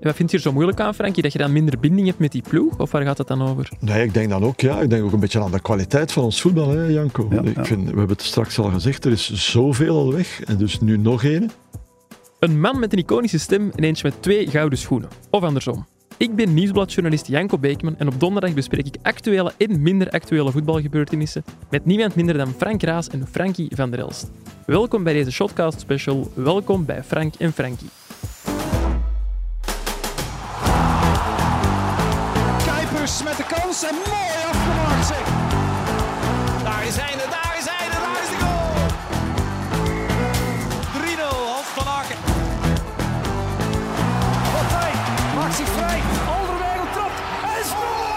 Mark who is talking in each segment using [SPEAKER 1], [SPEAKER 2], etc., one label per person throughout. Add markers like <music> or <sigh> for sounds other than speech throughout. [SPEAKER 1] Wat vind je er zo moeilijk aan, Frankie? Dat je dan minder binding hebt met die ploeg? Of waar gaat het dan over?
[SPEAKER 2] Nee, ik denk dan ook, ja, ik denk ook een beetje aan de kwaliteit van ons voetbal, hè, Janko.
[SPEAKER 3] Ja,
[SPEAKER 2] ik
[SPEAKER 3] ja.
[SPEAKER 2] Vind, we hebben het straks al gezegd, er is zoveel al weg. En dus nu nog één.
[SPEAKER 1] Een man met een iconische stem en eentje met twee gouden schoenen. Of andersom. Ik ben nieuwsbladjournalist Janko Beekman en op donderdag bespreek ik actuele en minder actuele voetbalgebeurtenissen met niemand minder dan Frank Raas en Frankie van der Elst. Welkom bij deze Shotcast special. Welkom bij Frank en Frankie.
[SPEAKER 4] Kuipers met de kans en mooi afgemaakt zeg. Daar is einde, daar is einde, daar is de goal. 3-0, Hans van Aken. Partij, maakt zich vrij. Alderweireld trapt en scoort.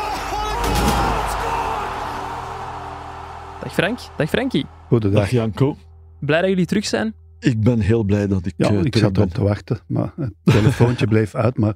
[SPEAKER 1] Dag Frank, dag Frankie.
[SPEAKER 3] Goedendag.
[SPEAKER 2] Dag Janko.
[SPEAKER 1] Blij dat jullie terug zijn.
[SPEAKER 2] Ik ben heel blij dat ik,
[SPEAKER 3] Ja,
[SPEAKER 2] eh,
[SPEAKER 3] ik
[SPEAKER 2] terug
[SPEAKER 3] zat
[SPEAKER 2] ben.
[SPEAKER 3] erop te wachten, maar het <laughs> telefoontje bleef uit, maar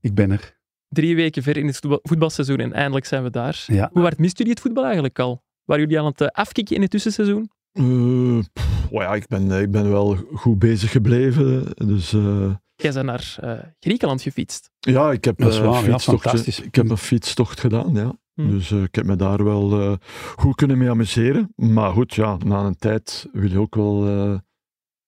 [SPEAKER 3] ik ben er.
[SPEAKER 1] Drie weken ver in het voetbal- voetbalseizoen en eindelijk zijn we daar.
[SPEAKER 3] Ja.
[SPEAKER 1] Hoe hard misten jullie het voetbal eigenlijk al? Waren jullie aan het eh, afkicken in het tussenseizoen?
[SPEAKER 2] Eh, pff, oh ja, ik ben, ik ben wel goed bezig gebleven. Dus eh,
[SPEAKER 1] Jij bent naar eh, Griekenland gefietst.
[SPEAKER 2] ja, ik heb,
[SPEAKER 3] Dat is
[SPEAKER 2] eh,
[SPEAKER 3] waar, ja,
[SPEAKER 2] fietstochtje-
[SPEAKER 3] fantastisch.
[SPEAKER 2] ik heb een fietstocht gedaan, ja.
[SPEAKER 1] Hm.
[SPEAKER 2] Dus eh, ik heb me daar wel eh, goed kunnen mee amuseren. Maar goed, ja, na een tijd wil je ook wel eh,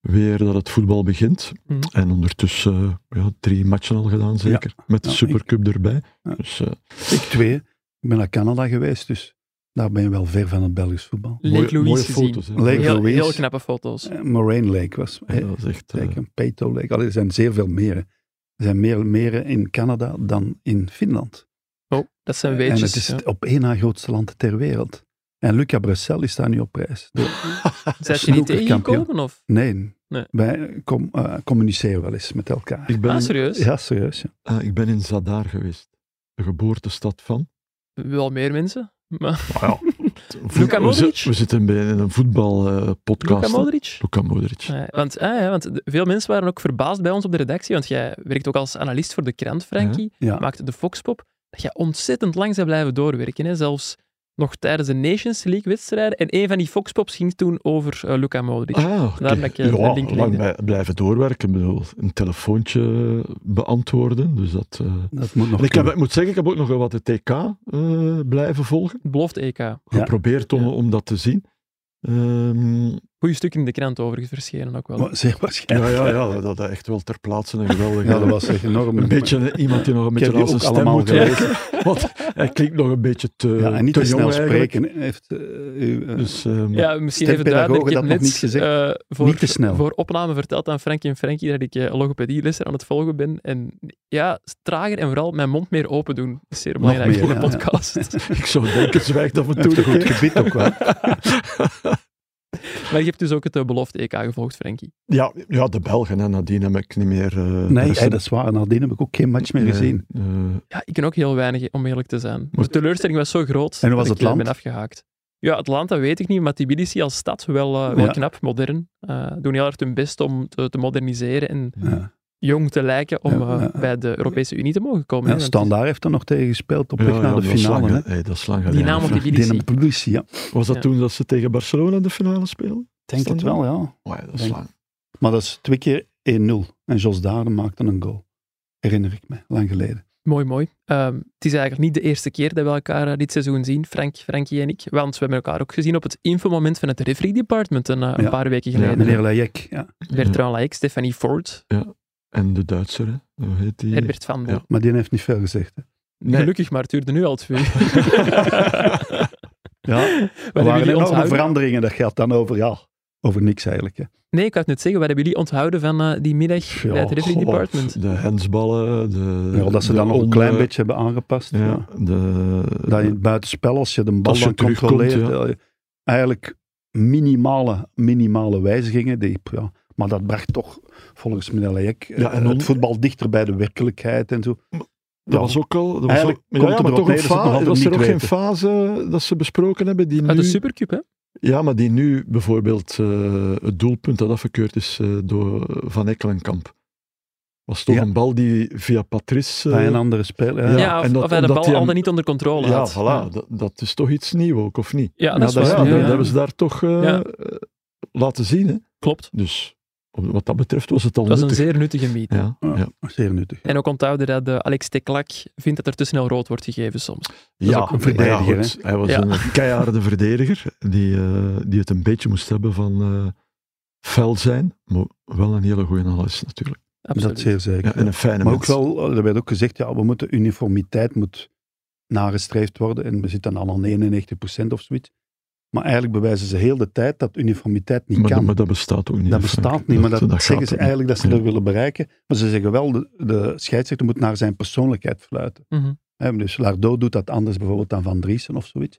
[SPEAKER 2] weer dat het voetbal begint.
[SPEAKER 1] Hm.
[SPEAKER 2] En ondertussen eh, ja, drie matchen al gedaan, zeker. Met de
[SPEAKER 3] Ja,
[SPEAKER 2] Supercup erbij.
[SPEAKER 3] Ja.
[SPEAKER 2] Dus, eh,
[SPEAKER 3] Ik twee. Ik ben naar Canada geweest, dus daar ben je wel ver van het Belgisch voetbal.
[SPEAKER 1] Lake
[SPEAKER 2] mooie, mooie
[SPEAKER 1] Louise gezien.
[SPEAKER 2] foto's. hè.
[SPEAKER 3] Lake
[SPEAKER 1] Heel,
[SPEAKER 3] Louise.
[SPEAKER 1] heel knappe foto's.
[SPEAKER 3] Eh, Moraine Lake was
[SPEAKER 2] Ja,
[SPEAKER 3] eh,
[SPEAKER 2] dat is echt... eh,
[SPEAKER 3] Lake en Peto Lake. Allee, er zijn zeer veel meren. Er zijn meer meren in Canada dan in Finland.
[SPEAKER 1] Oh, dat zijn
[SPEAKER 3] en
[SPEAKER 1] weetjes.
[SPEAKER 3] het is
[SPEAKER 1] ja.
[SPEAKER 3] <laughs> het op één na grootste land ter wereld. En Luca Bressel is daar nu op prijs. De-
[SPEAKER 1] Zijn ze niet
[SPEAKER 3] snookerkampioen.
[SPEAKER 1] tegengekomen? Of?
[SPEAKER 3] nee,
[SPEAKER 1] Nee.
[SPEAKER 3] wij com- eh, communiceren wel eens met elkaar.
[SPEAKER 2] ik, ben,
[SPEAKER 1] Ah, serieus?
[SPEAKER 3] Ja, serieus. Ja.
[SPEAKER 2] eh, ik ben in Zadar geweest. De geboortestad van...
[SPEAKER 1] Wel meer mensen. <laughs> Maar
[SPEAKER 2] Nou ja,
[SPEAKER 1] Luka
[SPEAKER 2] we,
[SPEAKER 1] Modric?
[SPEAKER 2] zi- we zitten bij een
[SPEAKER 1] Luka
[SPEAKER 2] voetbalpodcast.
[SPEAKER 1] Modric?
[SPEAKER 2] Luka Modric.
[SPEAKER 1] Nee, want, ah, ja, want de- veel mensen waren ook verbaasd bij ons op de redactie, want jij werkt ook als analist voor de krant, Frankie,
[SPEAKER 3] Ja.
[SPEAKER 1] maakte de Foxpop, dat jij ontzettend lang zou blijven doorwerken. Hè? Zelfs nog tijdens de Nations League-wedstrijden. En een van die Foxpops ging toen over eh, Luka Modric.
[SPEAKER 2] Ah, oké.
[SPEAKER 1] Daar ben ik, eh, de
[SPEAKER 2] ja,
[SPEAKER 1] link
[SPEAKER 2] lang
[SPEAKER 1] legde.
[SPEAKER 2] bij- blijven doorwerken. Ik bedoel, een telefoontje beantwoorden. Dus dat, eh.
[SPEAKER 3] Dat moet nog
[SPEAKER 2] En ik, heb,
[SPEAKER 3] kunnen.
[SPEAKER 2] ik moet zeggen, ik heb ook nog wel wat de TK eh, blijven volgen.
[SPEAKER 1] Beloft EK.
[SPEAKER 3] Ja.
[SPEAKER 2] Geprobeerd om,
[SPEAKER 1] Ja.
[SPEAKER 2] om dat te zien. Ehm,
[SPEAKER 1] Goeie stukken in de krant overigens verschenen ook wel.
[SPEAKER 3] Maar Zeer
[SPEAKER 2] ja,
[SPEAKER 3] waarschijnlijk.
[SPEAKER 2] ja, ja, dat, dat echt wel ter plaatse een geweldige...
[SPEAKER 3] Ja, dat was <laughs> echt enorm.
[SPEAKER 2] Een beetje een- iemand die nog een
[SPEAKER 3] Ik
[SPEAKER 2] beetje
[SPEAKER 3] heb die
[SPEAKER 2] als een stem
[SPEAKER 3] ook allemaal
[SPEAKER 2] moet
[SPEAKER 3] gelezen.
[SPEAKER 2] lezen. Want hij klinkt nog een beetje te,
[SPEAKER 3] Ja, en niet te,
[SPEAKER 2] jong
[SPEAKER 3] snel
[SPEAKER 2] eigenlijk.
[SPEAKER 3] spreken. Heeft, eh, uw, eh,
[SPEAKER 2] Dus, ehm,
[SPEAKER 1] Ja, misschien even
[SPEAKER 3] Stempedagogen
[SPEAKER 1] duidelijk. Ik heb
[SPEAKER 3] dat nog
[SPEAKER 1] net
[SPEAKER 3] niet gezegd.
[SPEAKER 1] eh, voor,
[SPEAKER 3] Niet te snel.
[SPEAKER 1] voor opname verteld aan Frankie en Frankie dat ik eh, logopedielessen aan het volgen ben. En ja, trager en vooral mijn mond meer open doen. is zeer belangrijk
[SPEAKER 3] meer,
[SPEAKER 1] voor een
[SPEAKER 3] ja, ja. <laughs>
[SPEAKER 1] podcast.
[SPEAKER 2] ik zou denken, zwijgt af en toe
[SPEAKER 3] heeft een
[SPEAKER 2] een
[SPEAKER 3] goed
[SPEAKER 2] keer.
[SPEAKER 3] gebit ook wel.
[SPEAKER 1] maar je hebt dus ook het eh, belofte EK gevolgd, Frankie.
[SPEAKER 2] Ja, ja, de Belgen. En nadien heb ik niet meer... eh, de
[SPEAKER 3] <laughs> Nee,
[SPEAKER 2] rest-
[SPEAKER 3] hey, dat is waar. Nadien heb ik ook geen match meer
[SPEAKER 2] Nee,
[SPEAKER 3] gezien.
[SPEAKER 2] eh,
[SPEAKER 1] Ja, ik ken ook heel weinig, eh, om eerlijk te zijn. De
[SPEAKER 2] Maar-
[SPEAKER 1] teleurstelling was zo groot
[SPEAKER 3] En hoe
[SPEAKER 1] dat
[SPEAKER 3] was het
[SPEAKER 1] ik eh,
[SPEAKER 3] land?
[SPEAKER 1] ben afgehaakt. Ja, het land, dat weet ik niet, maar Tbilisi als stad wel, eh, wel
[SPEAKER 3] Ja.
[SPEAKER 1] knap, modern. Eh, doen heel erg hun best om te, te moderniseren en
[SPEAKER 3] Ja.
[SPEAKER 1] jong te lijken om
[SPEAKER 3] Ja,
[SPEAKER 1] eh,
[SPEAKER 3] ja, ja.
[SPEAKER 1] bij de Europese Unie te mogen komen.
[SPEAKER 3] Ja,
[SPEAKER 1] hè, want het is-
[SPEAKER 3] Standaard heeft er nog tegen gespeeld op
[SPEAKER 2] ja,
[SPEAKER 3] weg
[SPEAKER 2] ja,
[SPEAKER 3] naar de
[SPEAKER 2] dat is
[SPEAKER 3] finale.
[SPEAKER 2] lang
[SPEAKER 3] hè.
[SPEAKER 2] ge- hey, dat is lang
[SPEAKER 1] Die
[SPEAKER 2] geleden.
[SPEAKER 1] naam op die Tbilisi.
[SPEAKER 3] Tbilisi, ja. Ik
[SPEAKER 2] Was dat
[SPEAKER 1] Ja.
[SPEAKER 2] toen dat ze tegen Barcelona de finale speelden?
[SPEAKER 3] denk het wel, ja.
[SPEAKER 2] Oh, ja, dat is
[SPEAKER 3] Denk-
[SPEAKER 2] lang.
[SPEAKER 3] Maar dat is twee keer 1-0. En Jos Daden maakte een goal. Herinner ik me, lang geleden.
[SPEAKER 1] Mooi, mooi. Ehm, het is eigenlijk niet de eerste keer dat we elkaar eh, dit seizoen zien, Frank, Frankie en ik. Want we hebben elkaar ook gezien op het infomoment van het referee department een, eh, een
[SPEAKER 3] Ja.
[SPEAKER 1] paar weken
[SPEAKER 2] Ja,
[SPEAKER 1] geleden.
[SPEAKER 3] Meneer Lajek, ja.
[SPEAKER 1] Bertrand Laik, Stephanie Ford,
[SPEAKER 2] En de Duitser, hè? Hoe heet die?
[SPEAKER 1] Herbert van Boel.
[SPEAKER 2] Ja.
[SPEAKER 3] Maar die heeft niet veel gezegd. Hè.
[SPEAKER 2] Nee.
[SPEAKER 1] Gelukkig, maar het duurde nu al twee. <laughs>
[SPEAKER 3] Ja,
[SPEAKER 1] Wat
[SPEAKER 3] er
[SPEAKER 1] hebben
[SPEAKER 3] waren
[SPEAKER 1] jullie
[SPEAKER 3] enorme
[SPEAKER 1] onthouden?
[SPEAKER 3] veranderingen. Dat gaat dan over, ja, over niks eigenlijk. Hè.
[SPEAKER 1] Nee, ik wou het net zeggen. Wat hebben jullie onthouden van eh, die middag
[SPEAKER 3] Ja,
[SPEAKER 1] bij het referee
[SPEAKER 2] Goh,
[SPEAKER 1] department?
[SPEAKER 2] De hensballen. De,
[SPEAKER 3] Ja, dat ze
[SPEAKER 2] de
[SPEAKER 3] dan nog een
[SPEAKER 2] on-
[SPEAKER 3] klein beetje hebben aangepast.
[SPEAKER 2] eh, Ja,
[SPEAKER 3] ja.
[SPEAKER 2] de,
[SPEAKER 3] Dat in het buitenspel, als je de bal
[SPEAKER 2] Als je
[SPEAKER 3] dan
[SPEAKER 2] terugkomt,
[SPEAKER 3] controleert,
[SPEAKER 2] ja.
[SPEAKER 3] eh, eigenlijk minimale, minimale wijzigingen. Die, ja, maar dat bracht toch, volgens meneer Lajek, eh,
[SPEAKER 2] Ja, en on-
[SPEAKER 3] het voetbal dichter bij de werkelijkheid en zo.
[SPEAKER 2] dat was ook al. Dat was
[SPEAKER 3] Eigenlijk
[SPEAKER 2] ook,
[SPEAKER 3] komt
[SPEAKER 2] ja,
[SPEAKER 3] er
[SPEAKER 2] maar
[SPEAKER 3] erop
[SPEAKER 2] toch
[SPEAKER 3] neer
[SPEAKER 2] een
[SPEAKER 3] dat ze het nog
[SPEAKER 2] fase.
[SPEAKER 3] altijd
[SPEAKER 2] Dat is er
[SPEAKER 3] niet
[SPEAKER 2] ook geen
[SPEAKER 3] weten.
[SPEAKER 2] fase dat ze besproken hebben. Die
[SPEAKER 1] Uit
[SPEAKER 2] nu,
[SPEAKER 1] de Supercup, hè?
[SPEAKER 2] Ja, maar die nu bijvoorbeeld eh, het doelpunt dat afgekeurd is eh, door Van Ekkelenkamp. Was toch
[SPEAKER 3] Ja.
[SPEAKER 2] een bal die via Patrice. eh,
[SPEAKER 3] bij een andere speler. Ja.
[SPEAKER 1] Ja,
[SPEAKER 3] Ja.
[SPEAKER 1] of,
[SPEAKER 2] en dat-
[SPEAKER 1] of hij de
[SPEAKER 2] omdat
[SPEAKER 1] bal
[SPEAKER 2] hij
[SPEAKER 1] al
[SPEAKER 2] hem-
[SPEAKER 1] dan niet onder controle
[SPEAKER 2] ja,
[SPEAKER 1] had.
[SPEAKER 2] voilà.
[SPEAKER 1] Ja,
[SPEAKER 2] Dat, dat is toch iets nieuws ook, of niet?
[SPEAKER 1] Ja,
[SPEAKER 3] Ja,
[SPEAKER 1] dat is
[SPEAKER 3] dat is
[SPEAKER 1] waar.
[SPEAKER 2] ja,
[SPEAKER 3] wel-
[SPEAKER 1] Ja,
[SPEAKER 2] dat
[SPEAKER 3] ja.
[SPEAKER 2] hebben ze daar toch eh,
[SPEAKER 1] Ja.
[SPEAKER 2] laten eh, zien. Hè?
[SPEAKER 1] Klopt.
[SPEAKER 2] Dus op- wat dat betreft was het al
[SPEAKER 1] Het was een
[SPEAKER 2] nuttig.
[SPEAKER 1] zeer nuttige meeting.
[SPEAKER 2] Ja,
[SPEAKER 3] Ja.
[SPEAKER 2] ja.
[SPEAKER 3] Oh, Zeer nuttig.
[SPEAKER 1] En ook onthouden dat eh, Alex Teklak vindt dat er te snel rood wordt gegeven soms. is
[SPEAKER 2] Ja,
[SPEAKER 1] ook een
[SPEAKER 2] maar
[SPEAKER 3] verdediger,
[SPEAKER 2] ja, goed, Hij was
[SPEAKER 1] Ja.
[SPEAKER 2] een keiharde verdediger die, eh, die het een beetje moest hebben van eh, fel zijn, maar wel een hele goede analist natuurlijk.
[SPEAKER 1] Absoluut.
[SPEAKER 3] Dat zeer zeker.
[SPEAKER 2] Ja, en een fijne
[SPEAKER 3] Maar ook
[SPEAKER 2] mens.
[SPEAKER 3] wel, er werd ook gezegd, ja, we moeten, uniformiteit moet nagestreefd worden. En we zitten dan al aan 99% of zoiets. Maar eigenlijk bewijzen ze heel de tijd dat uniformiteit niet
[SPEAKER 2] maar,
[SPEAKER 3] kan.
[SPEAKER 2] maar dat bestaat ook niet.
[SPEAKER 3] dat
[SPEAKER 2] hè, Frank.
[SPEAKER 3] bestaat niet, maar dat,
[SPEAKER 2] gaat
[SPEAKER 3] zeggen
[SPEAKER 2] ook
[SPEAKER 3] ze
[SPEAKER 2] niet.
[SPEAKER 3] eigenlijk dat ze
[SPEAKER 2] Ja.
[SPEAKER 3] dat willen bereiken. Maar ze zeggen wel, de, de scheidsrechter moet naar zijn persoonlijkheid fluiten.
[SPEAKER 1] Mhm.
[SPEAKER 3] Hè, dus Lardo doet dat anders bijvoorbeeld dan Van Driessen of zoiets.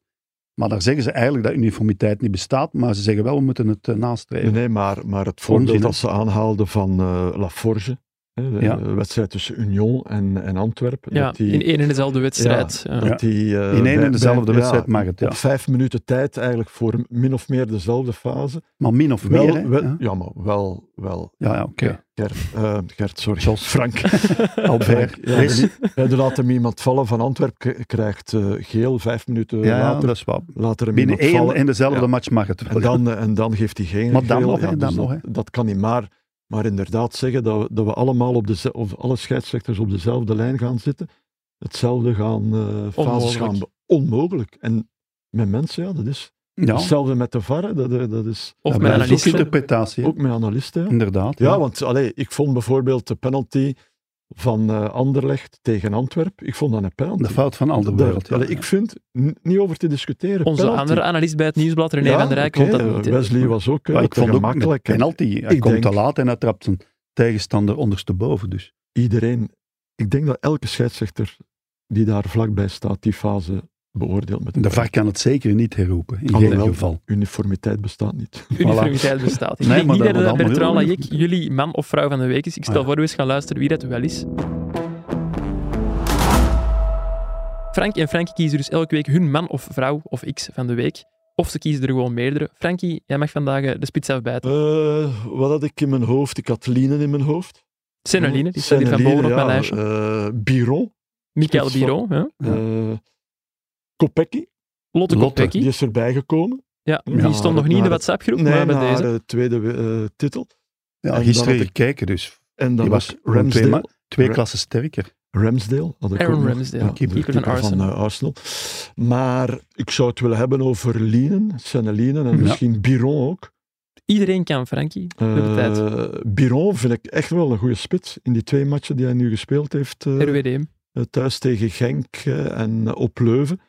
[SPEAKER 3] Maar daar zeggen ze eigenlijk dat uniformiteit niet bestaat, maar ze zeggen wel, we moeten het eh, nastreven.
[SPEAKER 2] Nee, maar, maar het voorbeeld
[SPEAKER 3] Onzin, hè?
[SPEAKER 2] dat ze aanhaalden van eh Laforge, hè, de
[SPEAKER 3] Ja.
[SPEAKER 2] eh, wedstrijd tussen Union en, en Antwerpen,
[SPEAKER 1] Ja,
[SPEAKER 2] dat die,
[SPEAKER 1] in één en dezelfde wedstrijd. Ja,
[SPEAKER 2] dat die eh,
[SPEAKER 3] In
[SPEAKER 2] bij-
[SPEAKER 3] één
[SPEAKER 2] bij-
[SPEAKER 3] en dezelfde
[SPEAKER 2] ja,
[SPEAKER 3] wedstrijd mag het, ja.
[SPEAKER 2] Op vijf minuten tijd eigenlijk voor min of meer dezelfde fase.
[SPEAKER 3] Maar min of
[SPEAKER 2] Wel,
[SPEAKER 3] meer, hè.
[SPEAKER 2] wel,
[SPEAKER 3] ja,
[SPEAKER 2] ja, maar wel, wel
[SPEAKER 3] ja, ja, oké.
[SPEAKER 2] Gert, eh, Gert, sorry. <laughs> Frank.
[SPEAKER 3] Albert,
[SPEAKER 2] Ja,
[SPEAKER 3] Chris.
[SPEAKER 2] die- ja, die laat hem iemand vallen van Antwerpen, k- krijgt eh, geel, vijf minuten
[SPEAKER 3] Ja, ja,
[SPEAKER 2] later.
[SPEAKER 3] dat is waar.
[SPEAKER 2] Laat er hem
[SPEAKER 3] Binnen
[SPEAKER 2] iemand
[SPEAKER 3] één
[SPEAKER 2] vallen.
[SPEAKER 3] en dezelfde
[SPEAKER 2] Ja.
[SPEAKER 3] match mag het wel.
[SPEAKER 2] En
[SPEAKER 3] <laughs>
[SPEAKER 2] dan, eh, en dan geeft hij geen
[SPEAKER 3] Maar dan
[SPEAKER 2] geel.
[SPEAKER 3] nog, hè, dan
[SPEAKER 2] dus dat-
[SPEAKER 3] nog, hè.
[SPEAKER 2] Dat kan niet. Maar, maar inderdaad zeggen dat we, dat we allemaal op de, of alle scheidsrechters op dezelfde lijn gaan zitten. Hetzelfde gaan eh fases
[SPEAKER 1] Onmogelijk.
[SPEAKER 2] gaan. be- Onmogelijk. En met mensen, ja, dat is.
[SPEAKER 3] ja.
[SPEAKER 2] Hetzelfde met de VAR, hè, dat, eh, dat is
[SPEAKER 1] Of
[SPEAKER 3] Ja,
[SPEAKER 1] met
[SPEAKER 3] maar dat is ook
[SPEAKER 1] analisten.
[SPEAKER 3] interpretatie, hè.
[SPEAKER 2] ook met analisten. ja.
[SPEAKER 3] inderdaad.
[SPEAKER 2] Ja, want allee, ik vond bijvoorbeeld de penalty van eh, Anderlecht tegen Antwerpen, ik vond dat een penalty.
[SPEAKER 3] de fout van
[SPEAKER 2] Daar-
[SPEAKER 3] Alderwereld. Ja.
[SPEAKER 2] allee, Ik vind, n- niet over te discussiëren,
[SPEAKER 1] Onze
[SPEAKER 2] penalty.
[SPEAKER 1] andere analist bij het nieuwsblad, René
[SPEAKER 2] Ja,
[SPEAKER 1] van der Rijk,
[SPEAKER 2] oké,
[SPEAKER 1] vond dat niet. hè.
[SPEAKER 2] Wesley was ook
[SPEAKER 3] Ja,
[SPEAKER 2] eh,
[SPEAKER 3] ik
[SPEAKER 2] te
[SPEAKER 3] vond ook een
[SPEAKER 2] gemakkelijk. en
[SPEAKER 3] penalty. Hij
[SPEAKER 2] Ik
[SPEAKER 3] komt
[SPEAKER 2] denk-
[SPEAKER 3] te laat en hij trapt zijn tegenstander ondersteboven. Dus.
[SPEAKER 2] Iedereen, ik denk dat elke scheidsrechter die daar vlakbij staat, die fase beoordeelt met een
[SPEAKER 3] De VAR
[SPEAKER 2] penalty.
[SPEAKER 3] kan het zeker niet herroepen, in
[SPEAKER 2] Alhoewel,
[SPEAKER 3] geen geval.
[SPEAKER 2] Uniformiteit bestaat niet.
[SPEAKER 1] Uniformiteit bestaat. Ik
[SPEAKER 3] Nee,
[SPEAKER 1] denk
[SPEAKER 3] maar
[SPEAKER 1] niet
[SPEAKER 3] dat
[SPEAKER 1] dat, dat
[SPEAKER 3] wordt allemaal
[SPEAKER 1] Bertrand
[SPEAKER 3] heel
[SPEAKER 1] Lajek jullie man of vrouw van de week is. Ik stel
[SPEAKER 3] Ah, ja.
[SPEAKER 1] voor we eens gaan luisteren wie dat wel is. Frank en Frankie kiezen dus elke week hun man of vrouw of x van de week. Of ze kiezen er gewoon meerdere. Frankie, jij mag vandaag eh, de spits afbijten.
[SPEAKER 2] Eh, wat had ik in mijn hoofd? Ik had Lienen in mijn hoofd.
[SPEAKER 1] Senoline, die staat hier van
[SPEAKER 2] Sennelienen,
[SPEAKER 1] boven op mijn
[SPEAKER 2] ja,
[SPEAKER 1] lijstje.
[SPEAKER 2] eh, Biron.
[SPEAKER 1] Michael
[SPEAKER 2] spits van-
[SPEAKER 1] Biro, hè?
[SPEAKER 2] eh, Kopecky.
[SPEAKER 1] Lotte
[SPEAKER 3] Lotte,
[SPEAKER 2] Die
[SPEAKER 1] Kopecky.
[SPEAKER 2] is erbij gekomen.
[SPEAKER 1] Ja, die
[SPEAKER 2] Ja,
[SPEAKER 1] stond nog niet in de
[SPEAKER 2] maar-
[SPEAKER 1] WhatsApp-groep,
[SPEAKER 2] Nee, nou,
[SPEAKER 1] maar bij
[SPEAKER 2] naar
[SPEAKER 1] deze.
[SPEAKER 2] de tweede eh, titel.
[SPEAKER 3] Ja,
[SPEAKER 2] En
[SPEAKER 3] gisteren
[SPEAKER 2] dan had
[SPEAKER 3] gekeken dus.
[SPEAKER 2] En dan
[SPEAKER 3] Die
[SPEAKER 2] was
[SPEAKER 3] was gewoon
[SPEAKER 2] Ramsdale.
[SPEAKER 3] twee ma- Twee
[SPEAKER 2] Ra-
[SPEAKER 3] klassen sterker.
[SPEAKER 2] Ramsdale had ik ook
[SPEAKER 1] Aaron
[SPEAKER 2] nog.
[SPEAKER 1] Ramsdale,
[SPEAKER 2] Ja,
[SPEAKER 1] keeper
[SPEAKER 2] de
[SPEAKER 1] van Arsenal.
[SPEAKER 2] eh, Arsenal. Maar ik zou het willen hebben over Lienen, Sennelinen en
[SPEAKER 3] Ja.
[SPEAKER 2] misschien Biron ook.
[SPEAKER 1] Iedereen kan, Frankie. We hebben tijd.
[SPEAKER 2] Eh Biron vind ik echt wel een goede spits in die twee matchen die hij nu gespeeld heeft. eh,
[SPEAKER 1] RWDM.
[SPEAKER 2] eh, thuis tegen Genk eh, en eh, op Leuven.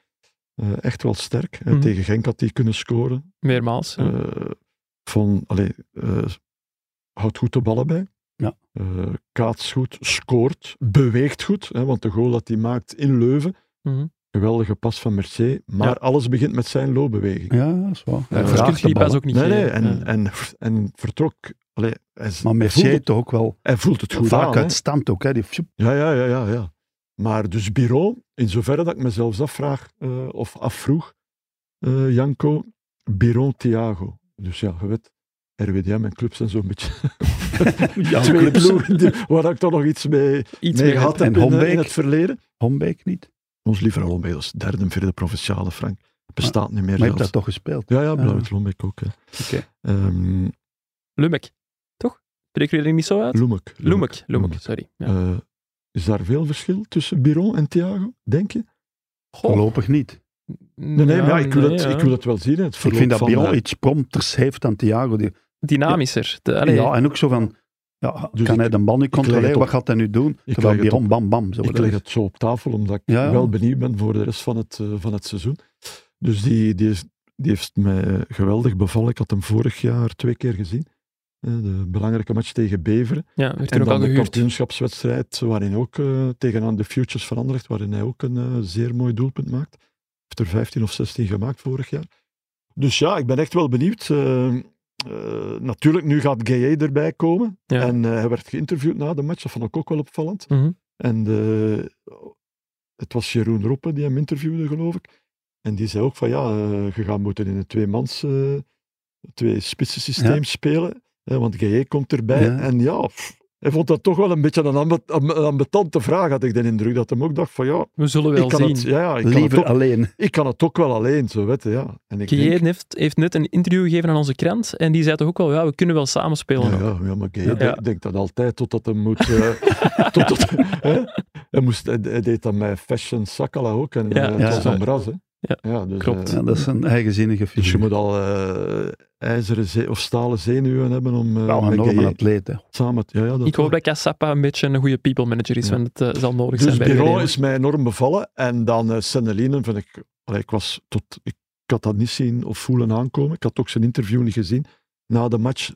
[SPEAKER 2] Eh, echt wel sterk. Eh,
[SPEAKER 1] Mhm.
[SPEAKER 2] Tegen Genk had hij kunnen scoren.
[SPEAKER 1] Meermaals. ja.
[SPEAKER 2] eh van, allee, eh, houdt goed de ballen bij.
[SPEAKER 3] Ja.
[SPEAKER 2] Eh, kaats goed, scoort, beweegt goed. Hè, want de goal dat hij maakt in Leuven,
[SPEAKER 1] Mhm.
[SPEAKER 2] geweldige pas van Mercier. Maar
[SPEAKER 1] Ja.
[SPEAKER 2] alles begint met zijn loopbeweging.
[SPEAKER 3] Ja, dat is waar. Hij
[SPEAKER 2] Ja.
[SPEAKER 1] Anders kun je
[SPEAKER 3] vraagt de
[SPEAKER 1] die pas
[SPEAKER 3] ballen.
[SPEAKER 1] ook niet eh,
[SPEAKER 2] nee, nee,
[SPEAKER 1] geven.
[SPEAKER 2] en,
[SPEAKER 1] Ja.
[SPEAKER 2] en, en vertrok. Allee, hij, is- hij,
[SPEAKER 3] Maar
[SPEAKER 2] voelt
[SPEAKER 3] Mercier
[SPEAKER 2] het,
[SPEAKER 3] toch ook wel
[SPEAKER 2] hij voelt het goed aan.
[SPEAKER 3] vaak
[SPEAKER 2] hè.
[SPEAKER 3] uit stand ook. Hè. Die, sjoep,
[SPEAKER 2] Ja, ja, ja, ja, ja. Maar dus Biro, in zoverre dat ik mezelf afvraag eh, of afvroeg, eh, Janko, Biro Thiago. Dus ja, je weet, RWDM en clubs en zo'n beetje.
[SPEAKER 3] ja,
[SPEAKER 2] Twee
[SPEAKER 3] clubs.
[SPEAKER 2] ploegen die- waar ik toch nog iets mee,
[SPEAKER 1] Iets
[SPEAKER 2] mee
[SPEAKER 1] meer
[SPEAKER 2] gehad
[SPEAKER 3] En
[SPEAKER 2] heb in, eh,
[SPEAKER 3] Hombeek.
[SPEAKER 2] in het verleden.
[SPEAKER 3] Hombeek niet.
[SPEAKER 2] Ons lieve Holmbeek, dat is derde en vierde provinciale, Frank. Bestaat niet meer
[SPEAKER 3] Maar je hebt
[SPEAKER 2] zelfs.
[SPEAKER 3] dat toch gespeeld.
[SPEAKER 2] Ja, ja, blauw
[SPEAKER 3] Ah.
[SPEAKER 2] Lombeek ook. Hè.
[SPEAKER 3] Oké.
[SPEAKER 2] Ehm,
[SPEAKER 1] Lummek, toch? Spreek jullie er niet zo uit?
[SPEAKER 2] Loemek.
[SPEAKER 1] Lummek, Lummek,
[SPEAKER 2] Loemek.
[SPEAKER 1] sorry. Ja.
[SPEAKER 2] Eh, is daar veel verschil tussen Biro en Thiago, denk je? Oh.
[SPEAKER 1] Goh.
[SPEAKER 3] Voorlopig niet.
[SPEAKER 2] Nee, nee, maar ja, ik, wil het, ik wil het wel zien. hè, Het
[SPEAKER 3] Ik
[SPEAKER 2] verloop
[SPEAKER 3] vind dat
[SPEAKER 2] van,
[SPEAKER 3] Bion
[SPEAKER 2] eh,
[SPEAKER 3] iets prompters heeft dan Thiago. Die,
[SPEAKER 1] Dynamischer. De- allee,
[SPEAKER 3] ja, en ook zo van, ja,
[SPEAKER 2] Dus
[SPEAKER 3] kan
[SPEAKER 2] ik-
[SPEAKER 3] hij de bal niet
[SPEAKER 2] leg het
[SPEAKER 3] controleren?
[SPEAKER 2] op.
[SPEAKER 3] Wat gaat hij nu doen?
[SPEAKER 2] leg
[SPEAKER 3] Terwijl
[SPEAKER 2] het
[SPEAKER 3] Biron bam bam. Zo
[SPEAKER 2] Ik
[SPEAKER 3] dat
[SPEAKER 2] leg
[SPEAKER 3] is.
[SPEAKER 2] het zo op tafel, omdat ik
[SPEAKER 3] Ja, ja.
[SPEAKER 2] wel benieuwd ben voor de rest van het, eh, van het seizoen. Dus die, die, is- die heeft mij geweldig bevallen. Ik had hem vorig jaar twee keer gezien. Eh, De belangrijke match tegen Beveren.
[SPEAKER 1] ja, werd er
[SPEAKER 2] En
[SPEAKER 1] ook al
[SPEAKER 2] dan de
[SPEAKER 1] gehuurd.
[SPEAKER 2] kampioenschapswedstrijd, waarin ook eh, tegenaan de Futures van Anderlecht, waarin hij ook een eh, zeer mooi doelpunt maakt. Heeft er 15 of 16 gemaakt vorig jaar. Dus ja, ik ben echt wel benieuwd. Eh, eh, natuurlijk, nu gaat Gaye erbij komen.
[SPEAKER 1] Ja.
[SPEAKER 2] En eh, hij werd geïnterviewd na de match, dat vond ik ook wel opvallend.
[SPEAKER 1] Mhm.
[SPEAKER 2] En de, het was Jeroen Roppe die hem interviewde, geloof ik. En die zei ook van ja, eh, je gaat moeten in een tweemans, eh twee spitsen systeem
[SPEAKER 3] Ja.
[SPEAKER 2] spelen. Hè, want GE komt erbij.
[SPEAKER 3] Ja.
[SPEAKER 2] En ja, pff, Hij vond dat toch wel een beetje een ambet- am- ambetante vraag, had ik de indruk. Dat hem ook dacht van, ja,
[SPEAKER 1] We zullen
[SPEAKER 2] ik
[SPEAKER 1] wel
[SPEAKER 2] kan,
[SPEAKER 1] zien.
[SPEAKER 2] het, ja, ja, ik, kan het
[SPEAKER 3] Liever E
[SPEAKER 2] ook,
[SPEAKER 3] alleen.
[SPEAKER 2] ik kan het ook wel alleen, zo weten, ja. En ik
[SPEAKER 1] Guillet
[SPEAKER 2] denk,
[SPEAKER 1] heeft, heeft net een interview gegeven aan onze krant en die zei toch ook wel, ja, we kunnen wel samenspelen.
[SPEAKER 2] ja,
[SPEAKER 1] spelen.
[SPEAKER 2] ja, ja, maar Guy de-
[SPEAKER 1] Ja.
[SPEAKER 2] denkt dat altijd, totdat hij moet... eh, <laughs> totdat, hè? Hij, moest, hij, hij deed dat met Fashion Sakala ook, en
[SPEAKER 1] Ja.
[SPEAKER 2] eh, het
[SPEAKER 3] Ja.
[SPEAKER 2] was een bras, hè.
[SPEAKER 1] Ja.
[SPEAKER 2] dus,
[SPEAKER 1] Klopt.
[SPEAKER 2] eh,
[SPEAKER 3] Ja, dat is een eigenzinnige
[SPEAKER 2] dus je
[SPEAKER 3] figuur.
[SPEAKER 2] moet al eh, ijzeren ze- of stalen zenuwen hebben om eh
[SPEAKER 3] Wel een
[SPEAKER 2] met
[SPEAKER 3] enorme
[SPEAKER 2] Guillet
[SPEAKER 3] atleet. hè.
[SPEAKER 2] samen... te- Ja, ja, dat
[SPEAKER 1] Ik hoop
[SPEAKER 2] wel.
[SPEAKER 1] dat Cassapa een beetje een goede people manager is,
[SPEAKER 2] Ja.
[SPEAKER 1] want het eh, zal nodig
[SPEAKER 2] Dus
[SPEAKER 1] zijn bij
[SPEAKER 2] Bureau
[SPEAKER 1] Real.
[SPEAKER 2] is mij enorm bevallen. En dan eh Senneline, vind ik, allee, ik was tot, ik, ik had dat niet zien of voelen aankomen. Ik had ook zijn interview niet gezien. Na de match,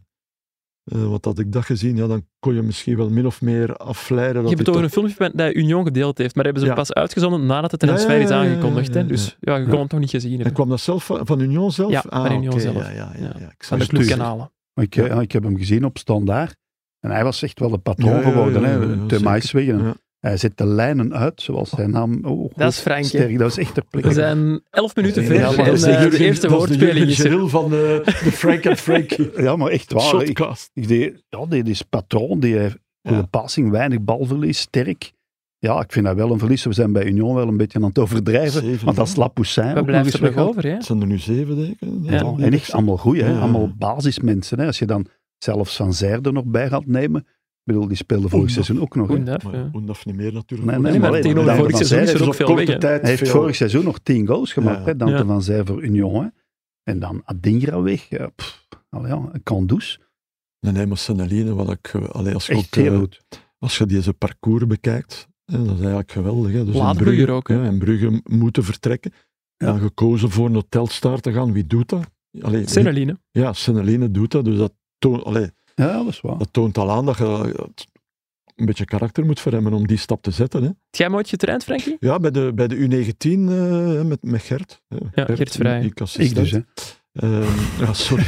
[SPEAKER 2] eh, wat had ik dat gezien? Ja, dan kon je misschien wel min of meer afleiden.
[SPEAKER 1] Je
[SPEAKER 2] Dat
[SPEAKER 1] hebt het
[SPEAKER 2] hij
[SPEAKER 1] over een filmpje met- dat Union gedeeld heeft, maar hebben ze
[SPEAKER 2] Ja.
[SPEAKER 1] pas uitgezonden nadat de
[SPEAKER 2] Ja, ja,
[SPEAKER 1] transfer is
[SPEAKER 2] ja, ja, ja,
[SPEAKER 1] aangekondigd. hè.
[SPEAKER 2] ja, ja.
[SPEAKER 1] Dus ja, je kon
[SPEAKER 2] Ja.
[SPEAKER 1] het nog niet gezien
[SPEAKER 2] En
[SPEAKER 1] hebben.
[SPEAKER 2] kwam dat zelf van, van Union zelf?
[SPEAKER 1] Ja,
[SPEAKER 2] Ah,
[SPEAKER 1] van Union
[SPEAKER 2] oké,
[SPEAKER 1] zelf.
[SPEAKER 2] Ja, ja, ja, ja. Ik
[SPEAKER 1] Van
[SPEAKER 2] zag
[SPEAKER 1] de
[SPEAKER 2] het dus.
[SPEAKER 1] clubkanalen.
[SPEAKER 3] Maar ik, eh, ik heb hem gezien op standaard. En hij was echt wel een patroon
[SPEAKER 2] Ja, ja, ja,
[SPEAKER 3] geworden.
[SPEAKER 2] ja,
[SPEAKER 3] hè.
[SPEAKER 2] ja,
[SPEAKER 3] Te
[SPEAKER 2] zeker.
[SPEAKER 3] Maiswegen.
[SPEAKER 2] Ja.
[SPEAKER 3] Hij zet de lijnen uit, zoals zijn naam. Oh,
[SPEAKER 1] Dat is Frank, hè.
[SPEAKER 3] Sterk, dat is echt de plek.
[SPEAKER 1] We zijn elf minuten
[SPEAKER 3] Ja,
[SPEAKER 1] verder
[SPEAKER 3] maar
[SPEAKER 1] en
[SPEAKER 3] dat is de
[SPEAKER 1] eh, de,
[SPEAKER 2] Jurgen-
[SPEAKER 1] eerste
[SPEAKER 2] dat is de
[SPEAKER 1] woordspeling
[SPEAKER 2] Jurgen
[SPEAKER 1] is er.
[SPEAKER 2] Geril van de, de Frank en
[SPEAKER 3] <laughs>
[SPEAKER 2] Frankie
[SPEAKER 3] Ja, maar echt waar. Ik,
[SPEAKER 2] shotcast.
[SPEAKER 3] ik die, ja, die is patroon. Die heeft
[SPEAKER 2] Ja.
[SPEAKER 3] goede passing, weinig balverlies, sterk. Ja, ik vind dat wel een verlies. We zijn bij Union wel een beetje aan het overdrijven.
[SPEAKER 2] Zeven,
[SPEAKER 3] Want als
[SPEAKER 2] hè?
[SPEAKER 3] Lapoussin
[SPEAKER 1] Wat
[SPEAKER 3] ook nog
[SPEAKER 1] blijft
[SPEAKER 3] eens
[SPEAKER 1] er nog
[SPEAKER 3] weghaalt.
[SPEAKER 1] over? Ja?
[SPEAKER 2] Het zijn er nu zeven, denk ik. hè?
[SPEAKER 1] Ja.
[SPEAKER 3] Ja, en echt allemaal goeie, hè?
[SPEAKER 2] Ja.
[SPEAKER 3] allemaal basismensen. Hè? Als je dan zelfs Van Zijde er nog bij gaat nemen. Ik bedoel, die speelde vorig
[SPEAKER 2] Oeh, dat-
[SPEAKER 3] seizoen ook nog. hè.
[SPEAKER 1] Goed, hè?
[SPEAKER 2] Maar
[SPEAKER 1] Ja.
[SPEAKER 2] ja, Oendaf niet meer natuurlijk.
[SPEAKER 3] Nee, nee,
[SPEAKER 1] Nee, maar
[SPEAKER 3] maar
[SPEAKER 1] tegenover
[SPEAKER 3] dan-
[SPEAKER 1] vorig
[SPEAKER 3] dan
[SPEAKER 1] seizoen
[SPEAKER 3] zij
[SPEAKER 1] is er
[SPEAKER 2] Dus
[SPEAKER 1] ook veel
[SPEAKER 2] op
[SPEAKER 1] weg.
[SPEAKER 2] korte
[SPEAKER 1] hè.
[SPEAKER 2] tijd
[SPEAKER 3] Hij heeft
[SPEAKER 2] veel-
[SPEAKER 3] vorig seizoen nog 10 goals gemaakt,
[SPEAKER 2] Ja.
[SPEAKER 3] hè? Dante
[SPEAKER 1] Ja.
[SPEAKER 3] Van Zij voor Union. Hè? En dan Adingra weg. Ja, pff, nou ja, Kandus.
[SPEAKER 2] Nee, nee, maar Senneline, wat ik, eh, allee, als, je
[SPEAKER 3] Echt
[SPEAKER 2] ook, eh,
[SPEAKER 3] heel goed.
[SPEAKER 2] als je deze parcours bekijkt, hè, dat is eigenlijk geweldig. Hè. Dus in
[SPEAKER 1] Laatbrugger
[SPEAKER 2] Brugge,
[SPEAKER 1] ook, hè.
[SPEAKER 2] Ja, in Brugge moeten vertrekken.
[SPEAKER 3] Ja.
[SPEAKER 2] Dan gekozen voor een hotelstar te gaan. Wie doet dat? Allee, wie-
[SPEAKER 1] Senneline.
[SPEAKER 2] ja, Senneline doet dat. Dus dat toont, allee,
[SPEAKER 3] Ja, dat is waar.
[SPEAKER 2] dat toont al aan dat je eh, een beetje karakter moet verremmen om die stap te zetten. Hè.
[SPEAKER 1] Heb jij hem ooit getraind, Frankie?
[SPEAKER 2] Ja, bij de, bij de U19 eh, met, met Gert. hè.
[SPEAKER 1] Ja, Gert Vrij.
[SPEAKER 2] Ik, assistent.
[SPEAKER 3] Ik dus, hè.
[SPEAKER 2] Ehm, ja,
[SPEAKER 3] <laughs>
[SPEAKER 2] sorry.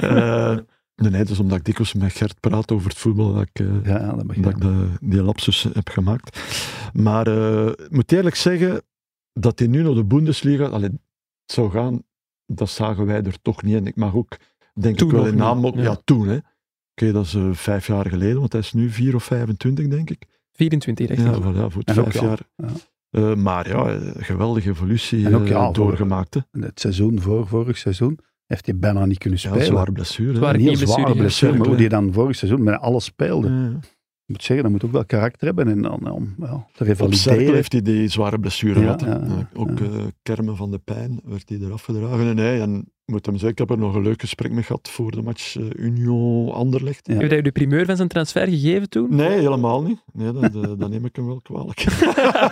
[SPEAKER 2] Eh, nee, nee, het is omdat ik dikwijls met Gert praat over het voetbal dat ik, eh,
[SPEAKER 3] Ja, ja, dat
[SPEAKER 2] dat
[SPEAKER 3] begrijp
[SPEAKER 2] ik
[SPEAKER 3] ik.
[SPEAKER 2] de, die lapsus heb gemaakt. Maar eh, ik moet eerlijk zeggen dat hij nu naar de Bundesliga allee, het zou gaan, dat zagen wij er toch niet in. Ik mag ook, denk
[SPEAKER 1] Toen
[SPEAKER 2] ik wel
[SPEAKER 1] nog
[SPEAKER 2] in naam
[SPEAKER 1] niet,
[SPEAKER 2] op. Ja.
[SPEAKER 1] ja.
[SPEAKER 2] toen. hè. Oké, dat is eh, vijf jaar geleden, want hij is nu 4 of 25, denk ik.
[SPEAKER 1] 24, echt.
[SPEAKER 2] Ja, voilà, voor het
[SPEAKER 3] En ook
[SPEAKER 2] vijf
[SPEAKER 3] ja,
[SPEAKER 2] jaar.
[SPEAKER 3] ja.
[SPEAKER 2] Eh, maar ja, eh, geweldige evolutie
[SPEAKER 3] En ook
[SPEAKER 2] eh,
[SPEAKER 3] ja, voor-
[SPEAKER 2] doorgemaakt. Hè.
[SPEAKER 3] En Het seizoen voor vorig seizoen heeft hij bijna niet kunnen
[SPEAKER 2] Ja,
[SPEAKER 3] spelen.
[SPEAKER 2] zwaar blessure. hè.
[SPEAKER 1] Zwaar
[SPEAKER 3] een heel
[SPEAKER 1] knieblessure,
[SPEAKER 3] zware
[SPEAKER 1] ja.
[SPEAKER 3] blessure, maar hoe
[SPEAKER 2] Werkelijk.
[SPEAKER 3] die dan vorig seizoen met alles speelde.
[SPEAKER 2] Ja, ja.
[SPEAKER 3] Ik moet zeggen, dat moet ook wel karakter hebben en dan om ja, te
[SPEAKER 2] Op Cerkel
[SPEAKER 3] revalideren.
[SPEAKER 2] heeft hij die zware blessure
[SPEAKER 3] Ja,
[SPEAKER 2] gehad. hè.
[SPEAKER 3] ja, ja.
[SPEAKER 2] ook eh, kermen van de pijn werd hij eraf gedragen. En hij, en ik moet hem zeggen, ik heb er nog een leuk gesprek mee gehad voor de match eh, Union-Anderlecht.
[SPEAKER 3] Ja.
[SPEAKER 1] Heb jij de primeur van zijn transfer gegeven toen?
[SPEAKER 2] Nee, helemaal niet. Nee, dat, eh, dat neem ik hem wel
[SPEAKER 3] <laughs>
[SPEAKER 2] kwalijk.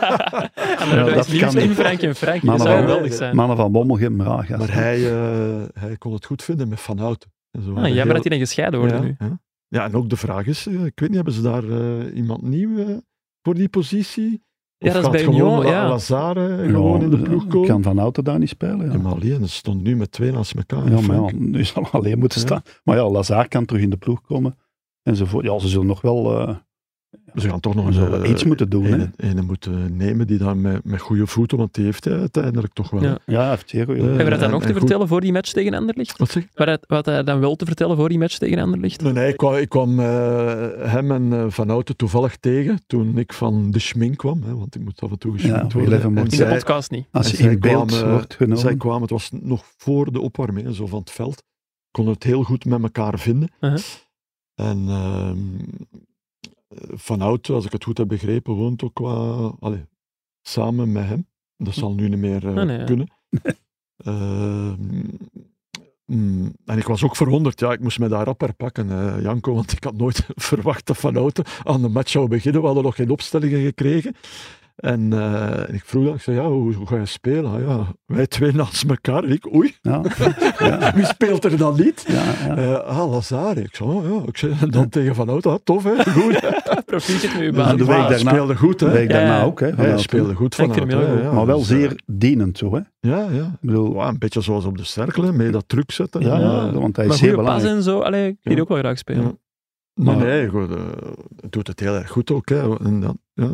[SPEAKER 1] Maar
[SPEAKER 3] Ja,
[SPEAKER 1] dat
[SPEAKER 3] dat
[SPEAKER 1] is nieuws
[SPEAKER 3] kan
[SPEAKER 1] in
[SPEAKER 3] niet.
[SPEAKER 1] Frankie en Frankie.
[SPEAKER 3] Maar
[SPEAKER 1] Dat zou
[SPEAKER 3] wel-
[SPEAKER 1] geweldig zijn.
[SPEAKER 3] Mannen van Bommel, geen raar gast.
[SPEAKER 2] maar hij, eh, hij kon het goed vinden met Van Houten. En zo.
[SPEAKER 1] Ah,
[SPEAKER 2] Heel-
[SPEAKER 1] jammer dat die dan gescheiden worden
[SPEAKER 2] ja,
[SPEAKER 1] nu.
[SPEAKER 2] ja. Ja, en ook de vraag is, eh, ik weet niet, hebben ze daar eh, iemand nieuw eh, voor die positie?
[SPEAKER 1] Ja,
[SPEAKER 2] Of
[SPEAKER 1] dat is
[SPEAKER 2] gaat
[SPEAKER 1] bij
[SPEAKER 2] gewoon
[SPEAKER 1] Union,
[SPEAKER 2] La-
[SPEAKER 1] ja.
[SPEAKER 2] Lazare eh, gewoon in de ploeg komen?
[SPEAKER 3] kan Van Auto daar niet spelen. Ja,
[SPEAKER 2] Ja, maar alleen, het stond nu met twee naast elkaar.
[SPEAKER 3] Ja, maar
[SPEAKER 2] Frank.
[SPEAKER 3] ja, nu zal hij alleen moeten
[SPEAKER 2] Ja.
[SPEAKER 3] staan. Maar ja, Lazar kan terug in de ploeg komen. Enzovoort. Ja, ze zullen nog wel eh,
[SPEAKER 2] Ze gaan toch nog
[SPEAKER 3] ze
[SPEAKER 2] eens,
[SPEAKER 3] zullen wel
[SPEAKER 2] eh,
[SPEAKER 3] iets moeten doen. hè.
[SPEAKER 2] Ene, ene moeten nemen die daar met, met goede voeten, want die heeft hij uiteindelijk toch wel.
[SPEAKER 1] Ja.
[SPEAKER 3] Ja, hij heeft zeer goeie-
[SPEAKER 2] Ja.
[SPEAKER 1] Hebben we dat dan
[SPEAKER 2] en-
[SPEAKER 1] nog te
[SPEAKER 2] en goed.
[SPEAKER 1] vertellen voor die match tegen Anderlicht?
[SPEAKER 2] Wat zeg je?
[SPEAKER 1] Wat hij, wat hij dan wel te vertellen voor die match tegen Anderlicht?
[SPEAKER 2] Nee, nee, ik kwam, ik kwam eh, hem en eh, Van Houten toevallig tegen toen ik van de schmink kwam, hè, want ik moet af en toe
[SPEAKER 3] Ja,
[SPEAKER 2] geschminkt
[SPEAKER 3] we
[SPEAKER 2] worden.
[SPEAKER 3] leven
[SPEAKER 2] En
[SPEAKER 3] moeten-
[SPEAKER 1] In de
[SPEAKER 3] Zij-
[SPEAKER 1] podcast niet.
[SPEAKER 3] Als
[SPEAKER 2] en
[SPEAKER 3] je
[SPEAKER 2] zij
[SPEAKER 3] in beeld
[SPEAKER 2] kwamen- eh,
[SPEAKER 3] wordt genomen.
[SPEAKER 2] Zij kwamen, het was nog voor de opwarming, hè, zo van het veld. Konden het heel goed met elkaar vinden.
[SPEAKER 1] Uh-huh.
[SPEAKER 2] En ehm, Van Houten, als ik het goed heb begrepen, woont ook qua, allee, samen met hem. Dat zal nu niet meer eh,
[SPEAKER 1] Ah, nee, ja.
[SPEAKER 2] kunnen. Ehm, mm, en ik was ook verwonderd, ja, ik moest me daar rap herpakken, eh, Janko, want ik had nooit <laughs> verwacht dat Van Houten aan de match zou beginnen. We hadden nog geen opstellingen gekregen. En eh, ik vroeg dat, ik zei, ja, hoe, hoe ga je spelen? Ah, ja, wij twee naast elkaar. En ik, oei,
[SPEAKER 3] Ja,
[SPEAKER 2] <laughs>
[SPEAKER 3] ja,
[SPEAKER 2] wie speelt er dan niet?
[SPEAKER 3] ja,
[SPEAKER 2] <laughs>
[SPEAKER 3] ja.
[SPEAKER 2] Eh, ah, Lazare. Ik zei, oh, ja. Ik zei, en dan tegen Van Houten, ah, tof hè, goed. hè.
[SPEAKER 1] Profiet het nu,
[SPEAKER 3] Ja,
[SPEAKER 1] baan.
[SPEAKER 3] de
[SPEAKER 2] Maar
[SPEAKER 3] week
[SPEAKER 2] hij
[SPEAKER 3] daarna-
[SPEAKER 2] speelde goed hè.
[SPEAKER 3] De week
[SPEAKER 1] Ja,
[SPEAKER 3] daarna
[SPEAKER 1] ja.
[SPEAKER 3] ook, hè, Van
[SPEAKER 2] Hij
[SPEAKER 3] Houten.
[SPEAKER 2] speelde goed
[SPEAKER 1] Frank
[SPEAKER 2] van Houten,
[SPEAKER 1] Vermeulen
[SPEAKER 2] ja,
[SPEAKER 1] ook.
[SPEAKER 2] ja.
[SPEAKER 3] maar wel
[SPEAKER 2] Dus,
[SPEAKER 3] zeer
[SPEAKER 2] eh,
[SPEAKER 3] dienend zo, hè. Ik
[SPEAKER 2] Ja, ja.
[SPEAKER 3] bedoel,
[SPEAKER 2] Wow, een beetje zoals op de cirkel, hè, met dat truc zetten.
[SPEAKER 3] ja,
[SPEAKER 2] en,
[SPEAKER 3] ja,
[SPEAKER 2] eh,
[SPEAKER 3] want hij
[SPEAKER 1] Maar
[SPEAKER 3] is zeer
[SPEAKER 1] goede pas
[SPEAKER 3] belangrijk.
[SPEAKER 1] en zo, allee, ik die
[SPEAKER 2] Ja.
[SPEAKER 1] ook wel graag spelen.
[SPEAKER 2] Ja. Nee,
[SPEAKER 3] Maar-
[SPEAKER 2] nee, goed, eh, doet het heel erg goed ook. Hè. En dan, ja,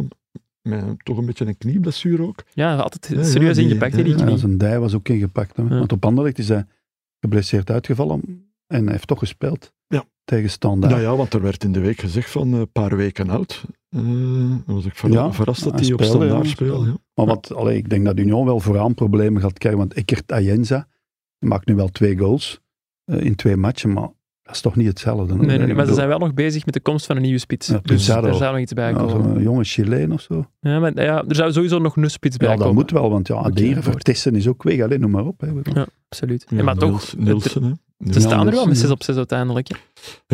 [SPEAKER 2] met toch een beetje een knieblessure ook.
[SPEAKER 1] Ja, altijd
[SPEAKER 2] Ja,
[SPEAKER 1] serieus
[SPEAKER 2] ja, die-
[SPEAKER 1] ingepakt, hè,
[SPEAKER 2] ja,
[SPEAKER 1] die
[SPEAKER 3] Ja,
[SPEAKER 1] knie.
[SPEAKER 3] zijn dij was ook ingepakt. Hè.
[SPEAKER 1] Ja.
[SPEAKER 3] Want op Anderlecht is hij geblesseerd uitgevallen en hij heeft toch gespeeld.
[SPEAKER 2] Ja.
[SPEAKER 3] tegen Standaard.
[SPEAKER 2] Nou ja, want er werd in de week gezegd van eh, een paar weken oud. Eh, dan was ik verra-
[SPEAKER 3] Ja,
[SPEAKER 2] verrast dat
[SPEAKER 3] hij
[SPEAKER 2] hij op
[SPEAKER 3] speelde,
[SPEAKER 2] standaard
[SPEAKER 3] ja.
[SPEAKER 2] speelt. Ja.
[SPEAKER 3] Maar wat, allee, ik denk dat Union wel vooraan problemen gaat krijgen. Want Ekert Ayenza maakt nu wel twee goals eh, in twee matchen, maar dat is toch niet hetzelfde. hoor.
[SPEAKER 1] Nee, nee, nee,
[SPEAKER 3] Ik
[SPEAKER 1] maar ze
[SPEAKER 3] bedoel,
[SPEAKER 1] zijn wel nog bezig met de komst van een nieuwe spits.
[SPEAKER 3] Ja,
[SPEAKER 1] dus
[SPEAKER 3] Pizarro.
[SPEAKER 1] daar zou nog iets bij
[SPEAKER 3] nou,
[SPEAKER 1] komen.
[SPEAKER 3] zo'n jonge Chileen of zo.
[SPEAKER 1] Ja, maar, ja, er zou sowieso nog een spits bij
[SPEAKER 3] Ja, dat
[SPEAKER 1] komen.
[SPEAKER 3] moet wel, want ja, Aderen voor Tessen is ook weg. Alleen noem maar op. Hè.
[SPEAKER 1] Absoluut.
[SPEAKER 2] Ja,
[SPEAKER 1] Ja, maar toch,
[SPEAKER 2] Niels- Nielsen, hè.
[SPEAKER 1] ze
[SPEAKER 2] Nielsen.
[SPEAKER 1] staan er wel met
[SPEAKER 3] Nielsen,
[SPEAKER 1] 6 op 6 uiteindelijk. hè.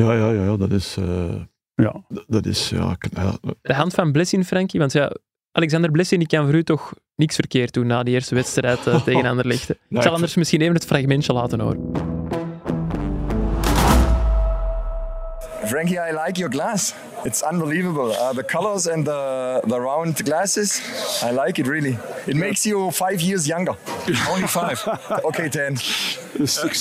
[SPEAKER 2] Ja, ja, ja, ja, dat is... eh,
[SPEAKER 3] Ja.
[SPEAKER 2] d- Dat is, ja... k- ja,
[SPEAKER 5] Eh,
[SPEAKER 1] De hand van Blessin, Frankie. Want ja, Alexander Blessin die kan voor u toch niks verkeerd doen na die eerste wedstrijd eh, tegen Anderlecht. hè. Ik zal
[SPEAKER 2] ik-
[SPEAKER 1] anders misschien even het fragmentje laten horen.
[SPEAKER 6] Frankie, I like your glass. It's unbelievable. Uh, the colors and the, the round glasses, I like it really. It makes you five years younger.
[SPEAKER 5] <laughs> Only five. Uh,
[SPEAKER 6] Okay, ten.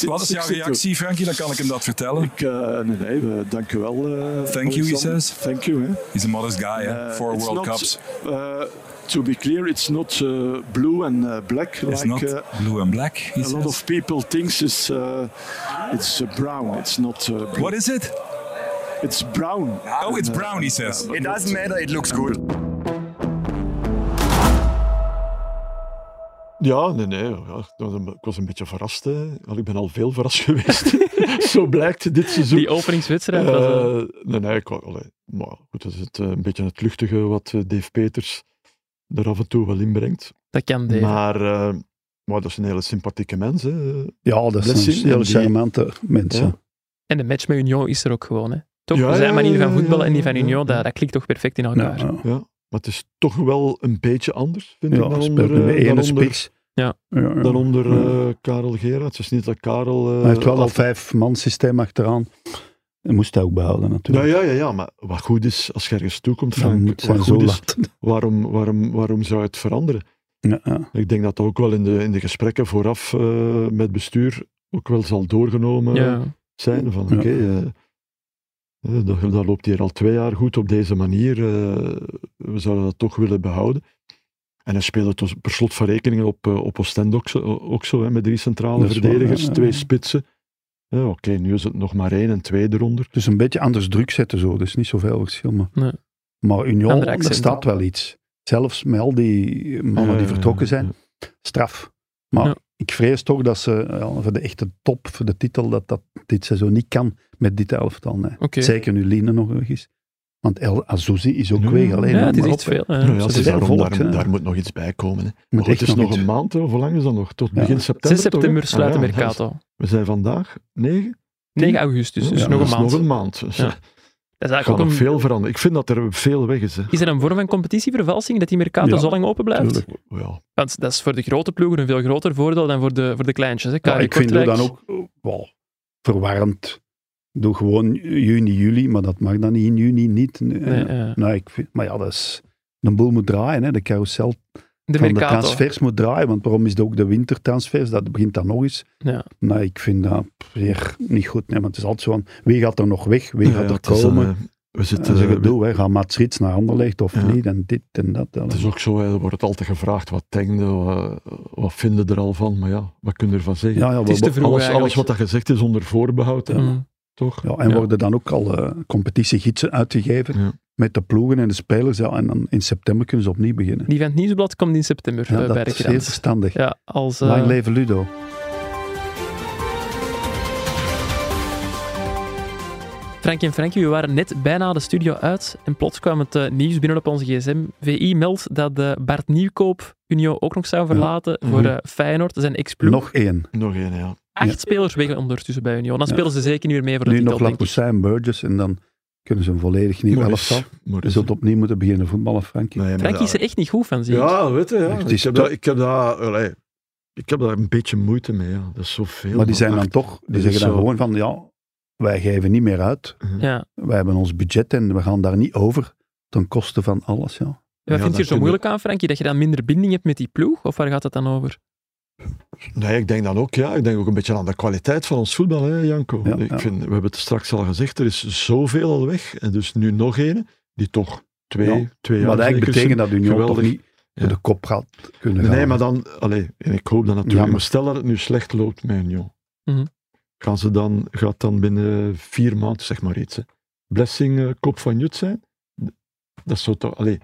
[SPEAKER 5] Wat is jouw reactie, Frankie? Dan kan ik hem dat vertellen.
[SPEAKER 7] Ik, eh, nee, nee, we- dank u wel. eh,
[SPEAKER 5] Thank you, he
[SPEAKER 7] Alexander.
[SPEAKER 5] says.
[SPEAKER 7] Thank you. Hè.
[SPEAKER 5] He's a modest guy, hè?
[SPEAKER 7] Eh,
[SPEAKER 5] Four
[SPEAKER 7] it's
[SPEAKER 5] World
[SPEAKER 7] not,
[SPEAKER 5] Cups.
[SPEAKER 7] eh, to be clear, it's not eh, blue and eh, black
[SPEAKER 5] It's
[SPEAKER 7] like
[SPEAKER 5] not
[SPEAKER 7] eh,
[SPEAKER 5] blue and black, he
[SPEAKER 7] a lot
[SPEAKER 5] says.
[SPEAKER 7] of people thinks. It's, eh, it's eh, brown. It's not. eh, blue.
[SPEAKER 5] What is it?
[SPEAKER 7] It's brown. uh,
[SPEAKER 5] Oh, it's brown, he says.
[SPEAKER 6] It doesn't matter, it looks good.
[SPEAKER 2] Ja, nee, nee. Ja, ik, was een, ik was een beetje verrast. Hè. Wel, Ik ben al veel verrast <laughs> geweest. Zo blijkt dit seizoen.
[SPEAKER 1] Die openingswedstrijd was... eh,
[SPEAKER 2] Eh, nee, nee, ik, wou- allee, maar goed, dat is het, eh, een beetje het luchtige wat eh, Dave Peters er af en toe wel inbrengt.
[SPEAKER 1] dat kan, Dave.
[SPEAKER 2] Maar, eh, maar dat is een hele sympathieke mens. Hè.
[SPEAKER 3] Ja, dat
[SPEAKER 2] Blessing
[SPEAKER 3] zijn
[SPEAKER 2] en
[SPEAKER 3] hele
[SPEAKER 2] die-
[SPEAKER 3] charmante mensen.
[SPEAKER 2] Ja.
[SPEAKER 1] En de match met Union is er ook gewoon, hè. Toch,
[SPEAKER 2] Ja,
[SPEAKER 1] zijn
[SPEAKER 2] ja,
[SPEAKER 1] manier van
[SPEAKER 2] ja,
[SPEAKER 1] voetballen en die
[SPEAKER 2] ja,
[SPEAKER 1] van
[SPEAKER 2] ja,
[SPEAKER 1] Union,
[SPEAKER 2] ja.
[SPEAKER 1] Dat, dat klikt toch perfect in
[SPEAKER 3] Ja,
[SPEAKER 1] elkaar.
[SPEAKER 3] ja.
[SPEAKER 2] Maar het is toch wel een beetje anders, vind ik,
[SPEAKER 3] Ja,
[SPEAKER 2] dan
[SPEAKER 3] speelt
[SPEAKER 2] onder,
[SPEAKER 3] nu met
[SPEAKER 2] eh, dan
[SPEAKER 3] ene
[SPEAKER 2] onder,
[SPEAKER 3] spits.
[SPEAKER 1] Ja.
[SPEAKER 3] ja.
[SPEAKER 2] dan onder
[SPEAKER 3] Ja.
[SPEAKER 2] eh, Karel Gerard. Het is niet dat Karel... eh,
[SPEAKER 3] Hij heeft wel dat
[SPEAKER 2] altijd-
[SPEAKER 3] vijf-man systeem achteraan. Hij moest dat ook behouden
[SPEAKER 2] ja,
[SPEAKER 3] natuurlijk.
[SPEAKER 2] ja, ja, ja, maar wat goed is, als je ergens toekomt,
[SPEAKER 3] Dan
[SPEAKER 2] Frank,
[SPEAKER 3] moet zijn
[SPEAKER 2] wat
[SPEAKER 3] zo
[SPEAKER 2] goed is,
[SPEAKER 3] laten.
[SPEAKER 2] waarom, waarom, waarom zou het veranderen?
[SPEAKER 3] Ja, ja.
[SPEAKER 2] Ik denk dat dat ook wel in de, in de gesprekken vooraf eh, met bestuur ook wel zal doorgenomen
[SPEAKER 1] Ja.
[SPEAKER 2] zijn. Van
[SPEAKER 3] Ja.
[SPEAKER 2] oké, eh, eh, dat, dat loopt hier al twee jaar goed op deze manier. eh, we zouden dat toch willen behouden. En hij speelde het dus per slot van rekeningen op, eh, op Oostende ook zo, ook zo, hè, met drie centrale
[SPEAKER 3] Dat is waar,
[SPEAKER 2] verdedigers,
[SPEAKER 3] ja, ja.
[SPEAKER 2] twee spitsen. Ja, oké, nu is het nog maar één en twee eronder.
[SPEAKER 3] Dus een beetje anders druk zetten zo. Dus niet zoveel verschil. Maar,
[SPEAKER 1] Nee.
[SPEAKER 3] maar Union,
[SPEAKER 1] Andere
[SPEAKER 3] daar
[SPEAKER 1] accent.
[SPEAKER 3] staat wel iets. Zelfs met al die mannen die
[SPEAKER 2] Eh,
[SPEAKER 3] vertrokken zijn. straf. Maar
[SPEAKER 1] Ja.
[SPEAKER 3] ik vrees toch dat ze ja, voor de echte top, voor de titel, dat dat dit seizoen niet kan met dit elftal. nee.
[SPEAKER 1] Oké.
[SPEAKER 3] Zeker nu Line nog weg is. Want El Azouzi is ook
[SPEAKER 2] Ja.
[SPEAKER 3] weg. Alleen
[SPEAKER 1] Ja,
[SPEAKER 3] nog
[SPEAKER 1] het is
[SPEAKER 3] maar
[SPEAKER 1] echt
[SPEAKER 3] op, hè.
[SPEAKER 1] veel. eh, hè.
[SPEAKER 2] Nou ja,
[SPEAKER 3] dat
[SPEAKER 2] het
[SPEAKER 3] is
[SPEAKER 2] is
[SPEAKER 3] wel
[SPEAKER 2] daarom,
[SPEAKER 3] volk,
[SPEAKER 2] daarom-
[SPEAKER 3] hè.
[SPEAKER 2] daar moet nog iets bij komen. Hè. Maar
[SPEAKER 3] Moet
[SPEAKER 2] goed,
[SPEAKER 3] echt
[SPEAKER 2] Oh, het is
[SPEAKER 3] nog
[SPEAKER 2] nog
[SPEAKER 3] iets.
[SPEAKER 2] een maand, hè. hoe lang is dat nog? Tot
[SPEAKER 3] Ja.
[SPEAKER 2] begin september?
[SPEAKER 1] 6
[SPEAKER 2] toch, hè?
[SPEAKER 1] september sluit de
[SPEAKER 2] Ah, ja, dat is-
[SPEAKER 1] Mercato.
[SPEAKER 2] We zijn vandaag 9,
[SPEAKER 1] 9 augustus, dus
[SPEAKER 3] Ja,
[SPEAKER 1] nog
[SPEAKER 2] dat
[SPEAKER 1] een
[SPEAKER 2] is
[SPEAKER 1] maand.
[SPEAKER 2] nog een maand. Dus
[SPEAKER 1] Ja.
[SPEAKER 2] er
[SPEAKER 1] Dat is eigenlijk
[SPEAKER 2] gaat
[SPEAKER 1] ook
[SPEAKER 2] nog
[SPEAKER 1] een-
[SPEAKER 2] veel veranderen. Ik vind dat er veel weg is. Hè.
[SPEAKER 1] Is er een vorm van competitievervalsing dat die Mercato
[SPEAKER 3] Ja,
[SPEAKER 1] zo lang open blijft?
[SPEAKER 3] Tuurlijk.
[SPEAKER 2] Ja,
[SPEAKER 1] Want dat is voor de grote ploegen een veel groter voordeel dan voor de, voor de kleintjes. Hè.
[SPEAKER 3] Ja,
[SPEAKER 1] KV
[SPEAKER 3] ik vind dat
[SPEAKER 1] Kortrijk.
[SPEAKER 3] dan ook eh, wel verwarrend. Doe gewoon juni, juli, maar dat mag dan niet in juni niet. Nee,
[SPEAKER 1] Nee, eh,
[SPEAKER 3] nou, ik vind, maar ja, dat is, de boel moet draaien. Hè. De carousel
[SPEAKER 1] de
[SPEAKER 3] van de
[SPEAKER 1] Mercato.
[SPEAKER 3] transfers moet draaien. Want waarom is het ook de wintertransfers? Dat begint dan nog eens.
[SPEAKER 1] Ja.
[SPEAKER 3] Nou, ik vind dat weer niet goed. Nee, want het is altijd zo van, wie gaat er nog weg? Wie
[SPEAKER 2] Ja,
[SPEAKER 3] gaat
[SPEAKER 2] ja,
[SPEAKER 3] er
[SPEAKER 2] het is dan,
[SPEAKER 3] komen?
[SPEAKER 2] eh, we
[SPEAKER 3] Dat
[SPEAKER 2] zitten,
[SPEAKER 3] is een
[SPEAKER 2] eh,
[SPEAKER 3] gedoe, hè. Gaat Mats Rits naar Anderlecht of
[SPEAKER 2] Ja.
[SPEAKER 3] niet? En dit en dat.
[SPEAKER 2] Het is ook zo, hè, er wordt altijd gevraagd wat denken, wat, wat vinden er al van. Maar ja, wat kun je ervan zeggen?
[SPEAKER 3] ja, ja,
[SPEAKER 1] Het is
[SPEAKER 3] we-
[SPEAKER 1] te vroeg
[SPEAKER 2] alles, alles
[SPEAKER 1] eigenlijk.
[SPEAKER 2] wat dat gezegd is onder voorbehoud, hè,
[SPEAKER 1] Mm.
[SPEAKER 2] toch?
[SPEAKER 3] ja, en
[SPEAKER 1] Ja.
[SPEAKER 3] worden dan ook al eh, competitiegidsen uitgegeven
[SPEAKER 2] Ja.
[SPEAKER 3] met de ploegen en de spelers. Ja, en dan in september kunnen ze opnieuw beginnen.
[SPEAKER 1] Die van het nieuwsblad komt in september
[SPEAKER 3] Ja,
[SPEAKER 1] eh, bij
[SPEAKER 3] dat
[SPEAKER 1] de
[SPEAKER 3] is heel
[SPEAKER 1] krant.
[SPEAKER 3] verstandig.
[SPEAKER 1] Ja, als, eh,
[SPEAKER 3] Lang leven Ludo.
[SPEAKER 1] Frank en Frankie, we waren net bijna de studio uit en plots kwam het eh, nieuws binnen op onze gsm. VI meldt dat de Bart Nieuwkoop Unio ook nog zou verlaten voor
[SPEAKER 2] Mhm.
[SPEAKER 1] eh, Feyenoord. Dat zijn ex-ploeg.
[SPEAKER 3] Nog één.
[SPEAKER 2] Nog één, ja.
[SPEAKER 1] Acht
[SPEAKER 3] Ja.
[SPEAKER 1] spelers weg ondertussen bij Union. Dan
[SPEAKER 3] Ja.
[SPEAKER 1] spelen ze zeker niet meer mee voor de
[SPEAKER 3] Nu
[SPEAKER 1] titel,
[SPEAKER 3] nog
[SPEAKER 1] denk ik.
[SPEAKER 3] Lapoussin, Burgess en dan kunnen ze een volledig nieuw
[SPEAKER 2] Maurice,
[SPEAKER 3] elftal. Je
[SPEAKER 2] Maurice.
[SPEAKER 3] zult opnieuw moeten beginnen voetballen, Frankie.
[SPEAKER 2] Nee, maar
[SPEAKER 1] Frankie
[SPEAKER 2] dat-
[SPEAKER 1] is er echt niet goed van, zie ik.
[SPEAKER 2] Ja, weet je, ja.
[SPEAKER 3] Het
[SPEAKER 2] Ik
[SPEAKER 3] is
[SPEAKER 2] heb,
[SPEAKER 3] toch-
[SPEAKER 2] daar, ik, heb daar, allee, ik heb daar een beetje moeite mee, ja. Dat is zoveel.
[SPEAKER 3] Maar die zijn dan
[SPEAKER 2] acht-
[SPEAKER 3] toch, die
[SPEAKER 2] is
[SPEAKER 3] zeggen dan
[SPEAKER 2] zo.
[SPEAKER 3] gewoon van, ja, wij geven niet meer uit.
[SPEAKER 1] Ja.
[SPEAKER 3] Wij hebben ons budget en we gaan daar niet over ten koste van alles. Ja.
[SPEAKER 1] Wat
[SPEAKER 2] Ja,
[SPEAKER 1] vind je er
[SPEAKER 2] dat
[SPEAKER 1] zo
[SPEAKER 2] kunnen-
[SPEAKER 1] moeilijk aan, Frankie? Dat je dan minder binding hebt met die ploeg? Of waar gaat het dan over?
[SPEAKER 2] Nee, ik denk dan ook, ja. Ik denk ook een beetje aan de kwaliteit van ons voetbal, hè, Janko.
[SPEAKER 3] Ja,
[SPEAKER 2] ik
[SPEAKER 3] ja.
[SPEAKER 2] Vind, we hebben het straks al gezegd, er is zoveel al weg. En dus nu nog een, die toch twee,
[SPEAKER 3] Ja,
[SPEAKER 2] twee jaar
[SPEAKER 3] Wat eigenlijk
[SPEAKER 2] zeker
[SPEAKER 3] betekent dat Union
[SPEAKER 2] geweldig.
[SPEAKER 3] toch niet voor
[SPEAKER 2] Ja.
[SPEAKER 3] de kop gaat kunnen
[SPEAKER 2] zijn.
[SPEAKER 3] gaan.
[SPEAKER 2] Nee, maar dan, allee, en ik hoop dat natuurlijk,
[SPEAKER 3] Jammer.
[SPEAKER 2] maar stel dat het nu slecht loopt met Union.
[SPEAKER 1] Mhm.
[SPEAKER 2] Kan ze dan, gaat dan binnen vier maanden, zeg maar iets. Hè. Blessing eh, kop van Jut zijn? Dat zou toch... Allee,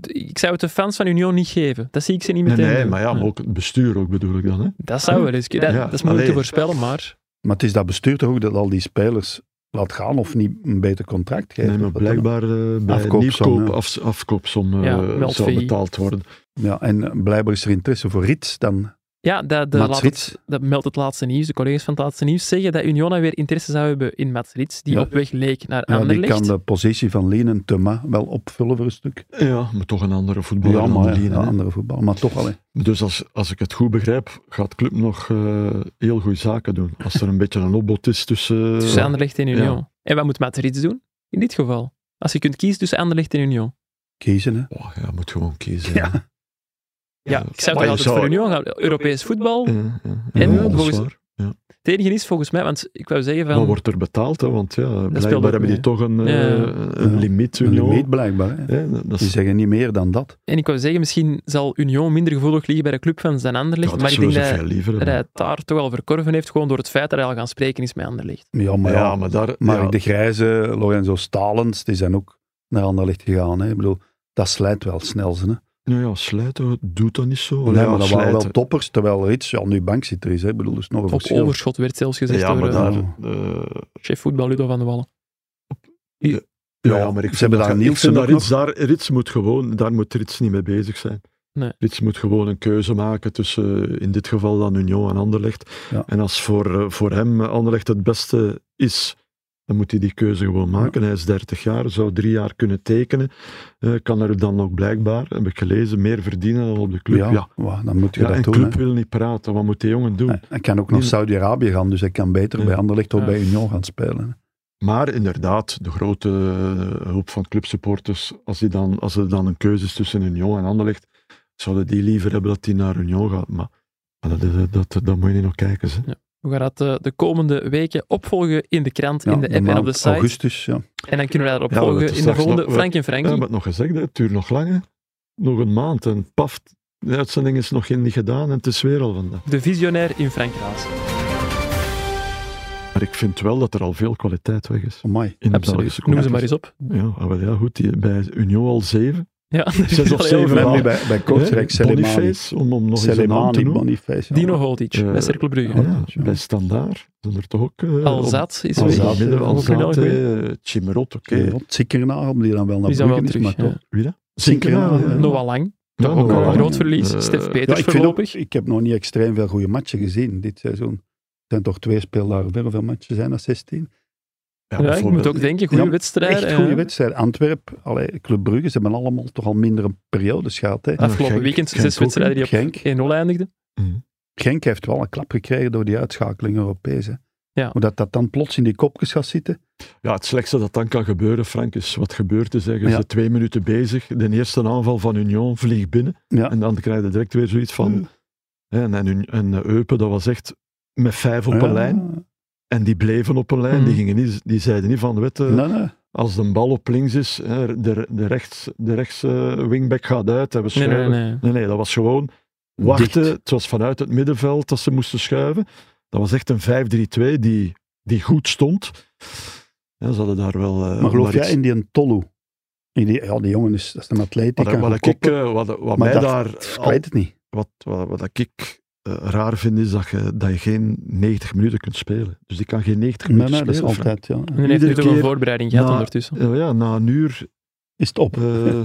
[SPEAKER 1] D- Ik zou het de fans van Union niet geven. Dat zie ik ze niet
[SPEAKER 2] nee,
[SPEAKER 1] meteen.
[SPEAKER 2] nee,
[SPEAKER 1] doen. Hm.
[SPEAKER 2] maar ja, maar ook het bestuur ook bedoel ik dan. Hè.
[SPEAKER 1] Dat zou wel eens kunnen. Dat,
[SPEAKER 2] Ja,
[SPEAKER 1] dat is moeilijk
[SPEAKER 2] allee.
[SPEAKER 1] te voorspellen, maar...
[SPEAKER 3] Maar het is dat bestuur toch ook dat al die spelers laat gaan of niet een beter contract geeft.
[SPEAKER 2] Nee, maar
[SPEAKER 3] of wat dan ook.
[SPEAKER 2] blijkbaar eh, bij
[SPEAKER 3] Afkoopsom,
[SPEAKER 2] nieuwkoop
[SPEAKER 3] ja.
[SPEAKER 2] af, afkoopsom eh,
[SPEAKER 1] Ja, meld
[SPEAKER 2] zou
[SPEAKER 1] VI.
[SPEAKER 2] betaald worden.
[SPEAKER 3] Ja, en eh, blijkbaar is er interesse voor Rits dan.
[SPEAKER 1] Ja, dat, de
[SPEAKER 3] Mats
[SPEAKER 1] laat
[SPEAKER 3] Rits.
[SPEAKER 1] het- dat meldt het laatste nieuws. De collega's van het laatste nieuws zeggen dat Uniona weer interesse zou hebben in Mats Rits, die
[SPEAKER 3] Ja.
[SPEAKER 1] op weg leek naar
[SPEAKER 3] Ja, die
[SPEAKER 1] Anderlecht.
[SPEAKER 3] kan de positie van Lenen Tuma wel opvullen voor een stuk.
[SPEAKER 2] Ja, maar toch een andere voetbal.
[SPEAKER 3] Ja,
[SPEAKER 2] een
[SPEAKER 3] maar
[SPEAKER 2] andere
[SPEAKER 3] ja,
[SPEAKER 2] linie,
[SPEAKER 3] een
[SPEAKER 2] hè.
[SPEAKER 3] andere voetbal. Maar toch alleen.
[SPEAKER 2] Dus als, als ik het goed begrijp, gaat Club nog eh, heel goede zaken doen. Als er een <laughs> beetje een opbod is tussen...
[SPEAKER 1] Tussen Dus Anderlecht en Union.
[SPEAKER 2] eh, Ja.
[SPEAKER 1] En wat moet Mats Rits doen? In dit geval. Als je kunt kiezen tussen Anderlecht en Union.
[SPEAKER 3] Kiezen, hè.
[SPEAKER 2] Oh, ja, moet gewoon kiezen.
[SPEAKER 3] Ja.
[SPEAKER 2] hè.
[SPEAKER 1] Ja, ik zou toch
[SPEAKER 2] je
[SPEAKER 1] altijd
[SPEAKER 2] zou-
[SPEAKER 1] voor Union gaan. Europees voetbal.
[SPEAKER 2] Ja, ja. Ja,
[SPEAKER 1] En
[SPEAKER 2] dat is
[SPEAKER 1] volgens-
[SPEAKER 2] waar.
[SPEAKER 1] Het enige is volgens mij, want ik wou zeggen
[SPEAKER 2] Wat
[SPEAKER 1] van...
[SPEAKER 2] wordt er betaald? Hè? Want ja,
[SPEAKER 1] speelt ook
[SPEAKER 2] blijkbaar hebben die
[SPEAKER 1] mee.
[SPEAKER 2] toch een, eh,
[SPEAKER 1] Ja.
[SPEAKER 2] een
[SPEAKER 3] Ja.
[SPEAKER 2] limiet,
[SPEAKER 3] Een
[SPEAKER 2] Union.
[SPEAKER 3] limiet blijkbaar. Hè.
[SPEAKER 2] Hè, dat
[SPEAKER 3] Die
[SPEAKER 2] is,
[SPEAKER 3] zeggen niet meer dan dat.
[SPEAKER 1] En ik wou zeggen, misschien zal Union minder gevoelig liggen bij de clubfans dan
[SPEAKER 2] ja,
[SPEAKER 1] Anderlecht.
[SPEAKER 2] dat
[SPEAKER 1] maar ik
[SPEAKER 2] zullen
[SPEAKER 1] denk
[SPEAKER 2] ze
[SPEAKER 1] dat,
[SPEAKER 2] veel liever
[SPEAKER 1] dat
[SPEAKER 2] hebben.
[SPEAKER 1] hij het daar toch al verkorven heeft, gewoon door het feit dat hij al gaan spreken is met Anderlecht.
[SPEAKER 3] Ja, maar ja.
[SPEAKER 2] ja, maar daar...
[SPEAKER 3] Maar
[SPEAKER 2] ja,
[SPEAKER 3] de grijze, Lorenzo Stalens, die zijn ook naar Anderlecht gegaan. Hè. Ik bedoel, dat slijt wel snel. Hè. Nee,
[SPEAKER 2] nou ja, slijten doet dat niet zo. Oh, ja,
[SPEAKER 3] maar dat waren wel
[SPEAKER 2] slijten.
[SPEAKER 3] toppers, terwijl Rits ja, nu bankzitter is. Hè. Ik bedoel, dus nog
[SPEAKER 1] Op
[SPEAKER 3] een verschil.
[SPEAKER 1] overschot werd zelfs gezegd
[SPEAKER 2] Ja, maar
[SPEAKER 1] door eh,
[SPEAKER 2] daar...
[SPEAKER 3] Ja.
[SPEAKER 2] eh,
[SPEAKER 1] chef voetbal Ludo van de Wallen.
[SPEAKER 2] Ja,
[SPEAKER 3] Ja,
[SPEAKER 2] maar ik
[SPEAKER 3] ze
[SPEAKER 2] vind
[SPEAKER 3] hebben
[SPEAKER 2] dat,
[SPEAKER 3] daar
[SPEAKER 2] ik
[SPEAKER 3] Nielsen
[SPEAKER 2] vind dat
[SPEAKER 3] ook
[SPEAKER 2] Rits, daar, Rits moet gewoon, daar moet Rits niet mee bezig zijn.
[SPEAKER 1] Nee.
[SPEAKER 2] Rits moet gewoon een keuze maken tussen eh, in dit geval dan Union en Anderlecht.
[SPEAKER 3] Ja.
[SPEAKER 2] En als voor, eh, voor hem eh, Anderlecht het beste is, dan moet hij die keuze gewoon maken. Hij is 30 jaar, zou drie jaar kunnen tekenen. Eh, kan er dan ook blijkbaar, heb ik gelezen, meer verdienen dan op de club. Ja,
[SPEAKER 3] Ja,
[SPEAKER 2] ja.
[SPEAKER 3] wauw, dan moet je dat
[SPEAKER 2] en
[SPEAKER 3] doen.
[SPEAKER 2] club
[SPEAKER 3] hè.
[SPEAKER 2] wil niet praten. Wat moet die jongen doen?
[SPEAKER 3] Hij- Hij kan ook naar
[SPEAKER 2] Die-
[SPEAKER 3] Saudi-Arabië gaan, dus hij kan beter
[SPEAKER 2] Ja.
[SPEAKER 3] bij Anderlecht of
[SPEAKER 1] Ja.
[SPEAKER 3] bij Union gaan spelen. hè.
[SPEAKER 2] Maar inderdaad, de grote eh, hoop van clubsupporters, als, die dan, als er dan een keuze is tussen Union en Anderlecht, zouden die liever hebben dat die naar Union gaat. Maar, maar dat, dat, dat, dat moet je niet nog kijken. Hè.
[SPEAKER 1] We gaan dat eh, de komende weken opvolgen in de krant,
[SPEAKER 3] Ja,
[SPEAKER 1] in de app en
[SPEAKER 3] maand
[SPEAKER 1] op de site.
[SPEAKER 3] Augustus, ja.
[SPEAKER 1] En dan kunnen we dat
[SPEAKER 2] Ja, we
[SPEAKER 1] opvolgen
[SPEAKER 2] hebben
[SPEAKER 1] in de
[SPEAKER 2] straks
[SPEAKER 1] volgende
[SPEAKER 2] nog- eh, we-
[SPEAKER 1] Frank en
[SPEAKER 2] We hebben
[SPEAKER 1] Frankie.
[SPEAKER 2] het nog gezegd, hè, het duurt nog lang. Hè. Nog een maand en paf, de uitzending is nog geen- niet gedaan en het is weer al vandaag.
[SPEAKER 1] De visionair in Frank Raas.
[SPEAKER 2] Maar ik vind wel dat er al veel kwaliteit weg is.
[SPEAKER 3] Amai.
[SPEAKER 2] In de Belgische
[SPEAKER 1] Absoluut. Noem ze maar eens
[SPEAKER 2] competitie.
[SPEAKER 1] op.
[SPEAKER 2] Ja, maar ja, goed, die, bij Union al zeven.
[SPEAKER 1] Ja, <laughs> dat is
[SPEAKER 2] Zes of
[SPEAKER 1] al heel veel.
[SPEAKER 2] zeven
[SPEAKER 3] We hebben
[SPEAKER 2] maal.
[SPEAKER 3] nu bij, bij Kortrijk
[SPEAKER 2] Hè,
[SPEAKER 3] Selemani.
[SPEAKER 2] Boniface, om, om nog eens een naam te
[SPEAKER 3] Selemani,
[SPEAKER 2] noemen.
[SPEAKER 3] Boniface. ja.
[SPEAKER 1] Dino Holtic,
[SPEAKER 2] Eh,
[SPEAKER 1] bij Cercle Brugge.
[SPEAKER 3] ja.
[SPEAKER 2] Ja, bij Standaard zijn er toch ook... eh,
[SPEAKER 1] Al
[SPEAKER 2] op-
[SPEAKER 1] zat is
[SPEAKER 3] Alzaat,
[SPEAKER 1] weg.
[SPEAKER 2] Alzaat,
[SPEAKER 3] hè,
[SPEAKER 2] hè,
[SPEAKER 1] Ook weer
[SPEAKER 2] Alzaat,
[SPEAKER 1] nog weer.
[SPEAKER 2] hè, Chimerot, oké.
[SPEAKER 3] Ja, Tsikkernaar, om die dan wel naar
[SPEAKER 1] Die zijn wel
[SPEAKER 3] Brugge is,
[SPEAKER 1] terug.
[SPEAKER 3] maar toch.
[SPEAKER 1] Ja.
[SPEAKER 2] Wie dat?
[SPEAKER 3] Zinkenaar,
[SPEAKER 2] Zinkenaar,
[SPEAKER 3] ja.
[SPEAKER 2] ja.
[SPEAKER 1] Noah Lang, toch
[SPEAKER 2] Ja,
[SPEAKER 1] ook
[SPEAKER 2] Noah
[SPEAKER 1] een
[SPEAKER 2] Lang.
[SPEAKER 1] groot verlies.
[SPEAKER 2] Eh,
[SPEAKER 1] Stef
[SPEAKER 3] Ja,
[SPEAKER 1] Peters
[SPEAKER 3] ik, vind ook,
[SPEAKER 1] voorlopig.
[SPEAKER 3] ik heb nog niet extreem veel goede matchen gezien dit seizoen. Er zijn toch twee speeldagen verder veel matchen zijn dan 16.
[SPEAKER 1] Ja,
[SPEAKER 2] Ja,
[SPEAKER 1] ik moet
[SPEAKER 2] bijvoorbeeld.
[SPEAKER 1] ook denken, goede
[SPEAKER 3] Ja,
[SPEAKER 1] wedstrijd.
[SPEAKER 3] Echt
[SPEAKER 1] eh,
[SPEAKER 3] goede wedstrijd. Antwerp, allee, Club Brugge, ze hebben allemaal toch al mindere periodes gehad. Hè.
[SPEAKER 1] Afgelopen
[SPEAKER 2] Genk-
[SPEAKER 1] weekend
[SPEAKER 2] Genk
[SPEAKER 1] zes
[SPEAKER 2] ook,
[SPEAKER 1] wedstrijden Ah, die op 1-0
[SPEAKER 3] Genk,
[SPEAKER 1] eindigden.
[SPEAKER 3] Genk heeft wel een klap gekregen door die uitschakeling Europees. Hè.
[SPEAKER 1] Ja.
[SPEAKER 3] Maar dat dat dan plots in die kopjes gaat zitten.
[SPEAKER 2] Ja, het slechtste dat dan kan gebeuren, Frank, is wat gebeurt is zeggen. Ze
[SPEAKER 3] Ja.
[SPEAKER 2] zijn twee minuten bezig, de eerste aanval van Union vliegt binnen.
[SPEAKER 3] Ja.
[SPEAKER 2] En dan krijg je direct weer zoiets van...
[SPEAKER 1] Mm.
[SPEAKER 2] hè, En, en, Uni- en eh, Eupen, dat was echt met vijf op
[SPEAKER 3] Ja.
[SPEAKER 2] een lijn. En die bleven op een lijn.
[SPEAKER 1] Mhm.
[SPEAKER 2] Die, gingen niet, die zeiden niet van, wet, eh,
[SPEAKER 3] Nee, nee.
[SPEAKER 2] als de bal op links is, hè, de, de rechts, de rechts eh, wingback gaat uit, hebben we
[SPEAKER 1] Nee, nee,
[SPEAKER 2] schuiven.
[SPEAKER 1] nee.
[SPEAKER 2] Nee, nee, dat was gewoon wachten.
[SPEAKER 3] Dicht.
[SPEAKER 2] Het was vanuit het middenveld dat ze moesten schuiven. Dat was echt een 5-3-2 die, die goed stond. Ja, ze hadden daar wel... eh,
[SPEAKER 3] Maar geloof
[SPEAKER 2] maar
[SPEAKER 3] jij
[SPEAKER 2] iets-
[SPEAKER 3] in die Tolu? In die, ja, die jongen is, dat is een atleet. Die
[SPEAKER 2] Wat,
[SPEAKER 3] kan
[SPEAKER 2] wat,
[SPEAKER 3] goed
[SPEAKER 2] ik,
[SPEAKER 3] koppen.
[SPEAKER 2] eh, wat, wat
[SPEAKER 3] Maar
[SPEAKER 2] mij
[SPEAKER 3] dat-
[SPEAKER 2] daar...
[SPEAKER 3] Ik
[SPEAKER 2] al-
[SPEAKER 3] weet het niet.
[SPEAKER 2] wat, wat, wat ik eh, raar vind, is dat je, dat je geen 90 minuten kunt spelen. Dus die kan geen 90
[SPEAKER 3] Nee,
[SPEAKER 2] minuten
[SPEAKER 3] nee, dat is
[SPEAKER 2] spelen. Frank.
[SPEAKER 3] altijd.
[SPEAKER 1] En
[SPEAKER 3] Ja.
[SPEAKER 1] heeft nu
[SPEAKER 2] Iedere
[SPEAKER 1] toch een
[SPEAKER 2] keer
[SPEAKER 1] voorbereiding gehad
[SPEAKER 2] na-
[SPEAKER 1] ondertussen.
[SPEAKER 2] Ja, ja, na een uur...
[SPEAKER 3] Is het op? <laughs>
[SPEAKER 2] eh,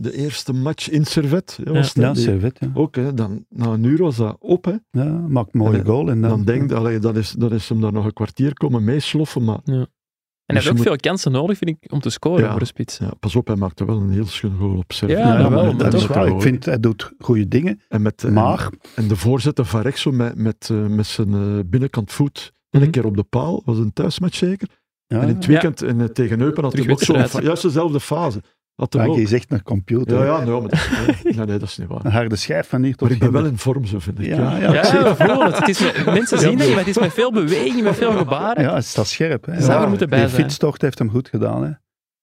[SPEAKER 2] de eerste match in Servet. Ja, was
[SPEAKER 3] ja,
[SPEAKER 2] dat? Die-
[SPEAKER 3] Servet. Ja.
[SPEAKER 2] Ook, hè, dan, na een uur was dat op, hè.
[SPEAKER 3] Ja, maakt een mooie
[SPEAKER 2] En
[SPEAKER 3] goal. En dan,
[SPEAKER 2] Dan denk je, allee, dat is, dat is hem daar nog een kwartier komen meesloffen, maar
[SPEAKER 1] En hij
[SPEAKER 2] Dus
[SPEAKER 1] heeft
[SPEAKER 2] je
[SPEAKER 1] ook
[SPEAKER 2] moet-
[SPEAKER 1] veel kansen nodig, vind ik, om te scoren
[SPEAKER 2] Ja.
[SPEAKER 1] voor de spits.
[SPEAKER 2] ja, pas op, hij maakte wel een heel schön goal op Servië.
[SPEAKER 1] Ja,
[SPEAKER 3] Ja,
[SPEAKER 1] dat
[SPEAKER 3] maar
[SPEAKER 1] wel, maar
[SPEAKER 3] dat
[SPEAKER 1] toch
[SPEAKER 3] is waar. Ik vind, hij doet goede dingen.
[SPEAKER 2] en, met, eh,
[SPEAKER 3] Maar,
[SPEAKER 2] en de voorzetten van rechts zo met, met, eh, met zijn eh, binnenkant voet, en een
[SPEAKER 1] Mhm.
[SPEAKER 2] keer op de paal, was een thuismatch zeker.
[SPEAKER 3] ja,
[SPEAKER 2] En in het weekend en, eh, tegen Eupen had
[SPEAKER 1] Terug
[SPEAKER 2] hij ook zo'n
[SPEAKER 1] wedstrijd.
[SPEAKER 2] fa- juist dezelfde fase. Had hem
[SPEAKER 3] Frank,
[SPEAKER 2] ook.
[SPEAKER 3] je zegt naar computer.
[SPEAKER 2] Ja, ja, nee, maar dat, nee, nee, dat is
[SPEAKER 3] <laughs>
[SPEAKER 2] niet waar.
[SPEAKER 3] Een harde schijf van hier tot
[SPEAKER 2] Maar ik ben wel
[SPEAKER 3] ginder.
[SPEAKER 2] in vorm, zo vind ik.
[SPEAKER 3] Ja,
[SPEAKER 2] Ja,
[SPEAKER 3] ja,
[SPEAKER 1] Ja,
[SPEAKER 3] ik zie
[SPEAKER 1] we
[SPEAKER 3] het.
[SPEAKER 1] voelen het. het is, met- mensen zien dat, maar het is met veel beweging, met veel gebaren.
[SPEAKER 3] ja, het staat scherp. Hè.
[SPEAKER 1] Ze Zou er moeten bij
[SPEAKER 3] die
[SPEAKER 1] zijn.
[SPEAKER 3] fietstocht heeft hem goed gedaan. Hè. Met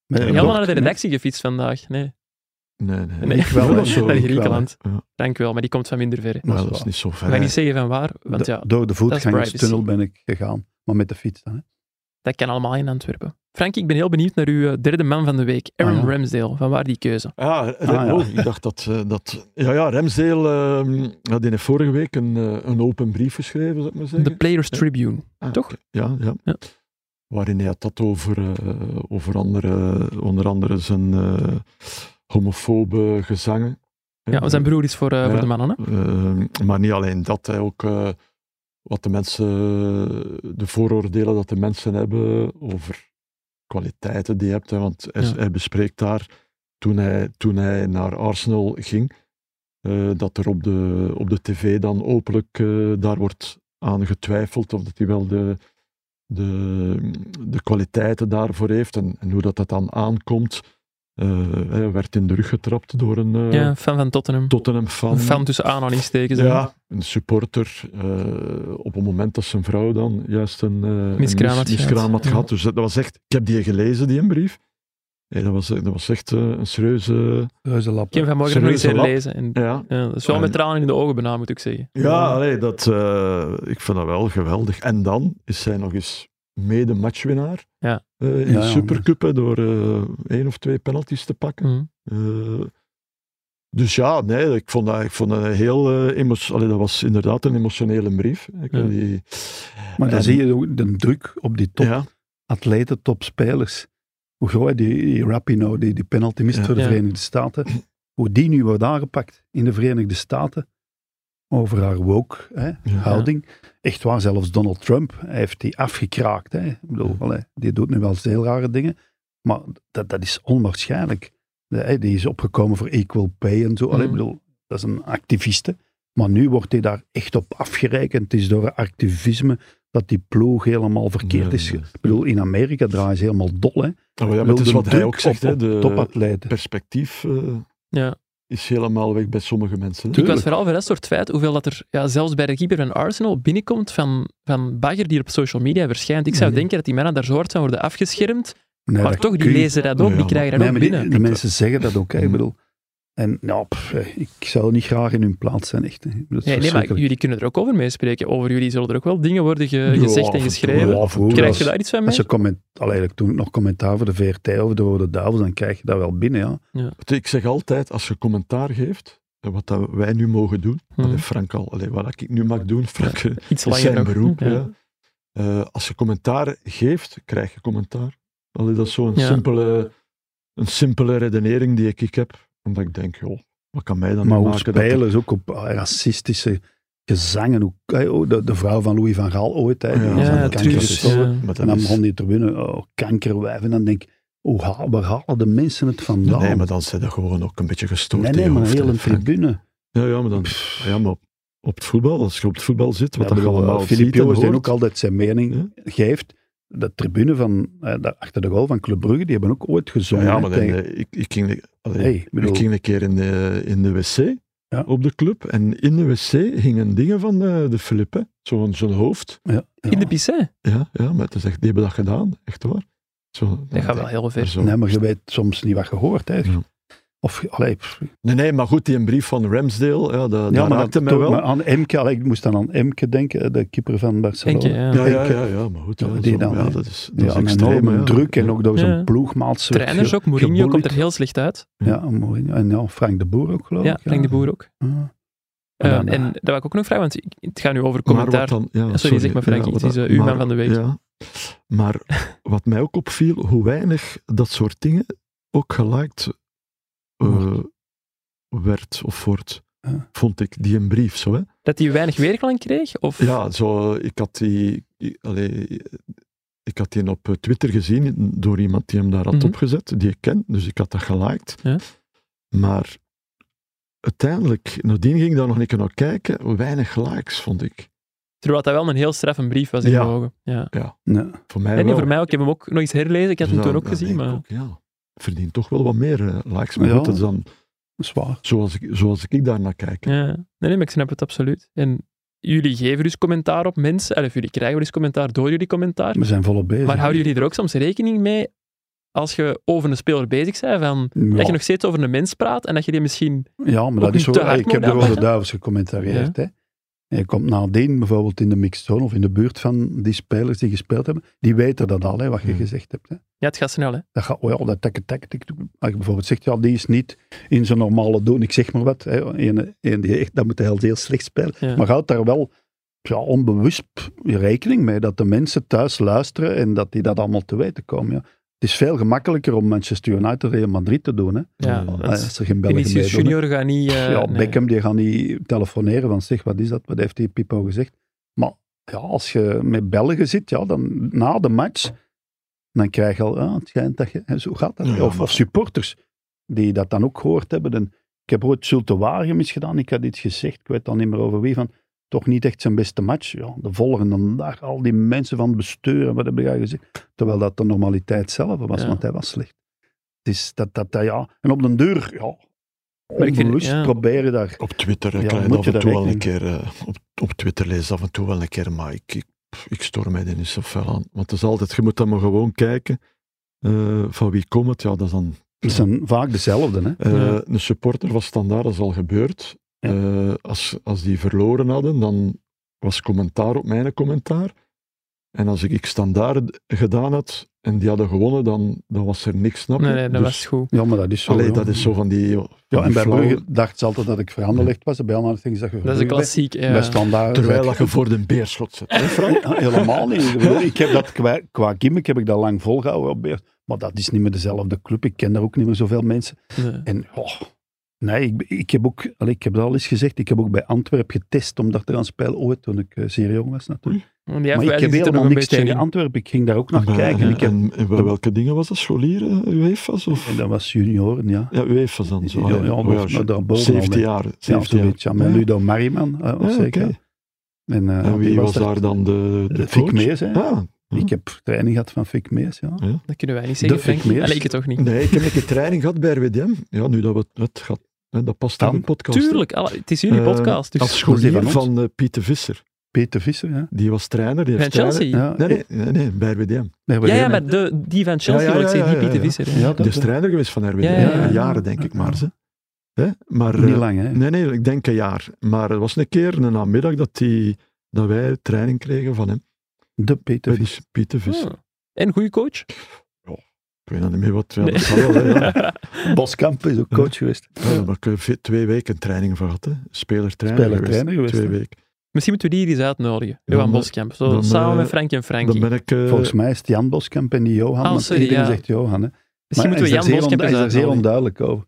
[SPEAKER 3] een
[SPEAKER 1] Helemaal
[SPEAKER 3] bocht,
[SPEAKER 1] naar de
[SPEAKER 3] hè.
[SPEAKER 1] redactie gefietst vandaag. Nee.
[SPEAKER 2] Nee, nee.
[SPEAKER 1] Nee,
[SPEAKER 3] Ik wel,
[SPEAKER 2] Ja,
[SPEAKER 1] naar
[SPEAKER 3] hè.
[SPEAKER 2] zo.
[SPEAKER 3] ik wel,
[SPEAKER 1] Griekenland.
[SPEAKER 2] hè. Ja.
[SPEAKER 1] Dank u wel, maar die komt van minder ver. hè.
[SPEAKER 3] Dat is
[SPEAKER 2] Maar dat
[SPEAKER 3] waar.
[SPEAKER 2] is niet zo ver.
[SPEAKER 1] Ik ga niet zeggen van waar, want
[SPEAKER 3] Do-
[SPEAKER 1] ja,
[SPEAKER 3] Door de voetgangerstunnel
[SPEAKER 1] privacy.
[SPEAKER 3] ben ik gegaan, maar met de fiets dan. Hè.
[SPEAKER 1] dat kan allemaal in Antwerpen. Frank, ik ben heel benieuwd naar uw eh, derde man van de week, Aaron
[SPEAKER 3] Ah, ja.
[SPEAKER 1] Ramsdale. Van waar die keuze?
[SPEAKER 2] Ah, Rem-
[SPEAKER 3] Ah, ja.
[SPEAKER 2] oh, ik dacht dat... eh, dat ja, ja, Remsdale ehm, had in de vorige week een, eh, een open brief geschreven, zou ik maar zeggen.
[SPEAKER 1] De Players
[SPEAKER 2] Ja.
[SPEAKER 1] Tribune.
[SPEAKER 2] Ah,
[SPEAKER 1] toch?
[SPEAKER 2] oké. Ja, ja.
[SPEAKER 1] Ja.
[SPEAKER 2] Waarin hij had dat over, eh, over andere, onder andere zijn eh, homofobe gezangen.
[SPEAKER 1] Ja, want zijn broer is voor, eh,
[SPEAKER 2] Ja.
[SPEAKER 1] voor de mannen. Hè?
[SPEAKER 2] Eh, maar niet alleen dat, hij ook eh, wat de mensen, de vooroordelen dat de mensen hebben over kwaliteiten die je hebt. Hè, want hij,
[SPEAKER 1] Ja.
[SPEAKER 2] hij bespreekt daar, toen hij, toen hij naar Arsenal ging, eh, dat er op de, op de tv dan openlijk eh, daar wordt aan getwijfeld of dat hij wel de, de, de kwaliteiten daarvoor heeft en, en hoe dat, dat dan aankomt. Eh, hij werd in de rug getrapt door een eh,
[SPEAKER 1] Ja, fan van Tottenham.
[SPEAKER 2] Tottenham-fan.
[SPEAKER 1] Een fan tussen aanhalingstekens. hè.
[SPEAKER 2] Ja, een supporter. eh, op het moment dat zijn vrouw dan juist een, eh, een
[SPEAKER 1] Miskraam had
[SPEAKER 2] mis- miskraam
[SPEAKER 1] gehad.
[SPEAKER 2] had
[SPEAKER 1] Ja.
[SPEAKER 2] gehad. Dus dat dat was echt, ik heb die gelezen, die een brief. Hey, dat, was, dat was echt eh, een serieuze...
[SPEAKER 3] Reuzenlap.
[SPEAKER 1] Ik heb vanmorgen nog
[SPEAKER 2] Serieuze
[SPEAKER 1] eens
[SPEAKER 2] lap.
[SPEAKER 1] herlezen. En,
[SPEAKER 2] Ja,
[SPEAKER 1] ja, dat is wel met
[SPEAKER 2] En-
[SPEAKER 1] tranen in de ogen bijna, moet ik zeggen.
[SPEAKER 2] ja allee, dat, eh, ik vind dat wel geweldig. En dan is zij nog eens mede matchwinnaar
[SPEAKER 1] Ja.
[SPEAKER 2] eh, in
[SPEAKER 3] Ja,
[SPEAKER 2] de
[SPEAKER 3] ja.
[SPEAKER 2] Supercup hè, door eh, één of twee penalties te pakken.
[SPEAKER 1] Mhm.
[SPEAKER 2] Eh, dus ja, nee, ik vond dat, ik vond dat een heel eh, emotio- Allee, dat was inderdaad een emotionele brief. Ik
[SPEAKER 1] Ja.
[SPEAKER 2] die,
[SPEAKER 3] Maar dan
[SPEAKER 2] en-
[SPEAKER 3] zie je ook de druk op die top,
[SPEAKER 2] Ja,
[SPEAKER 3] atleten, topspelers. Hoe groot die, die Rapino, die, die penalty mist
[SPEAKER 2] Ja.
[SPEAKER 3] voor de
[SPEAKER 1] Ja.
[SPEAKER 3] Verenigde Staten, hoe die nu wordt aangepakt in de Verenigde Staten over haar woke hè, houding. Echt waar, zelfs Donald Trump hij heeft die afgekraakt. Hè. Ik bedoel, allee, die doet nu wel eens heel rare dingen, maar dat, dat is onwaarschijnlijk. De- hè, die is opgekomen voor equal pay en zo. Allee, ik
[SPEAKER 1] Mhm.
[SPEAKER 3] bedoel, dat is een activiste. Maar nu wordt hij daar echt op afgerekend. Het is door activisme dat die ploeg helemaal verkeerd
[SPEAKER 2] Nee,
[SPEAKER 3] is.
[SPEAKER 2] nee.
[SPEAKER 3] Ik bedoel, in Amerika draaien ze helemaal dol, hè.
[SPEAKER 2] Oh, ja, maar het is
[SPEAKER 3] De
[SPEAKER 2] wat hij
[SPEAKER 3] druk
[SPEAKER 2] ook zegt,
[SPEAKER 3] op-
[SPEAKER 2] hè,
[SPEAKER 3] op
[SPEAKER 2] de
[SPEAKER 3] Topatleten.
[SPEAKER 2] perspectief eh,
[SPEAKER 1] Ja.
[SPEAKER 2] is helemaal weg bij sommige mensen. hè.
[SPEAKER 1] Ik was
[SPEAKER 3] Tuurlijk.
[SPEAKER 1] vooral verrast door het feit hoeveel dat er ja, zelfs bij de keeper van Arsenal binnenkomt van, van bagger die op social media verschijnt. Ik zou
[SPEAKER 3] Mhm.
[SPEAKER 1] denken dat die mannen daar zo hard van worden afgeschermd,
[SPEAKER 3] Nee,
[SPEAKER 1] maar
[SPEAKER 3] dat
[SPEAKER 1] toch, die
[SPEAKER 3] kun je-
[SPEAKER 1] lezen dat ook,
[SPEAKER 2] Ja,
[SPEAKER 1] die
[SPEAKER 2] maar-
[SPEAKER 1] krijgen dat
[SPEAKER 3] Nee,
[SPEAKER 1] ook
[SPEAKER 3] maar die-
[SPEAKER 1] binnen.
[SPEAKER 3] die mensen zeggen dat ook, hè. Ik
[SPEAKER 2] Mhm.
[SPEAKER 3] bedoel, en nou, pff, eh, ik zou niet graag in hun plaats zijn, echt. hè. Ik bedoel, dat is
[SPEAKER 1] Nee, nee, maar
[SPEAKER 3] verschrikkelijk.
[SPEAKER 1] jullie kunnen er ook over meespreken. Over jullie zullen er ook wel dingen worden ge-
[SPEAKER 2] Ja,
[SPEAKER 1] gezegd
[SPEAKER 2] af
[SPEAKER 1] en
[SPEAKER 2] en toe,
[SPEAKER 1] geschreven.
[SPEAKER 2] ja, af en toe.
[SPEAKER 1] Krijg
[SPEAKER 3] als-
[SPEAKER 1] je daar iets van
[SPEAKER 3] Als
[SPEAKER 1] mee?
[SPEAKER 3] je comment, allee, eigenlijk toen ik nog commentaar voor de VRT of de Rode Duivels, dan krijg je dat wel binnen, ja.
[SPEAKER 2] Ik zeg altijd, als je commentaar geeft, en wat dat wij nu mogen doen,
[SPEAKER 1] Mhm.
[SPEAKER 2] allee, Frank al, allee, wat ik nu mag doen, Frank, eh,
[SPEAKER 1] Iets
[SPEAKER 2] is
[SPEAKER 1] langer
[SPEAKER 2] <laughs> zijn
[SPEAKER 1] nog.
[SPEAKER 2] beroep.
[SPEAKER 1] Ja.
[SPEAKER 2] Ja. Eh, als je commentaar geeft, krijg je commentaar. Allee, dat is zo'n
[SPEAKER 1] Ja.
[SPEAKER 2] simpele, een simpele redenering die ik, ik heb. Omdat ik denk, joh, wat kan mij dan
[SPEAKER 3] Maar
[SPEAKER 2] nu
[SPEAKER 3] hoe
[SPEAKER 2] maken? dat dat-
[SPEAKER 3] spelers ook op eh, racistische gezangen, hoe, hè, oh, de, de vrouw van Louis van Gaal ooit, hè. die
[SPEAKER 2] Ja,
[SPEAKER 3] was
[SPEAKER 2] ja,
[SPEAKER 3] aan
[SPEAKER 1] Ja,
[SPEAKER 3] de kanker
[SPEAKER 1] Truus.
[SPEAKER 3] gestorven.
[SPEAKER 1] ja.
[SPEAKER 2] Maar dat
[SPEAKER 3] En dan
[SPEAKER 2] is-
[SPEAKER 3] begon die tribune, oh, kankerwijf. En dan denk ik, hoe haal- waar halen de mensen het vandaan?
[SPEAKER 2] Nee, maar dan zijn dat gewoon ook een beetje gestoord
[SPEAKER 3] Nou. nee,
[SPEAKER 2] in
[SPEAKER 3] nee,
[SPEAKER 2] je
[SPEAKER 3] maar een
[SPEAKER 2] hoofd, hè,
[SPEAKER 3] hele
[SPEAKER 2] Frank.
[SPEAKER 3] tribune.
[SPEAKER 2] Ja, ja, maar dan... Ja, maar op, op het voetbal, als je op het voetbal zit, wat
[SPEAKER 3] Ja,
[SPEAKER 2] dat
[SPEAKER 3] bedoel,
[SPEAKER 2] allemaal
[SPEAKER 3] eh, Filip
[SPEAKER 2] ziet en
[SPEAKER 3] Jongens, die
[SPEAKER 2] hoort.
[SPEAKER 3] ook altijd zijn mening geeft. De tribune van, eh, daar achter de goal van Club Brugge, die hebben ook ooit
[SPEAKER 2] Ja,
[SPEAKER 3] gezongen.
[SPEAKER 2] ja,
[SPEAKER 3] hè,
[SPEAKER 2] maar dan,
[SPEAKER 3] tegen-
[SPEAKER 2] eh, ik, ik, ging, de- allee,
[SPEAKER 3] Hey, ik bedoel,
[SPEAKER 2] ik ging een keer in de, in de wc
[SPEAKER 3] Ja.
[SPEAKER 2] op de club en in de wc hingen dingen van eh, de Filip, hè. zo'n zo'n hoofd.
[SPEAKER 3] ja, ja.
[SPEAKER 1] In de pissé?
[SPEAKER 2] Ja, ja, maar het is echt, die hebben dat gedaan, echt waar. Zo, nou,
[SPEAKER 1] Dat gaat wel heel ver.
[SPEAKER 2] zo.
[SPEAKER 3] Nee, maar je weet soms niet wat je hoort. Hè.
[SPEAKER 2] Ja.
[SPEAKER 3] Of, allee, pff,
[SPEAKER 2] Nee, nee, maar goed, die een brief van Ramsdale, ja, dat,
[SPEAKER 3] ja,
[SPEAKER 2] dat
[SPEAKER 3] maar,
[SPEAKER 2] raakte
[SPEAKER 3] dan,
[SPEAKER 2] mij
[SPEAKER 3] toch,
[SPEAKER 2] wel.
[SPEAKER 3] maar aan Emke, allee, ik moest dan aan Emke denken, eh, de keeper van Barcelona.
[SPEAKER 1] Denk je, ja.
[SPEAKER 2] ja, ja,
[SPEAKER 3] Henk,
[SPEAKER 2] ja, ja, maar goed, ja,
[SPEAKER 3] Ja,
[SPEAKER 2] dat,
[SPEAKER 3] die
[SPEAKER 2] is-
[SPEAKER 3] dan,
[SPEAKER 2] ja,
[SPEAKER 3] hè.
[SPEAKER 2] dat is, dat
[SPEAKER 3] Ja,
[SPEAKER 2] is
[SPEAKER 3] een
[SPEAKER 2] extreem.
[SPEAKER 3] enorme
[SPEAKER 2] hè, ja.
[SPEAKER 3] druk en ook door zijn
[SPEAKER 1] Ja.
[SPEAKER 3] ploegmaats. werd
[SPEAKER 1] Trainers
[SPEAKER 3] ge-
[SPEAKER 1] ook, Mourinho
[SPEAKER 3] gebullied.
[SPEAKER 1] komt er heel slecht uit.
[SPEAKER 3] Ja, Mourinho. En ja, Frank de Boer ook, geloof
[SPEAKER 1] Ja,
[SPEAKER 3] ik.
[SPEAKER 1] Frank de Boer ook.
[SPEAKER 3] Ah.
[SPEAKER 1] Eh,
[SPEAKER 3] dan, eh,
[SPEAKER 1] en dat wil ik ook nog vragen, want ik- het gaat nu over
[SPEAKER 2] Maar wat
[SPEAKER 1] commentaar.
[SPEAKER 2] dan- ja,
[SPEAKER 1] sorry, zeg maar, Frankie,
[SPEAKER 2] wat
[SPEAKER 1] het is,
[SPEAKER 2] dat-
[SPEAKER 1] eh, uw man
[SPEAKER 2] maar-
[SPEAKER 1] van de week.
[SPEAKER 2] Ja,
[SPEAKER 1] <laughs>
[SPEAKER 2] maar wat mij ook opviel, hoe weinig dat soort dingen ook geliked eh, werd of wordt,
[SPEAKER 3] Ja.
[SPEAKER 2] vond ik, die een brief zo. Hè?
[SPEAKER 1] Dat hij weinig weerklank kreeg? Of?
[SPEAKER 2] Ja, zo, eh, ik had die... Ik, allee, ik had die op eh, Twitter gezien door iemand die hem daar had
[SPEAKER 1] Mhm.
[SPEAKER 2] opgezet, die ik ken. Dus ik had dat geliked.
[SPEAKER 1] Ja.
[SPEAKER 2] Maar uiteindelijk, nadien ging ik daar nog een keer naar kijken, weinig likes vond ik.
[SPEAKER 1] Terwijl dat wel een heel straffe brief was in
[SPEAKER 2] Ja.
[SPEAKER 1] mijn ogen. Ja.
[SPEAKER 3] Ja.
[SPEAKER 2] Voor mij
[SPEAKER 1] En
[SPEAKER 2] wel.
[SPEAKER 1] nee, voor mij ook. Ik heb hem ook nog eens herlezen. Ik had hem
[SPEAKER 2] Dus
[SPEAKER 1] toen
[SPEAKER 2] dan-
[SPEAKER 1] ook
[SPEAKER 2] dan
[SPEAKER 1] gezien,
[SPEAKER 2] denk ik
[SPEAKER 1] maar...
[SPEAKER 2] ook, ja, verdient toch wel wat meer eh, likes. Maar
[SPEAKER 3] Ja.
[SPEAKER 2] goed, dat is dan
[SPEAKER 3] Dat is waar.
[SPEAKER 2] zoals ik, zoals ik daar naar kijk.
[SPEAKER 1] Ja, nee, nee, maar ik snap het absoluut. En jullie geven dus commentaar op mensen, of jullie krijgen dus commentaar door jullie commentaar.
[SPEAKER 3] We zijn volop bezig.
[SPEAKER 1] Maar houden jullie er ook soms rekening mee als je over een speler bezig bent, van,
[SPEAKER 3] Ja.
[SPEAKER 1] dat je nog steeds over een mens praat en dat je die misschien...
[SPEAKER 3] Ja, maar
[SPEAKER 1] Ook
[SPEAKER 3] dat
[SPEAKER 1] niet
[SPEAKER 3] is zo.
[SPEAKER 1] te hard
[SPEAKER 3] Ik heb
[SPEAKER 1] moet
[SPEAKER 3] de
[SPEAKER 1] gaan.
[SPEAKER 3] Rode Duivels gecommentarieerd. Hè. En je komt nadien bijvoorbeeld in de mixed zone of in de buurt van die spelers die gespeeld hebben. Die weten dat al, hè, wat je
[SPEAKER 2] Hmm.
[SPEAKER 3] gezegd hebt. Hè.
[SPEAKER 1] Ja, het gaat snel, hè.
[SPEAKER 3] Dat gaat, oh ja, dat tekke tek, tik, tik. Als je bijvoorbeeld zegt, ja, die is niet in zijn normale doen, ik zeg maar wat. Hè. Eén, één die echt, dat moet hij heel, heel slecht spelen.
[SPEAKER 1] Ja.
[SPEAKER 3] Maar houd daar wel ja, onbewust p- rekening mee dat de mensen thuis luisteren en dat die dat allemaal te weten komen. Ja. Het is veel gemakkelijker om Manchester United en Real Madrid te doen. Hè.
[SPEAKER 1] Ja,
[SPEAKER 2] Ja,
[SPEAKER 1] want
[SPEAKER 3] Als er geen Belgen
[SPEAKER 1] Vinicius
[SPEAKER 3] meedoen, hè.
[SPEAKER 1] Junior gaat niet... eh,
[SPEAKER 3] ja,
[SPEAKER 1] nee.
[SPEAKER 3] Beckham die gaat niet telefoneren van zeg, wat is dat? Wat heeft die Pipo gezegd? Maar ja, als je met Belgen zit, ja, dan na de match, dan krijg je al, ah, het schijnt dat je, hè, zo gaat dat.
[SPEAKER 2] Ja,
[SPEAKER 3] of,
[SPEAKER 2] maar-
[SPEAKER 3] of supporters die dat dan ook gehoord hebben. En ik heb ooit Zultuarium eens gedaan, ik had iets gezegd, ik weet dan niet meer over wie, van toch niet echt zijn beste match. Ja, de volgende dag, al die mensen van het bestuur, en wat heb jij gezegd? Terwijl dat de normaliteit zelf was,
[SPEAKER 1] Ja.
[SPEAKER 3] want hij was slecht. Dus dat, dat, dat, ja. En op den deur, ja,
[SPEAKER 1] Maar ik vind-
[SPEAKER 3] onbewust
[SPEAKER 1] ja.
[SPEAKER 3] proberen daar
[SPEAKER 2] Op Twitter eh,
[SPEAKER 3] Ja,
[SPEAKER 2] kan je
[SPEAKER 3] moet
[SPEAKER 2] dat
[SPEAKER 3] je
[SPEAKER 2] af en toe
[SPEAKER 3] daar
[SPEAKER 2] wel een
[SPEAKER 3] rekening-
[SPEAKER 2] keer. eh, op, op Twitter lees af en toe wel een keer, maar ik, ik, ik stoor mij er niet zo fel aan. Want het is altijd, je moet dan maar gewoon kijken eh, van wie komt het. Ja, dat is dan.
[SPEAKER 3] Het zijn vaak dezelfde, hè?
[SPEAKER 2] Eh,
[SPEAKER 1] Ja.
[SPEAKER 2] Een supporter was standaard, dat is al gebeurd.
[SPEAKER 3] Ja.
[SPEAKER 2] Eh, als, als die verloren hadden, dan was commentaar op mijn commentaar. En als ik, ik standaard gedaan had en die hadden gewonnen, dan, dan was er niks, snap je?
[SPEAKER 1] Nee, nee, dat
[SPEAKER 2] Dus-
[SPEAKER 1] was goed.
[SPEAKER 3] Ja, maar dat is zo.
[SPEAKER 2] Allee,
[SPEAKER 3] ja.
[SPEAKER 2] dat is zo van die... van
[SPEAKER 3] Ja,
[SPEAKER 2] die
[SPEAKER 3] en bij
[SPEAKER 2] flauwe-
[SPEAKER 3] Brugge dacht ze altijd dat ik veranderlegd was. En Bij andere dingen zag je
[SPEAKER 1] Dat is een
[SPEAKER 3] Brugge
[SPEAKER 1] klassiek. eh,
[SPEAKER 3] bij-
[SPEAKER 1] Ja.
[SPEAKER 3] Bij standaard.
[SPEAKER 2] Terwijl dat je voor de beerschot zit. hè, Frank?
[SPEAKER 3] Ja, helemaal niet. Ik, bedoel, ik heb dat qua, qua gimmick heb ik dat lang volgehouden. op Beert. Maar dat is niet meer dezelfde club. Ik ken daar ook niet meer zoveel mensen.
[SPEAKER 1] Nee.
[SPEAKER 3] En oh, nee, ik, ik heb ook, allee, ik heb dat al eens gezegd, ik heb ook bij Antwerpen getest om daar te gaan spelen ooit toen ik eh, zeer jong was natuurlijk.
[SPEAKER 1] Want die
[SPEAKER 3] maar ik
[SPEAKER 1] afwijzing
[SPEAKER 3] heb
[SPEAKER 1] zit er nog
[SPEAKER 3] helemaal
[SPEAKER 1] een
[SPEAKER 3] niks
[SPEAKER 1] beetje
[SPEAKER 3] tegen
[SPEAKER 1] in.
[SPEAKER 3] Antwerpen. Ik ging daar ook naar
[SPEAKER 2] Maar,
[SPEAKER 3] kijken.
[SPEAKER 2] eh,
[SPEAKER 3] Ik heb,
[SPEAKER 2] en, en bij welke dingen was dat? Scholieren, UEFA's? Of?
[SPEAKER 3] en dat was junioren, ja.
[SPEAKER 2] Ja, UEFA's dan zo.
[SPEAKER 3] Ja, ja,
[SPEAKER 2] Oh,
[SPEAKER 3] boven-
[SPEAKER 2] shit.
[SPEAKER 3] daarboven al,
[SPEAKER 2] 70
[SPEAKER 3] hè.
[SPEAKER 2] jaar.
[SPEAKER 3] Ja,
[SPEAKER 2] 70 jaar.
[SPEAKER 3] zoiets. Ja, met Ludo Mariman, eh,
[SPEAKER 2] Ja,
[SPEAKER 3] zeker.
[SPEAKER 2] oké.
[SPEAKER 3] En, eh,
[SPEAKER 2] En
[SPEAKER 3] die
[SPEAKER 2] wie was
[SPEAKER 3] er-
[SPEAKER 2] daar dan de, de
[SPEAKER 3] Eh, Fik
[SPEAKER 2] coach?
[SPEAKER 3] Meers, hè.
[SPEAKER 2] Ah, ja.
[SPEAKER 3] Ik heb training gehad van Fik Meers, ja.
[SPEAKER 1] Dat kunnen wij niet zeggen,
[SPEAKER 3] Dat vind ik
[SPEAKER 1] Frank.
[SPEAKER 3] meer.
[SPEAKER 1] Allee, ik het toch niet.
[SPEAKER 2] nee, ik heb een keer training gehad bij RWDM. Ja, nu dat we het gaat. Hè, dat past aan
[SPEAKER 3] Dan?
[SPEAKER 2] de podcast. hè.
[SPEAKER 1] Tuurlijk, alle- het is jullie
[SPEAKER 2] Eh,
[SPEAKER 1] podcast. Dus.
[SPEAKER 2] Als
[SPEAKER 3] Dat is die
[SPEAKER 2] scholier
[SPEAKER 3] van ons.
[SPEAKER 2] van eh, Pieter Visser.
[SPEAKER 3] Peter Visser, ja.
[SPEAKER 2] Die was trainer. Die
[SPEAKER 1] van
[SPEAKER 2] heeft
[SPEAKER 1] Chelsea.
[SPEAKER 3] Ja,
[SPEAKER 2] trainer- Nee, nee, nee, nee, bij RWDM.
[SPEAKER 3] nee, we
[SPEAKER 1] Ja, ja,
[SPEAKER 3] hebben-
[SPEAKER 1] maar de, die van Chelsea,
[SPEAKER 2] Ja, ja,
[SPEAKER 1] wil ik zeggen, die
[SPEAKER 2] ja, ja,
[SPEAKER 1] Pieter
[SPEAKER 2] ja.
[SPEAKER 1] Visser.
[SPEAKER 3] Ja,
[SPEAKER 2] Die
[SPEAKER 3] dat-
[SPEAKER 2] is trainer geweest van RWDM.
[SPEAKER 1] eh. Ja, ja, ja.
[SPEAKER 2] Jaren denk ik maar. Ze. Hè? Maar eh,
[SPEAKER 3] niet lang, hè.
[SPEAKER 2] Nee, nee, ik denk een jaar. Maar het was een keer een namiddag dat, die, dat wij training kregen van hem.
[SPEAKER 3] De Peter
[SPEAKER 2] Bij
[SPEAKER 3] Visser.
[SPEAKER 2] die Pieter Vis.
[SPEAKER 1] Hmm. En goede coach.
[SPEAKER 2] Ik weet nog niet meer wat. Ja,
[SPEAKER 1] Nee.
[SPEAKER 2] dat zal wel, hè,
[SPEAKER 1] <laughs>
[SPEAKER 2] ja.
[SPEAKER 3] Boskamp is ook
[SPEAKER 2] Ja.
[SPEAKER 3] coach geweest.
[SPEAKER 2] Ja, daar heb ik eh, ve- twee weken training van gehad. hè. Speler-trainer
[SPEAKER 3] Speler-trainer geweest,
[SPEAKER 2] Twee
[SPEAKER 3] hè.
[SPEAKER 2] weken.
[SPEAKER 1] Misschien moeten we die hier eens uitnodigen. Johan
[SPEAKER 2] Dan, eh,
[SPEAKER 1] Boskamp. Zo,
[SPEAKER 2] dan,
[SPEAKER 1] samen
[SPEAKER 2] eh,
[SPEAKER 1] met Frank en
[SPEAKER 2] Dan
[SPEAKER 1] Frankie.
[SPEAKER 2] ben ik... eh,
[SPEAKER 3] Volgens mij is het Jan Boskamp en die Johan.
[SPEAKER 1] Ah,
[SPEAKER 3] want
[SPEAKER 1] sorry,
[SPEAKER 3] iedereen
[SPEAKER 1] ja.
[SPEAKER 3] zegt Johan, hè.
[SPEAKER 1] Misschien
[SPEAKER 3] Maar
[SPEAKER 1] moeten we
[SPEAKER 3] hij is
[SPEAKER 1] Jan
[SPEAKER 3] daar zeer
[SPEAKER 1] Boskamp
[SPEAKER 3] ondu-
[SPEAKER 1] eens
[SPEAKER 3] Hij is daar zeer
[SPEAKER 1] uitnodigen.
[SPEAKER 3] onduidelijk over.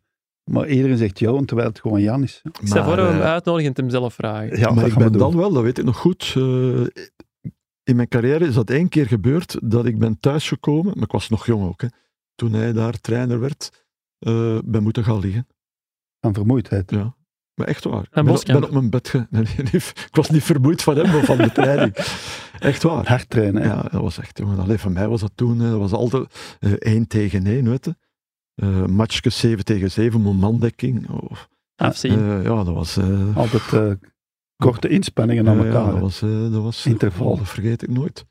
[SPEAKER 3] Maar iedereen zegt Johan, terwijl het gewoon Jan is.
[SPEAKER 1] Ik stel voor
[SPEAKER 2] maar,
[SPEAKER 1] dat we hem
[SPEAKER 2] eh,
[SPEAKER 1] uitnodigen en het hem zelf vragen.
[SPEAKER 3] Ja,
[SPEAKER 2] maar
[SPEAKER 3] dat
[SPEAKER 2] ik
[SPEAKER 3] gaan we
[SPEAKER 2] ben
[SPEAKER 3] doen.
[SPEAKER 2] dan wel, dat weet ik nog goed. eh, in mijn carrière is dat één keer gebeurd dat ik ben thuisgekomen, maar ik was nog jong ook, hè, toen hij daar trainer werd, eh, ben moeten gaan liggen.
[SPEAKER 3] Van vermoeidheid.
[SPEAKER 2] Ja. Maar echt waar. Ik
[SPEAKER 1] En
[SPEAKER 2] ben, op,
[SPEAKER 1] Boskamp.
[SPEAKER 2] ben op mijn bed ge... <laughs> nee, nee, nee, Ik was niet vermoeid van hem, maar van de
[SPEAKER 3] <laughs>
[SPEAKER 2] training. Echt waar.
[SPEAKER 3] Hard trainen, hè.
[SPEAKER 2] Ja, dat was echt... Jongen, allee, van mij was dat toen... eh, Dat was altijd eh, één tegen één, weet je. Eh matchjes 7 tegen 7, momentdekking. Oh,
[SPEAKER 1] Afzien.
[SPEAKER 2] eh, ja, dat was... eh,
[SPEAKER 3] Altijd eh, korte inspanningen aan
[SPEAKER 2] ja,
[SPEAKER 3] elkaar.
[SPEAKER 2] dat
[SPEAKER 3] hè.
[SPEAKER 2] was... eh, dat, was
[SPEAKER 3] Interval.
[SPEAKER 2] oh, dat vergeet ik nooit.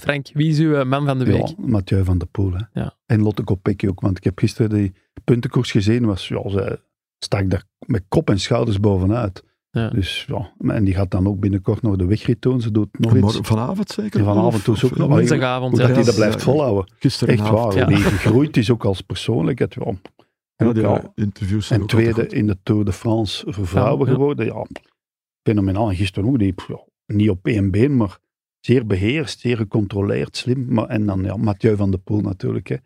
[SPEAKER 1] Frank, wie is uw eh, man van de week?
[SPEAKER 3] Ja, Mathieu van der Poel. Hè.
[SPEAKER 1] Ja.
[SPEAKER 3] En Lotte Kopecky ook, want ik heb gisteren die puntenkoers gezien. Was, ja, ze stak daar met kop en schouders bovenuit.
[SPEAKER 1] Ja.
[SPEAKER 3] Dus, ja, en die gaat dan ook binnenkort nog de wegrit doen. Ze doet nog iets.
[SPEAKER 2] Morgen- vanavond zeker?
[SPEAKER 3] Ja, vanavond
[SPEAKER 2] Of-
[SPEAKER 3] is ook
[SPEAKER 2] of-
[SPEAKER 3] nog.
[SPEAKER 2] eh,
[SPEAKER 1] Woensdagavond.
[SPEAKER 3] Hoe dat
[SPEAKER 1] ja.
[SPEAKER 3] hij dat
[SPEAKER 2] is-
[SPEAKER 3] blijft volhouden. Echt
[SPEAKER 2] Gisterenavond.
[SPEAKER 3] waar.
[SPEAKER 1] ja.
[SPEAKER 3] Die gegroeid is ook als persoonlijkheid. Ja. En,
[SPEAKER 2] Ja,
[SPEAKER 3] ook,
[SPEAKER 2] die
[SPEAKER 3] ja,
[SPEAKER 2] interviews zijn
[SPEAKER 3] en
[SPEAKER 2] ook altijd
[SPEAKER 3] tweede in de Tour de France voor vrouwen
[SPEAKER 1] Ja, ja.
[SPEAKER 3] geworden. Ja, fenomenaal. En gisteren ook. Die, ja, niet op één been, maar zeer beheerst, zeer gecontroleerd, slim. Maar, en dan ja, Mathieu van der Poel natuurlijk. Hè. Ik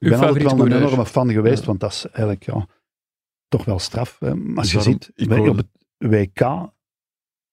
[SPEAKER 1] Uw
[SPEAKER 3] ben altijd
[SPEAKER 1] favoriete
[SPEAKER 3] wel een
[SPEAKER 1] coureur.
[SPEAKER 3] enorme fan geweest,
[SPEAKER 1] Ja.
[SPEAKER 3] want dat is eigenlijk ja, toch wel straf. Hè. Maar Als
[SPEAKER 2] Dus
[SPEAKER 3] je
[SPEAKER 2] daarom,
[SPEAKER 3] ziet,
[SPEAKER 2] ik
[SPEAKER 3] wij
[SPEAKER 2] hoorde-
[SPEAKER 3] op het WK,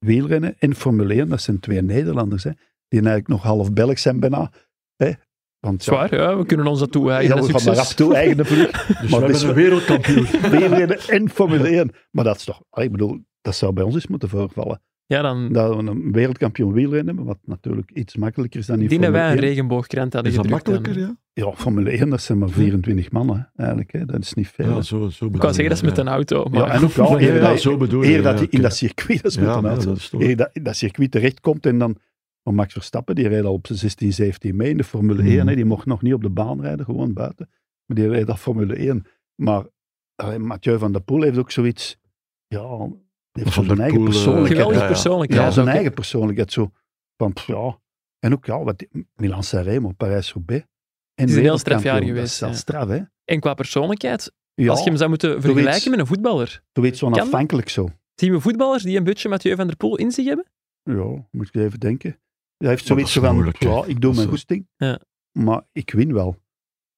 [SPEAKER 3] wielrennen en Formule 1, dat zijn twee Nederlanders, hè, die eigenlijk nog half Belg zijn bijna. Hè. Want, ja,
[SPEAKER 1] Zwaar, ja, we kunnen ons dat toe.
[SPEAKER 3] ja,
[SPEAKER 1] eigen
[SPEAKER 3] we gaan maar af
[SPEAKER 1] succes. <laughs>
[SPEAKER 3] toe, eigene vlucht.
[SPEAKER 2] goed. Dus
[SPEAKER 3] Maar
[SPEAKER 2] we
[SPEAKER 3] het is
[SPEAKER 2] hebben een wereldkampioen.
[SPEAKER 3] Wielrennen en Formule 1. Maar dat is toch, allee, ik bedoel, dat zou bij ons eens moeten voorvallen.
[SPEAKER 1] Ja, dan
[SPEAKER 3] Dat we een wereldkampioen wielrennen hebben, wat natuurlijk iets makkelijker is dan in
[SPEAKER 1] die dat
[SPEAKER 3] Formule
[SPEAKER 1] wij een
[SPEAKER 3] 1.
[SPEAKER 1] regenboogkrant hadden
[SPEAKER 2] Is dat
[SPEAKER 1] gedrukt.
[SPEAKER 2] makkelijker,
[SPEAKER 1] dan-
[SPEAKER 2] ja?
[SPEAKER 3] Ja, Formule 1, dat zijn maar
[SPEAKER 2] Hm.
[SPEAKER 3] 24 mannen eigenlijk. Hè. Dat is niet veel.
[SPEAKER 2] zo,
[SPEAKER 3] hè.
[SPEAKER 2] zo bedoel
[SPEAKER 1] Ik wou zeggen, dat is
[SPEAKER 2] je,
[SPEAKER 1] met
[SPEAKER 2] ja.
[SPEAKER 1] een auto.
[SPEAKER 3] Ja,
[SPEAKER 1] Maar
[SPEAKER 3] en ook wel,
[SPEAKER 2] Ja,
[SPEAKER 3] eer
[SPEAKER 2] ja,
[SPEAKER 3] dat,
[SPEAKER 2] zo bedoel je,
[SPEAKER 3] eer dat
[SPEAKER 2] ja,
[SPEAKER 3] hij in
[SPEAKER 2] oké.
[SPEAKER 3] dat circuit, dat is met
[SPEAKER 2] Ja,
[SPEAKER 3] een
[SPEAKER 2] maar
[SPEAKER 3] auto.
[SPEAKER 2] dat is toch...
[SPEAKER 3] Eer dat in dat circuit terechtkomt en dan Maar Max Verstappen, die reed al op zijn 16, 17 mee in de Formule 1.
[SPEAKER 2] Mhm.
[SPEAKER 3] hè. Die mocht nog niet op de baan rijden, gewoon buiten. Maar die reed al Formule 1. Maar allee, Mathieu van der Poel heeft ook zoiets... Ja, die
[SPEAKER 2] Van
[SPEAKER 3] heeft zo'n
[SPEAKER 2] der
[SPEAKER 3] eigen
[SPEAKER 2] Poel, eh,
[SPEAKER 3] persoonlijkheid.
[SPEAKER 2] Geweldig
[SPEAKER 3] hè.
[SPEAKER 2] ja.
[SPEAKER 1] persoonlijk.
[SPEAKER 3] Ja,
[SPEAKER 1] Ja,
[SPEAKER 3] zijn
[SPEAKER 1] oké.
[SPEAKER 3] eigen persoonlijkheid. Zo. Van, pff, ja. En ook ja, wat, Milan Sanremo, Parijs-Roubaix. En
[SPEAKER 1] is een heel
[SPEAKER 3] wereldkampioen.
[SPEAKER 1] straf jaar
[SPEAKER 3] Dat is
[SPEAKER 1] geweest,
[SPEAKER 3] wel
[SPEAKER 1] ja.
[SPEAKER 3] straf, hè?
[SPEAKER 1] En qua persoonlijkheid,
[SPEAKER 3] Ja,
[SPEAKER 1] als je hem zou moeten vergelijken
[SPEAKER 3] iets.
[SPEAKER 1] met een voetballer,
[SPEAKER 3] zoiets zo
[SPEAKER 1] Kan dat?
[SPEAKER 3] onafhankelijk zo.
[SPEAKER 1] zien we voetballers die een beetje Mathieu van der Poel in zich hebben?
[SPEAKER 3] Ja, moet ik even denken. Hij heeft
[SPEAKER 2] dat
[SPEAKER 3] zoiets
[SPEAKER 2] is
[SPEAKER 3] zo van,
[SPEAKER 2] moeilijk, hè.
[SPEAKER 3] ja, ik
[SPEAKER 2] Dat
[SPEAKER 3] doe
[SPEAKER 2] is
[SPEAKER 3] mijn
[SPEAKER 2] zo.
[SPEAKER 3] goesting,
[SPEAKER 1] Ja.
[SPEAKER 3] maar ik win wel.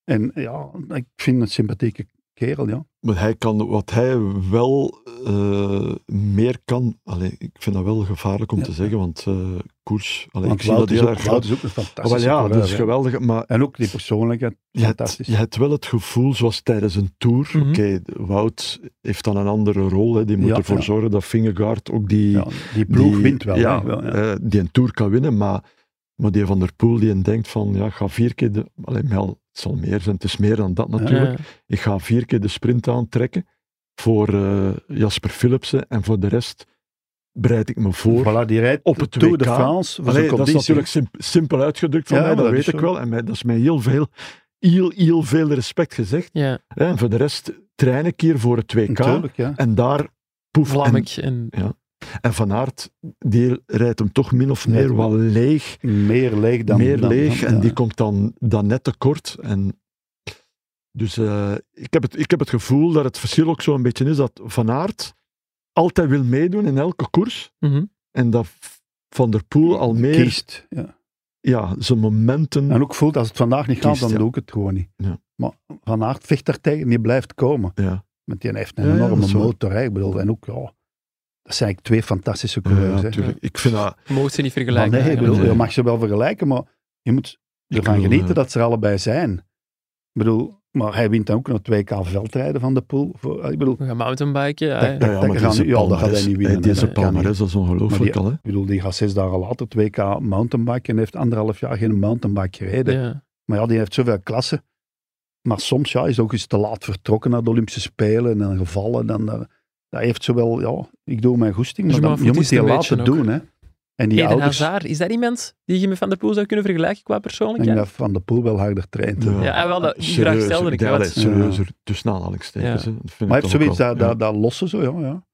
[SPEAKER 3] En ja, ik vind een sympathieke kerel, ja.
[SPEAKER 2] Maar hij kan, wat hij wel eh, meer kan, allee, ik vind dat wel gevaarlijk om
[SPEAKER 3] Ja.
[SPEAKER 2] te zeggen, want eh, koers, allee,
[SPEAKER 3] Want
[SPEAKER 2] ik zie dat
[SPEAKER 3] Wout is,
[SPEAKER 2] heel
[SPEAKER 3] ook,
[SPEAKER 2] erg
[SPEAKER 3] Wout
[SPEAKER 2] graag.
[SPEAKER 3] is ook een
[SPEAKER 2] Ah, wel
[SPEAKER 3] fantastische
[SPEAKER 2] ja,
[SPEAKER 3] coureur,
[SPEAKER 2] dat is
[SPEAKER 3] hè.
[SPEAKER 2] geweldig, maar
[SPEAKER 3] En ook die persoonlijkheid,
[SPEAKER 2] je hebt,
[SPEAKER 3] fantastisch.
[SPEAKER 2] je hebt wel het gevoel, zoals tijdens een tour,
[SPEAKER 1] Mhm.
[SPEAKER 2] oké, Wout heeft dan een andere rol, hè, die moet
[SPEAKER 3] Ja,
[SPEAKER 2] ervoor
[SPEAKER 3] ja.
[SPEAKER 2] zorgen dat Vingegaard ook die...
[SPEAKER 3] ja, die ploeg
[SPEAKER 2] die-
[SPEAKER 3] wint wel,
[SPEAKER 2] ja,
[SPEAKER 3] hè. Wel, ja.
[SPEAKER 2] eh, die een Tour kan winnen, maar, maar die van der Poel die een denkt van, ja, ik ga vier keer de... Allee, wel, het zal meer zijn, het is meer dan dat natuurlijk.
[SPEAKER 1] Ja.
[SPEAKER 2] Ik ga vier keer de sprint aantrekken voor eh, Jasper Philipsen en voor de rest bereid ik me voor.
[SPEAKER 3] Voilà, die rijdt
[SPEAKER 2] op het
[SPEAKER 3] de Tour de
[SPEAKER 2] WK.
[SPEAKER 3] France voor
[SPEAKER 2] Allee,
[SPEAKER 3] zo'n
[SPEAKER 2] dat is
[SPEAKER 3] conditie.
[SPEAKER 2] natuurlijk simp- simpel uitgedrukt van
[SPEAKER 3] Ja,
[SPEAKER 2] mij,
[SPEAKER 3] maar
[SPEAKER 2] dat,
[SPEAKER 3] dat
[SPEAKER 2] weet
[SPEAKER 3] is
[SPEAKER 2] ik
[SPEAKER 3] zo.
[SPEAKER 2] wel. En mij, dat is mij heel veel, heel, heel veel respect gezegd.
[SPEAKER 1] Ja,
[SPEAKER 2] Hè, En voor de rest train ik hier voor het WK.
[SPEAKER 3] Natuurlijk, ja.
[SPEAKER 2] En daar poef en
[SPEAKER 1] Vlamek en...
[SPEAKER 2] en Van Aert, die rijdt hem toch min of
[SPEAKER 3] Rijdt
[SPEAKER 2] meer
[SPEAKER 3] hem
[SPEAKER 2] wel leeg.
[SPEAKER 3] Meer leeg dan...
[SPEAKER 2] meer
[SPEAKER 3] dan-
[SPEAKER 2] leeg.
[SPEAKER 3] dan- eh,
[SPEAKER 2] en
[SPEAKER 3] ja.
[SPEAKER 2] die komt dan, dan net tekort. En dus eh, ik, heb het, ik heb het gevoel dat het verschil ook zo'n beetje is dat Van Aert altijd wil meedoen in elke koers.
[SPEAKER 1] Mhm.
[SPEAKER 2] En dat Van der Poel al meer
[SPEAKER 3] Kiest, ja.
[SPEAKER 2] ja, zijn momenten...
[SPEAKER 3] En ook voelt, als het vandaag niet gaat,
[SPEAKER 2] Kiest,
[SPEAKER 3] dan
[SPEAKER 2] ja.
[SPEAKER 3] doe ik het gewoon niet.
[SPEAKER 2] Ja.
[SPEAKER 3] Maar Van Aert vecht daartegen, die blijft komen.
[SPEAKER 2] ja.
[SPEAKER 3] Want die heeft een
[SPEAKER 2] Ja, ja, dat
[SPEAKER 3] enorme
[SPEAKER 2] is waar.
[SPEAKER 3] motor. Hè. Ik bedoel, en ook, ja, dat zijn eigenlijk twee fantastische
[SPEAKER 2] Ja,
[SPEAKER 3] coureurs. hè.
[SPEAKER 2] natuurlijk. Ik vind dat...
[SPEAKER 1] Je mag ze niet
[SPEAKER 3] Maar
[SPEAKER 1] vergelijken.
[SPEAKER 3] nee, ik
[SPEAKER 1] eigenlijk.
[SPEAKER 3] bedoel,
[SPEAKER 2] Nee.
[SPEAKER 3] je mag ze wel vergelijken, maar je moet
[SPEAKER 2] Ik
[SPEAKER 3] ervan
[SPEAKER 2] wil,
[SPEAKER 3] genieten
[SPEAKER 2] eh,
[SPEAKER 3] dat ze er allebei zijn. Ik bedoel, maar hij wint dan ook nog 2K veldrijden van de pool. Voor, ik bedoel,
[SPEAKER 1] We gaan mountainbiken. Ja,
[SPEAKER 3] Dat-
[SPEAKER 1] hè.
[SPEAKER 3] dat-
[SPEAKER 2] Ja, ja, maar
[SPEAKER 3] gaan-
[SPEAKER 2] deze
[SPEAKER 3] ja, dat gaat hij
[SPEAKER 2] palmares,
[SPEAKER 3] niet winnen,
[SPEAKER 2] hè, Deze
[SPEAKER 3] hè. Dat kan
[SPEAKER 2] palmares,
[SPEAKER 3] niet.
[SPEAKER 2] dat is
[SPEAKER 3] Maar
[SPEAKER 2] ongelooflijk al. Hè?
[SPEAKER 3] ik bedoel, die gaat zes dagen later 2K mountainbike en heeft anderhalf jaar geen mountainbike gereden.
[SPEAKER 1] Ja.
[SPEAKER 3] Maar ja, die heeft zoveel klassen. Maar soms ja, is ook eens te laat vertrokken naar de Olympische Spelen en dan gevallen. Dan, eh, dat heeft zowel, ja, ik doe mijn goesting,
[SPEAKER 1] Dus
[SPEAKER 3] maar
[SPEAKER 1] maar
[SPEAKER 3] dan, je
[SPEAKER 1] voet
[SPEAKER 3] moet
[SPEAKER 1] is het
[SPEAKER 3] die
[SPEAKER 1] een beetje
[SPEAKER 3] laten
[SPEAKER 1] ook.
[SPEAKER 3] doen. Hè. En die
[SPEAKER 1] Eden
[SPEAKER 3] ouders,
[SPEAKER 1] Hazard, is dat iemand die je met Van der Poel zou kunnen vergelijken qua
[SPEAKER 3] ik denk
[SPEAKER 1] persoonlijkheid?
[SPEAKER 3] dat Van de Poel wel harder traint. hè.
[SPEAKER 2] Ja.
[SPEAKER 1] Ja, wel, dat, die vraag
[SPEAKER 2] Serieuzer,
[SPEAKER 1] stelde ik.
[SPEAKER 2] ja,
[SPEAKER 1] hè,
[SPEAKER 2] dat
[SPEAKER 1] want-
[SPEAKER 2] is serieuzer, tussen aanhalingstekens.
[SPEAKER 1] Ja.
[SPEAKER 2] hè. Dat vind ik
[SPEAKER 3] Maar hij heeft
[SPEAKER 2] toch ook
[SPEAKER 3] zoiets, dat,
[SPEAKER 2] wel, ja.
[SPEAKER 3] dat, dat losse zo, ja. ja.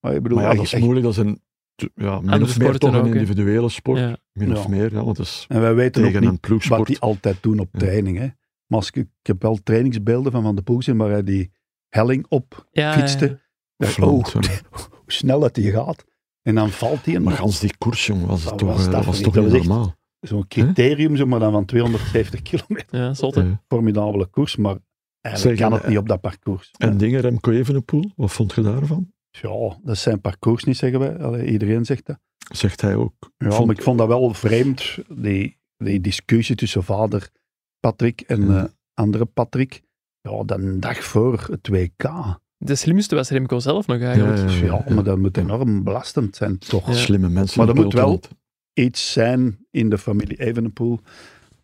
[SPEAKER 3] Maar, ik bedoel,
[SPEAKER 2] Maar ja, dat
[SPEAKER 3] echt-
[SPEAKER 2] is moeilijk. Dat is een, t- ja, min
[SPEAKER 1] Andere
[SPEAKER 2] of meer
[SPEAKER 1] sporten
[SPEAKER 2] toch een
[SPEAKER 1] ook, hè.
[SPEAKER 2] individuele sport.
[SPEAKER 1] Ja.
[SPEAKER 2] Min of
[SPEAKER 3] Ja.
[SPEAKER 2] meer, ja, want dat is
[SPEAKER 3] echt- En wij weten ook
[SPEAKER 2] tegen
[SPEAKER 3] niet
[SPEAKER 2] een ploegsport.
[SPEAKER 3] wat die altijd doen op
[SPEAKER 2] Ja.
[SPEAKER 3] training. Hè. Maar als ik, ik heb wel trainingsbeelden van Van de Poel gezien waar hij die helling op
[SPEAKER 1] Ja,
[SPEAKER 3] fietste.
[SPEAKER 1] ja.
[SPEAKER 3] Dacht,
[SPEAKER 2] Vlamt,
[SPEAKER 3] oh,
[SPEAKER 2] ja.
[SPEAKER 3] <laughs> hoe snel dat die gaat. En dan valt hij en
[SPEAKER 2] Maar gans die koers, jongen, was het
[SPEAKER 3] Dat
[SPEAKER 2] toch,
[SPEAKER 3] was
[SPEAKER 2] eh, dat
[SPEAKER 3] dat
[SPEAKER 2] was
[SPEAKER 3] niet.
[SPEAKER 2] toch
[SPEAKER 3] Dat
[SPEAKER 2] niet
[SPEAKER 3] was echt-
[SPEAKER 2] normaal.
[SPEAKER 3] zo'n criterium, zo, maar dan van 270 kilometer.
[SPEAKER 1] Ja, zotte.
[SPEAKER 2] Eh,
[SPEAKER 3] Formidabele koers, maar eigenlijk
[SPEAKER 2] Zeg,
[SPEAKER 3] kan
[SPEAKER 2] en- eh,
[SPEAKER 3] het niet op dat parcours.
[SPEAKER 2] En dingen, Remco Evenepoel, wat vond je daarvan?
[SPEAKER 3] Ja, dat is zijn parcours niet, zeggen wij. Allee, iedereen zegt dat.
[SPEAKER 2] Zegt hij ook.
[SPEAKER 3] Ja,
[SPEAKER 2] Vond-
[SPEAKER 3] maar ik vond dat wel vreemd, die, die discussie tussen vader Patrick en
[SPEAKER 2] Ja.
[SPEAKER 3] eh, andere Patrick. Ja, de dag voor het WK. Ja,
[SPEAKER 1] De slimste was Remco zelf nog eigenlijk.
[SPEAKER 2] Ja, ja, ja.
[SPEAKER 3] maar dat moet enorm belastend zijn, toch?
[SPEAKER 2] Slimme mensen.
[SPEAKER 3] Maar dat
[SPEAKER 2] in
[SPEAKER 3] moet
[SPEAKER 2] peloton.
[SPEAKER 3] wel- Iets zijn in de familie Evenepoel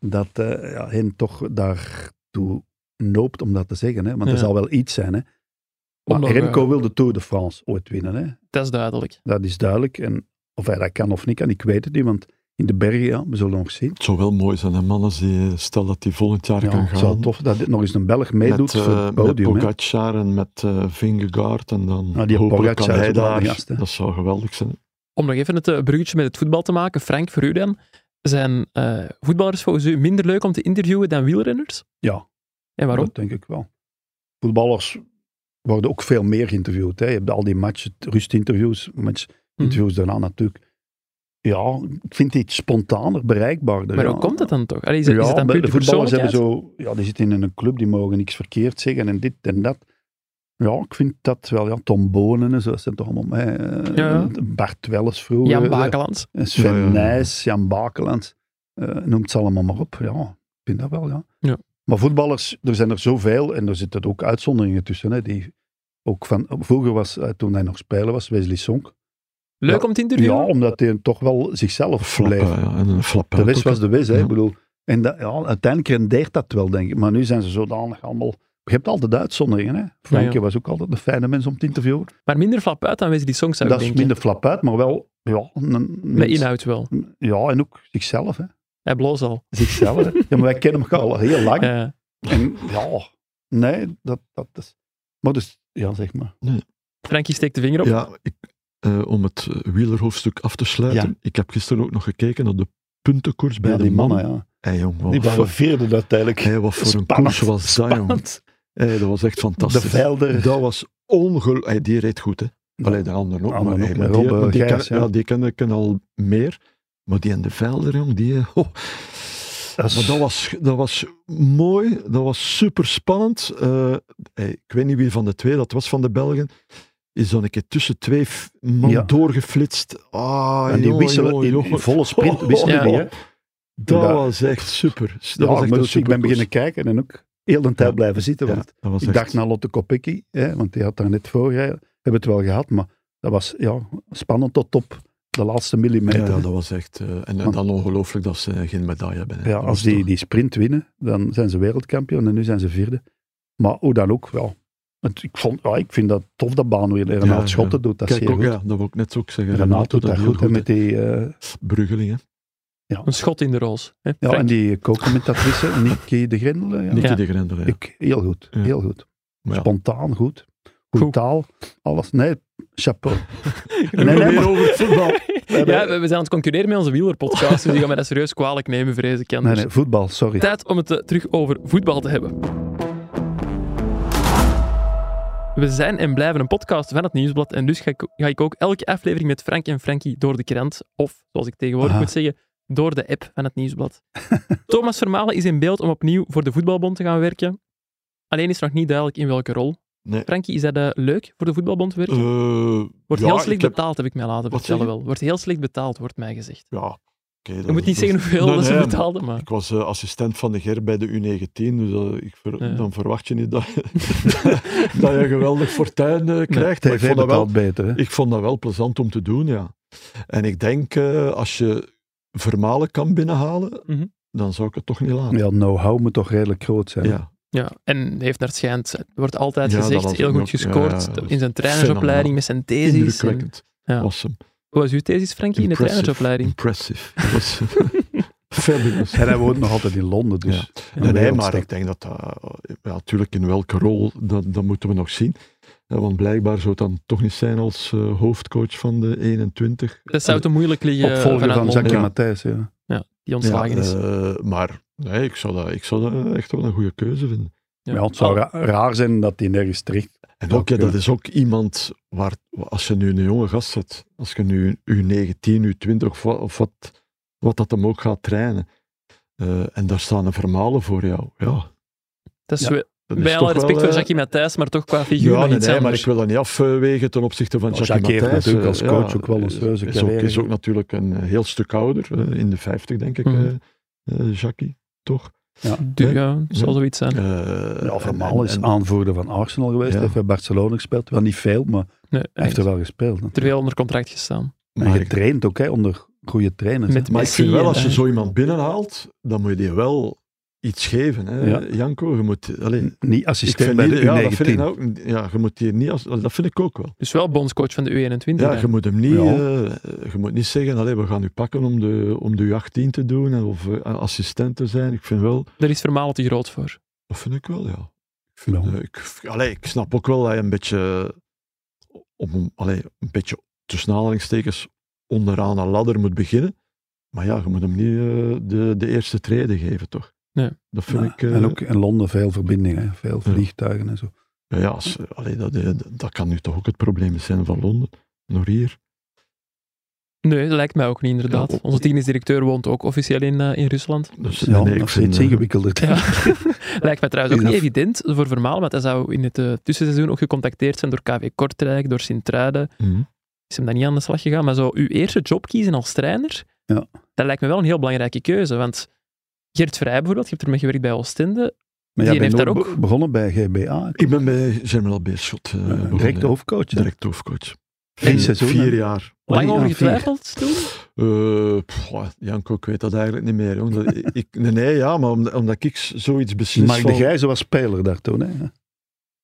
[SPEAKER 3] dat eh, ja, hen toch daartoe noopt om dat te zeggen. Hè? Want er
[SPEAKER 1] Ja.
[SPEAKER 3] zal wel iets zijn, hè? Maar
[SPEAKER 1] Omdat,
[SPEAKER 3] Remco
[SPEAKER 1] eh,
[SPEAKER 3] wil de Tour de France ooit winnen. Hè?
[SPEAKER 1] Dat is duidelijk.
[SPEAKER 3] Dat is duidelijk. En of hij dat kan of niet kan, ik weet het niet. Want in de bergen, ja, we zullen nog zien.
[SPEAKER 2] Het zou wel mooi zijn, hè, man, als die, eh, stel dat hij volgend jaar
[SPEAKER 3] Ja,
[SPEAKER 2] kan
[SPEAKER 3] het is wel
[SPEAKER 2] gaan.
[SPEAKER 3] tof dat dit nog eens een Belg meedoet
[SPEAKER 2] met,
[SPEAKER 3] voor
[SPEAKER 2] eh,
[SPEAKER 3] het
[SPEAKER 2] met
[SPEAKER 3] podium. hè.
[SPEAKER 2] Pogacar en met eh Vingegaard. En dan
[SPEAKER 3] Nou, die
[SPEAKER 2] hopelijk kan
[SPEAKER 3] Pogacar is
[SPEAKER 2] hij
[SPEAKER 3] ook wel een
[SPEAKER 2] daar.
[SPEAKER 3] gast, hè.
[SPEAKER 2] dat zou geweldig zijn.
[SPEAKER 1] Om nog even het eh, bruggetje met het voetbal te maken, Frank, voor u dan. Zijn eh, voetballers volgens u minder leuk om te interviewen dan wielrenners?
[SPEAKER 3] Ja.
[SPEAKER 1] En waarom?
[SPEAKER 3] Dat denk ik wel. Voetballers worden ook veel meer geïnterviewd. Hè. Je hebt al die matchen, rustinterviews,
[SPEAKER 1] Hm.
[SPEAKER 3] matchinterviews daarna natuurlijk. Ja, ik vind dit spontaner, bereikbaarder.
[SPEAKER 1] Maar
[SPEAKER 3] ja.
[SPEAKER 1] hoe komt dat dan toch? Allee, is, het- is
[SPEAKER 3] ja,
[SPEAKER 1] het dan
[SPEAKER 3] maar
[SPEAKER 1] puur
[SPEAKER 3] de
[SPEAKER 1] de
[SPEAKER 3] voetballers hebben
[SPEAKER 1] persoonlijkheid?
[SPEAKER 3] zo, ja, die zitten in een club, die mogen niks verkeerd zeggen en dit en dat. Ja, ik vind dat wel, ja, Tom Bonen en zo, dat zijn toch allemaal, hè, eh,
[SPEAKER 1] Ja.
[SPEAKER 3] Bart Welles vroeger,
[SPEAKER 1] Jan Bakeland.
[SPEAKER 3] eh, Sven
[SPEAKER 2] Ja, ja, ja.
[SPEAKER 3] Nijs, Jan Bakeland, eh, noemt ze allemaal maar op. Ja, ik vind dat wel, ja.
[SPEAKER 1] Ja.
[SPEAKER 3] Maar voetballers, er zijn er zoveel en er zitten ook uitzonderingen tussen, hè, die ook van, vroeger was, eh, toen hij nog spelen was, Wesley Sonk.
[SPEAKER 1] Leuk
[SPEAKER 3] Ja.
[SPEAKER 1] om te interviewen?
[SPEAKER 3] Ja, omdat hij toch wel zichzelf
[SPEAKER 2] Flappen,
[SPEAKER 3] bleef.
[SPEAKER 2] ja, en een flap
[SPEAKER 3] De
[SPEAKER 2] uit
[SPEAKER 3] wis
[SPEAKER 2] ook,
[SPEAKER 3] was de wis, hè.
[SPEAKER 2] Ja.
[SPEAKER 3] Ik bedoel, en dat, ja, uiteindelijk rendeert dat wel, denk ik. Maar nu zijn ze zodanig allemaal je hebt altijd uitzonderingen. Hè? Frankie
[SPEAKER 1] Ja, ja.
[SPEAKER 3] was ook altijd een fijne mens om te interviewen.
[SPEAKER 1] Maar minder flap uit dan mensen die songs
[SPEAKER 3] dat
[SPEAKER 1] zouden
[SPEAKER 3] is
[SPEAKER 1] denken.
[SPEAKER 3] minder flap uit, maar wel ja, een, een-
[SPEAKER 1] Met inhoud wel.
[SPEAKER 3] Ja, en ook zichzelf. Hè?
[SPEAKER 1] Hij bloos al. Eh,
[SPEAKER 3] Zichzelf. hè. Ja, maar wij kennen elkaar al heel lang.
[SPEAKER 1] Ja.
[SPEAKER 3] En ja, nee, dat, dat is. Maar dus, ja, zeg maar.
[SPEAKER 1] Frankie steekt de vinger op.
[SPEAKER 2] Ja, ik, eh, om het eh, wielerhoofdstuk af te sluiten. Ik heb gisteren ook nog gekeken naar de puntenkoers bij Oh.
[SPEAKER 3] ja,
[SPEAKER 2] de
[SPEAKER 3] die
[SPEAKER 2] mannen.
[SPEAKER 3] mannen, ja.
[SPEAKER 2] Hey, jong, wat
[SPEAKER 3] Die
[SPEAKER 2] voor,
[SPEAKER 3] waren vierde uiteindelijk.
[SPEAKER 1] <laughs>
[SPEAKER 2] hey, wat voor een
[SPEAKER 3] Spannend,
[SPEAKER 2] koers was dat, jong.
[SPEAKER 3] Spannend.
[SPEAKER 2] Hey, dat was echt
[SPEAKER 3] De
[SPEAKER 2] fantastisch.
[SPEAKER 3] velder.
[SPEAKER 2] Dat was ongelooflijk. Hey, die reed goed, hè. Allee, de anderen ook.
[SPEAKER 3] Anderen
[SPEAKER 2] maar, hey,
[SPEAKER 3] ook,
[SPEAKER 2] maar
[SPEAKER 3] met
[SPEAKER 2] die,
[SPEAKER 3] Rob,
[SPEAKER 2] maar die
[SPEAKER 3] eh,
[SPEAKER 2] ken,
[SPEAKER 3] Gijs, ja.
[SPEAKER 2] ja, die ken ik al meer. Maar die en de velder, jong, die... eh, oh.
[SPEAKER 3] Dat is-
[SPEAKER 2] Maar dat was, dat was mooi, dat was super spannend. ik weet niet wie van de twee dat was van de Belgen. Is dan een keer tussen twee f- man
[SPEAKER 3] Ja.
[SPEAKER 2] doorgeflitst. Ah,
[SPEAKER 3] en die
[SPEAKER 2] jongen,
[SPEAKER 3] wisselen
[SPEAKER 2] jongen,
[SPEAKER 3] in- in,
[SPEAKER 2] jongen. <laughs>
[SPEAKER 3] volle sprint.
[SPEAKER 2] Oh.
[SPEAKER 3] Wisselen
[SPEAKER 1] Ja.
[SPEAKER 3] die, hè?
[SPEAKER 2] Dat
[SPEAKER 3] Ja.
[SPEAKER 2] was echt super. Dat
[SPEAKER 3] Ja,
[SPEAKER 2] was echt
[SPEAKER 3] maar
[SPEAKER 2] een
[SPEAKER 3] dus ik
[SPEAKER 2] super
[SPEAKER 3] ben beginnen kijken en ook heel de tijd
[SPEAKER 2] Ja.
[SPEAKER 3] blijven zitten. Want
[SPEAKER 2] dat was
[SPEAKER 3] ik
[SPEAKER 2] echt-
[SPEAKER 3] dacht naar Lotte Kopecky, hè, want die had daar net voor. hè. We hebben het wel gehad, maar dat was ja, spannend tot op de laatste
[SPEAKER 2] Ja,
[SPEAKER 3] millimeter.
[SPEAKER 2] ja,
[SPEAKER 3] hè.
[SPEAKER 2] dat was echt... eh, en, en
[SPEAKER 3] Want-
[SPEAKER 2] dan ongelooflijk dat ze geen medaille hebben. hè.
[SPEAKER 3] Ja,
[SPEAKER 2] Dat
[SPEAKER 3] als
[SPEAKER 2] was
[SPEAKER 3] die,
[SPEAKER 2] toch-
[SPEAKER 3] die sprint winnen, dan zijn ze wereldkampioen en nu zijn ze vierde. Maar hoe dan ook, wel. Want ik, vond, ja, ik vind dat tof dat baan weer. Renaat
[SPEAKER 2] Ja, ja.
[SPEAKER 3] Schotten doet dat
[SPEAKER 2] Kijk,
[SPEAKER 3] zeer
[SPEAKER 2] ook,
[SPEAKER 3] goed.
[SPEAKER 2] ja, dat wil ik net zo ook zeggen.
[SPEAKER 3] Renaat doet dat goed. hè, met
[SPEAKER 2] hè.
[SPEAKER 3] die, eh,
[SPEAKER 2] Bruggeling, hè.
[SPEAKER 1] Een schot in de roos. Hè,
[SPEAKER 3] ja,
[SPEAKER 1] Frank?
[SPEAKER 3] en die co-commentatrice, Nicky de Grendel. Ja.
[SPEAKER 2] Nicky
[SPEAKER 1] Ja.
[SPEAKER 2] de Grendel, ja.
[SPEAKER 3] Ik, heel goed,
[SPEAKER 2] Ja.
[SPEAKER 3] heel goed.
[SPEAKER 2] Maar ja.
[SPEAKER 3] Spontaan goed. Goed,
[SPEAKER 1] Goed.
[SPEAKER 3] taal, alles. Nee,
[SPEAKER 2] <laughs>
[SPEAKER 3] chapeau.
[SPEAKER 1] We
[SPEAKER 3] nee,
[SPEAKER 1] gaan
[SPEAKER 3] maar-
[SPEAKER 1] weer over het voetbal. ja,
[SPEAKER 3] hebben-
[SPEAKER 1] we we zijn aan het concurreren met onze wielerpodcast, dus die gaan mij dat serieus kwalijk nemen, vrees ik.
[SPEAKER 3] Nee,
[SPEAKER 1] anders.
[SPEAKER 3] nee, voetbal, sorry.
[SPEAKER 1] Tijd om het eh, terug over voetbal te hebben. We zijn en blijven een podcast van het Nieuwsblad en dus ga ik, ga ik ook elke aflevering met Frank en Frankie door de krant, of zoals ik tegenwoordig
[SPEAKER 3] Aha.
[SPEAKER 1] moet zeggen, door de app van het
[SPEAKER 2] <laughs>
[SPEAKER 1] Nieuwsblad. Thomas Vermalen is in beeld om opnieuw voor de voetbalbond te gaan werken. Alleen is nog niet duidelijk in welke rol.
[SPEAKER 2] Nee.
[SPEAKER 1] Frankie, is dat eh, leuk voor de voetbalbond te werken?
[SPEAKER 2] <laughs> Eh,
[SPEAKER 1] Wordt
[SPEAKER 2] ja,
[SPEAKER 1] heel
[SPEAKER 2] ik
[SPEAKER 1] slecht
[SPEAKER 2] heb-
[SPEAKER 1] betaald, heb ik mij laten
[SPEAKER 2] Wat
[SPEAKER 1] vertellen
[SPEAKER 2] zeg
[SPEAKER 1] wel. Wordt heel slecht betaald, wordt mij gezegd.
[SPEAKER 2] Ja, oké.
[SPEAKER 1] Je moet
[SPEAKER 2] dus
[SPEAKER 1] niet zeggen hoeveel dat ze
[SPEAKER 2] betalen.
[SPEAKER 1] betaalden, maar...
[SPEAKER 2] Ik was eh, assistent van de GER bij de U19, dus eh, ik ver-
[SPEAKER 1] Ja.
[SPEAKER 2] dan verwacht je niet dat, dat je <laughs> geweldig fortuin eh, krijgt. maar ik,
[SPEAKER 3] TV
[SPEAKER 2] vond dat wel,
[SPEAKER 3] betaalt beter. Hè?
[SPEAKER 2] ik vond dat wel plezant om te doen, ja. En ik denk, eh, als je vermalen kan binnenhalen,
[SPEAKER 1] Mhm.
[SPEAKER 2] dan zou ik het toch niet laten.
[SPEAKER 3] Ja, know-how moet toch redelijk groot zijn.
[SPEAKER 2] Ja.
[SPEAKER 1] Ja, en heeft naar het schijnt, het wordt altijd
[SPEAKER 2] Ja, dat
[SPEAKER 1] gezegd,
[SPEAKER 2] was
[SPEAKER 1] heel
[SPEAKER 2] ook
[SPEAKER 1] goed
[SPEAKER 2] nog-
[SPEAKER 1] gescoord
[SPEAKER 2] ja, ja, dat
[SPEAKER 1] in zijn trainersopleiding met zijn thesis. En-
[SPEAKER 2] indrukwekkend.
[SPEAKER 1] eh, ja.
[SPEAKER 2] Was hem.
[SPEAKER 1] Hoe was uw thesis, Frankie, in de
[SPEAKER 2] Impressive.
[SPEAKER 1] trainersopleiding?
[SPEAKER 2] Impressive. Was <laughs> fabulous.
[SPEAKER 3] <laughs> En hij woont nog altijd in Londen, dus een
[SPEAKER 2] Nee, nee, maar
[SPEAKER 3] wereldstad.
[SPEAKER 2] ik denk dat dat... eh, Ja, natuurlijk, in welke rol, dat, dat moeten we nog zien. Eh, Want blijkbaar zou het dan toch niet zijn als eh, hoofdcoach van de 21.
[SPEAKER 1] Dat zou te moeilijk liggen
[SPEAKER 3] opvolger
[SPEAKER 1] vanuit
[SPEAKER 3] van
[SPEAKER 1] Londen,
[SPEAKER 3] Jacques
[SPEAKER 2] Ja.
[SPEAKER 3] Matthijs. Ja.
[SPEAKER 1] die ontslagen is.
[SPEAKER 2] Ja, eh, maar nee, ik zou, dat, ik zou dat eh, echt wel een goede keuze vinden.
[SPEAKER 1] Ja. Oh,
[SPEAKER 3] Ja, het zou
[SPEAKER 2] Oh.
[SPEAKER 1] Al-
[SPEAKER 3] ra- raar zijn dat hij nergens terecht.
[SPEAKER 2] En
[SPEAKER 3] Dat
[SPEAKER 2] ook, ja, dat
[SPEAKER 3] kunnen.
[SPEAKER 2] is ook iemand waar, als je nu een jonge gast zet, als je nu u 19, u 20 of wat, of wat, wat dat hem ook gaat trainen, eh, en daar staan een vermalen voor jou. Ja,
[SPEAKER 1] dat is
[SPEAKER 3] Ja.
[SPEAKER 1] we-
[SPEAKER 2] dat is
[SPEAKER 1] bij
[SPEAKER 2] toch
[SPEAKER 1] alle respect
[SPEAKER 2] wel,
[SPEAKER 1] voor
[SPEAKER 2] eh,
[SPEAKER 1] Jackie Matthijs, maar toch qua figuur
[SPEAKER 2] ja,
[SPEAKER 1] nog
[SPEAKER 2] nee,
[SPEAKER 1] iets
[SPEAKER 2] nee, maar
[SPEAKER 1] anders.
[SPEAKER 2] ik wil dat niet afwegen ten opzichte van
[SPEAKER 3] Nou,
[SPEAKER 2] Jackie
[SPEAKER 3] Jackie heeft
[SPEAKER 2] Matthijs.
[SPEAKER 3] natuurlijk als
[SPEAKER 2] Eh,
[SPEAKER 3] coach ook wel een serieuze
[SPEAKER 2] is ook,
[SPEAKER 3] carrière
[SPEAKER 2] is ook
[SPEAKER 3] gehad.
[SPEAKER 2] natuurlijk een heel stuk ouder, eh, in de 50 denk ik, eh
[SPEAKER 1] Mhm.
[SPEAKER 2] eh, Jackie, toch?
[SPEAKER 1] Du- ja, zal zoiets zijn.
[SPEAKER 2] Eh,
[SPEAKER 3] Ja,
[SPEAKER 2] en-
[SPEAKER 3] Vermaal
[SPEAKER 2] en-
[SPEAKER 3] is
[SPEAKER 2] en-
[SPEAKER 3] aanvoerder van Arsenal geweest.
[SPEAKER 2] Ja.
[SPEAKER 3] Hij heeft bij Barcelona gespeeld. Wel niet veel, maar
[SPEAKER 1] Nee,
[SPEAKER 3] hij heeft er wel gespeeld.
[SPEAKER 1] er veel onder contract gestaan.
[SPEAKER 3] En
[SPEAKER 2] maar ik-
[SPEAKER 3] getraind ook hè, onder goede trainers.
[SPEAKER 1] Met
[SPEAKER 3] hè.
[SPEAKER 2] Maar ik vind
[SPEAKER 1] Messi
[SPEAKER 2] wel,
[SPEAKER 1] en-
[SPEAKER 2] als je zo iemand binnenhaalt, dan moet je die wel iets geven. Hè?
[SPEAKER 3] Ja.
[SPEAKER 2] Janko, je moet... Allee,
[SPEAKER 3] N- Niet
[SPEAKER 2] ik
[SPEAKER 3] assistent
[SPEAKER 2] vind
[SPEAKER 3] bij
[SPEAKER 2] niet,
[SPEAKER 3] de
[SPEAKER 2] ja, dat
[SPEAKER 3] U19.
[SPEAKER 2] vind ik nou ook, ja, je moet die niet... Als, dat vind ik ook wel.
[SPEAKER 1] Dus wel bondscoach van de U21.
[SPEAKER 2] Ja,
[SPEAKER 1] hè.
[SPEAKER 2] je moet hem niet...
[SPEAKER 3] Ja.
[SPEAKER 2] eh, je moet niet zeggen, allee, we gaan u pakken om de, om de U18 te doen en of eh, assistent te zijn. Ik vind wel...
[SPEAKER 1] Daar is Vermalen te groot voor.
[SPEAKER 2] Dat vind ik wel, ja. Ik,
[SPEAKER 3] Ja.
[SPEAKER 2] vind, eh, ik, allee, ik snap ook wel dat je een beetje... Op een, allee, een beetje, tussen aanhalingstekens, onderaan een ladder moet beginnen. Maar ja, je moet hem niet eh, de, de eerste treden geven, toch?
[SPEAKER 1] Nee.
[SPEAKER 2] Dat vind
[SPEAKER 3] Ja,
[SPEAKER 2] ik... eh,
[SPEAKER 3] en ook in Londen veel verbindingen, hè, veel
[SPEAKER 2] Ja.
[SPEAKER 3] vliegtuigen en zo.
[SPEAKER 2] Ja, ja als- allee, dat, eh, dat kan nu toch ook het probleem zijn van Londen. Nog hier.
[SPEAKER 1] Nee, dat lijkt mij ook niet, inderdaad.
[SPEAKER 2] Ja, op-
[SPEAKER 1] Onze technisch directeur woont ook officieel in, eh, in Rusland.
[SPEAKER 2] Dus,
[SPEAKER 3] Ja,
[SPEAKER 2] nee,
[SPEAKER 3] nog
[SPEAKER 2] ik
[SPEAKER 3] steeds
[SPEAKER 2] vind, eh,
[SPEAKER 3] ingewikkelder. <laughs>
[SPEAKER 1] Ja. Lijkt mij trouwens ook
[SPEAKER 3] Is
[SPEAKER 1] niet
[SPEAKER 3] dat-
[SPEAKER 1] evident voor Vermalen, want hij zou in het eh, tussenseizoen ook gecontacteerd zijn door KV Kortrijk, door Sint-Truiden.
[SPEAKER 2] mhm.
[SPEAKER 1] Is hem dan niet aan de slag gegaan, maar zo uw eerste job kiezen als trainer,
[SPEAKER 3] Ja.
[SPEAKER 1] dat lijkt me wel een heel belangrijke keuze, want Gert Vrij bijvoorbeeld, je hebt ermee gewerkt bij Oostende. Die
[SPEAKER 3] Maar jij bent
[SPEAKER 1] heeft daar
[SPEAKER 3] ook
[SPEAKER 1] ook-
[SPEAKER 3] be- begonnen bij GBA.
[SPEAKER 2] Ik ben bij Germinal Beerschot eh,
[SPEAKER 3] eh,
[SPEAKER 2] begonnen,
[SPEAKER 3] direct
[SPEAKER 2] ja.
[SPEAKER 3] hoofdcoach. hè.
[SPEAKER 2] Direct hoofdcoach.
[SPEAKER 3] Eén
[SPEAKER 2] Vier,
[SPEAKER 3] seizoen, hè?
[SPEAKER 2] vier jaar.
[SPEAKER 1] Lang
[SPEAKER 3] Ja,
[SPEAKER 1] over
[SPEAKER 3] vier.
[SPEAKER 1] getwijfeld toen?
[SPEAKER 2] Eh, pff, Janko, ik weet dat eigenlijk niet meer. jong. Dat- <laughs> ik, nee, nee, ja, maar omdat, omdat ik s- zoiets beslis
[SPEAKER 3] Mark de
[SPEAKER 2] van-
[SPEAKER 3] Grijze was speler daar toen. Hè?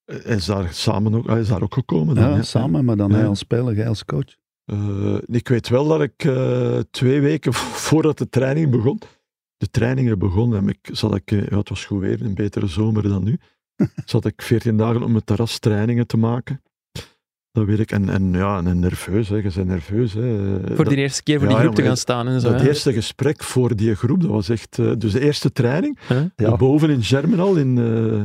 [SPEAKER 2] Hij is daar samen ook, hij is daar ook gekomen. dan,
[SPEAKER 3] Ja,
[SPEAKER 2] hè.
[SPEAKER 3] samen, maar dan
[SPEAKER 2] Ja.
[SPEAKER 3] hij als speler, jij als coach.
[SPEAKER 2] Eh, ik weet wel dat ik eh, twee weken voordat de training begon, de trainingen begon, en ik, zat ik, eh, ja, het was goed weer, een betere zomer dan
[SPEAKER 3] <laughs>
[SPEAKER 2] nu, zat ik veertien dagen op mijn terras trainingen te maken. Dat weet ik. En, en ja, en nerveus, hè. je bent nerveus. Hè. Eh,
[SPEAKER 1] Voor
[SPEAKER 2] Dat-
[SPEAKER 1] de eerste keer voor
[SPEAKER 2] Ja,
[SPEAKER 1] die groep te gaan
[SPEAKER 2] jongen,
[SPEAKER 1] staan en zo.
[SPEAKER 2] dat
[SPEAKER 1] hè.
[SPEAKER 2] eerste gesprek voor die groep, dat was echt... eh, dus de eerste training,
[SPEAKER 1] Huh?
[SPEAKER 2] ja. boven in Germinal, in eh,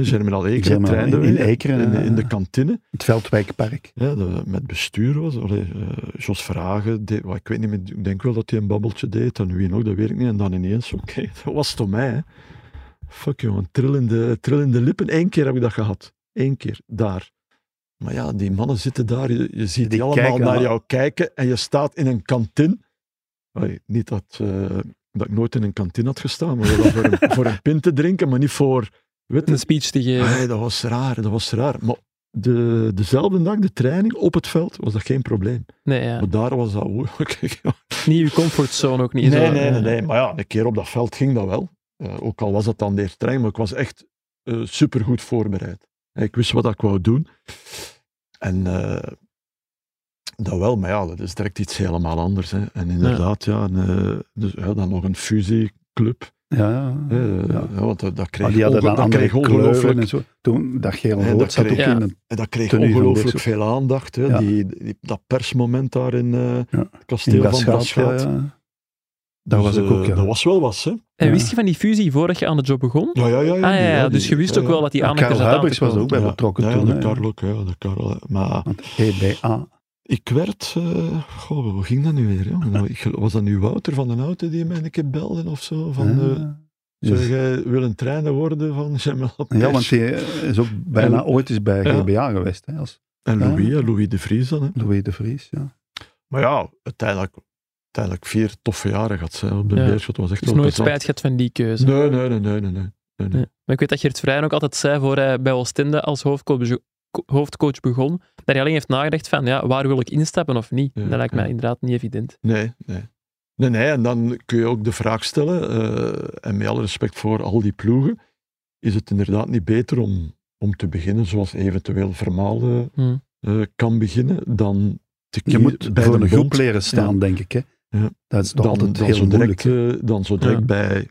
[SPEAKER 2] eh, Germinal Ekeren,
[SPEAKER 3] Germinal,
[SPEAKER 2] trainden we,
[SPEAKER 3] in Ekeren,
[SPEAKER 2] in, in de
[SPEAKER 3] ja.
[SPEAKER 2] kantine.
[SPEAKER 3] Het Veldwijkpark.
[SPEAKER 2] Ja, dat met bestuur was. Allee, eh, Jos Vragen, deed, wat ik weet niet meer, ik denk wel dat hij een babbeltje deed en wie nog, dat weet ik niet. En dan ineens, <laughs> oké, dat was het om mij. Hè. Fuck jongen, trillende, trillende lippen. Eén keer heb ik dat gehad. Eén keer, daar. Maar ja, die mannen zitten daar, je, je ziet die,
[SPEAKER 3] Die
[SPEAKER 2] allemaal
[SPEAKER 3] kijken
[SPEAKER 2] naar
[SPEAKER 3] al-
[SPEAKER 2] jou kijken en je staat in een kantin. Allee, niet dat, eh, dat ik nooit in een kantine had gestaan, maar wel <laughs> voor, een, voor een pint te drinken, maar niet voor... Weet je,
[SPEAKER 1] Een speech te geven.
[SPEAKER 2] Nee, Ah, dat was raar, dat was raar. Maar de, dezelfde dag, de training op het veld, was dat geen probleem.
[SPEAKER 1] Nee, ja.
[SPEAKER 2] Maar daar was dat... <laughs> oeh, kijk, ja.
[SPEAKER 1] Niet je comfortzone ook niet.
[SPEAKER 2] nee,
[SPEAKER 1] zo.
[SPEAKER 2] nee, nee, nee. Maar ja, een keer op dat veld ging dat wel. Eh, ook al was dat dan de eerste training, maar ik was echt super supergoed voorbereid. Eh, Ik wist wat ik wou doen. En eh, dat wel, maar ja, dat is direct iets helemaal anders. Hè. En inderdaad, ja, en, eh, dus, ja, dan nog een fusieclub.
[SPEAKER 3] Ja, ja.
[SPEAKER 2] Eh,
[SPEAKER 3] ja.
[SPEAKER 2] ja. want dat, dat
[SPEAKER 3] Maar
[SPEAKER 2] kreeg,
[SPEAKER 3] die hadden
[SPEAKER 2] onge-
[SPEAKER 3] dan
[SPEAKER 2] dat
[SPEAKER 3] andere
[SPEAKER 2] kreeg
[SPEAKER 3] kleuren
[SPEAKER 2] ongelooflijk
[SPEAKER 3] en zo. Toen, dat geel
[SPEAKER 2] Nee,
[SPEAKER 3] rood
[SPEAKER 2] dat
[SPEAKER 3] zat ook
[SPEAKER 2] kreeg-
[SPEAKER 1] Ja.
[SPEAKER 3] in een...
[SPEAKER 2] En dat kreeg
[SPEAKER 3] Tenue van
[SPEAKER 2] ongelooflijk
[SPEAKER 3] Beeksel.
[SPEAKER 2] veel aandacht. Hè?
[SPEAKER 3] Ja.
[SPEAKER 2] Die, die- dat persmoment daar in eh, het
[SPEAKER 3] In
[SPEAKER 2] kasteel van
[SPEAKER 3] Braschaat,
[SPEAKER 2] Brasschaat.
[SPEAKER 3] ja, ja. Dat was
[SPEAKER 2] Dus,
[SPEAKER 3] ook ook,
[SPEAKER 2] eh,
[SPEAKER 3] ja.
[SPEAKER 2] Dat was wel was, hè?
[SPEAKER 1] En
[SPEAKER 3] Ja.
[SPEAKER 1] wist je van die fusie voordat je aan de job begon?
[SPEAKER 2] Ja, ja, ja. ja,
[SPEAKER 1] ah ja,
[SPEAKER 2] die-
[SPEAKER 1] ja,
[SPEAKER 2] die-
[SPEAKER 1] dus je wist
[SPEAKER 2] ja,
[SPEAKER 1] ook
[SPEAKER 2] ja.
[SPEAKER 1] wel dat die
[SPEAKER 3] Ja,
[SPEAKER 1] aandacht er
[SPEAKER 3] Karel
[SPEAKER 1] zat aan
[SPEAKER 3] Huibrechts
[SPEAKER 1] te
[SPEAKER 3] was
[SPEAKER 1] komen.
[SPEAKER 3] ook bij
[SPEAKER 2] Ja.
[SPEAKER 3] betrokken
[SPEAKER 2] ja, ja,
[SPEAKER 3] toen.
[SPEAKER 2] de
[SPEAKER 3] hè.
[SPEAKER 2] Karel ook, ja, de Karel. hè. Maar
[SPEAKER 3] Want GBA.
[SPEAKER 2] ik werd... eh, goh, hoe ging dat nu weer? Jong? Nou, ik gel- was dat nu Wouter van den Houten die mij een keer belde of zo? Van, eh
[SPEAKER 3] Ja.
[SPEAKER 2] zou jij willen trainer worden van Jamal
[SPEAKER 3] ja, want
[SPEAKER 2] Pers?
[SPEAKER 3] hij is ook bijna
[SPEAKER 2] En-
[SPEAKER 3] ooit eens bij
[SPEAKER 2] Ja.
[SPEAKER 3] GBA geweest, hè, als
[SPEAKER 2] En Louis, hè, Louis de Vries dan, hè.
[SPEAKER 3] Louis de Vries. Ja.
[SPEAKER 2] Maar ja, uiteindelijk, uiteindelijk vier toffe jaren gehad zijn op de
[SPEAKER 1] Ja.
[SPEAKER 2] Beerschot. was echt
[SPEAKER 1] Dus
[SPEAKER 2] wel
[SPEAKER 1] nooit
[SPEAKER 2] plezant.
[SPEAKER 1] spijt gehad van die keuze.
[SPEAKER 2] Nee, nee, nee, nee, nee. nee. nee, nee.
[SPEAKER 1] Nee. Maar ik weet dat Gert Vrijen ook altijd zei, voor hij bij Oostende als hoofdcoach, ko- hoofdcoach begon, dat hij alleen heeft nagedacht van, ja, waar wil ik instappen of niet?
[SPEAKER 2] Ja,
[SPEAKER 1] dat lijkt mij
[SPEAKER 2] ja.
[SPEAKER 1] inderdaad niet evident.
[SPEAKER 2] Nee, nee. Nee, nee, en dan kun je ook de vraag stellen, eh, en met alle respect voor al die ploegen, is het inderdaad niet beter om, om te beginnen zoals eventueel Vermaal eh,
[SPEAKER 1] Hm.
[SPEAKER 2] eh, kan beginnen, dan te
[SPEAKER 3] Je
[SPEAKER 2] kiezen
[SPEAKER 3] moet
[SPEAKER 2] bij
[SPEAKER 3] voor
[SPEAKER 2] de
[SPEAKER 3] een groep
[SPEAKER 2] bond,
[SPEAKER 3] leren staan, denk ik. Hè.
[SPEAKER 2] Ja.
[SPEAKER 3] Dat is toch
[SPEAKER 2] dan,
[SPEAKER 3] altijd
[SPEAKER 2] dan
[SPEAKER 3] heel
[SPEAKER 2] zo direct,
[SPEAKER 3] moeilijk. hè.
[SPEAKER 2] eh, dan zo direct
[SPEAKER 1] Ja.
[SPEAKER 2] bij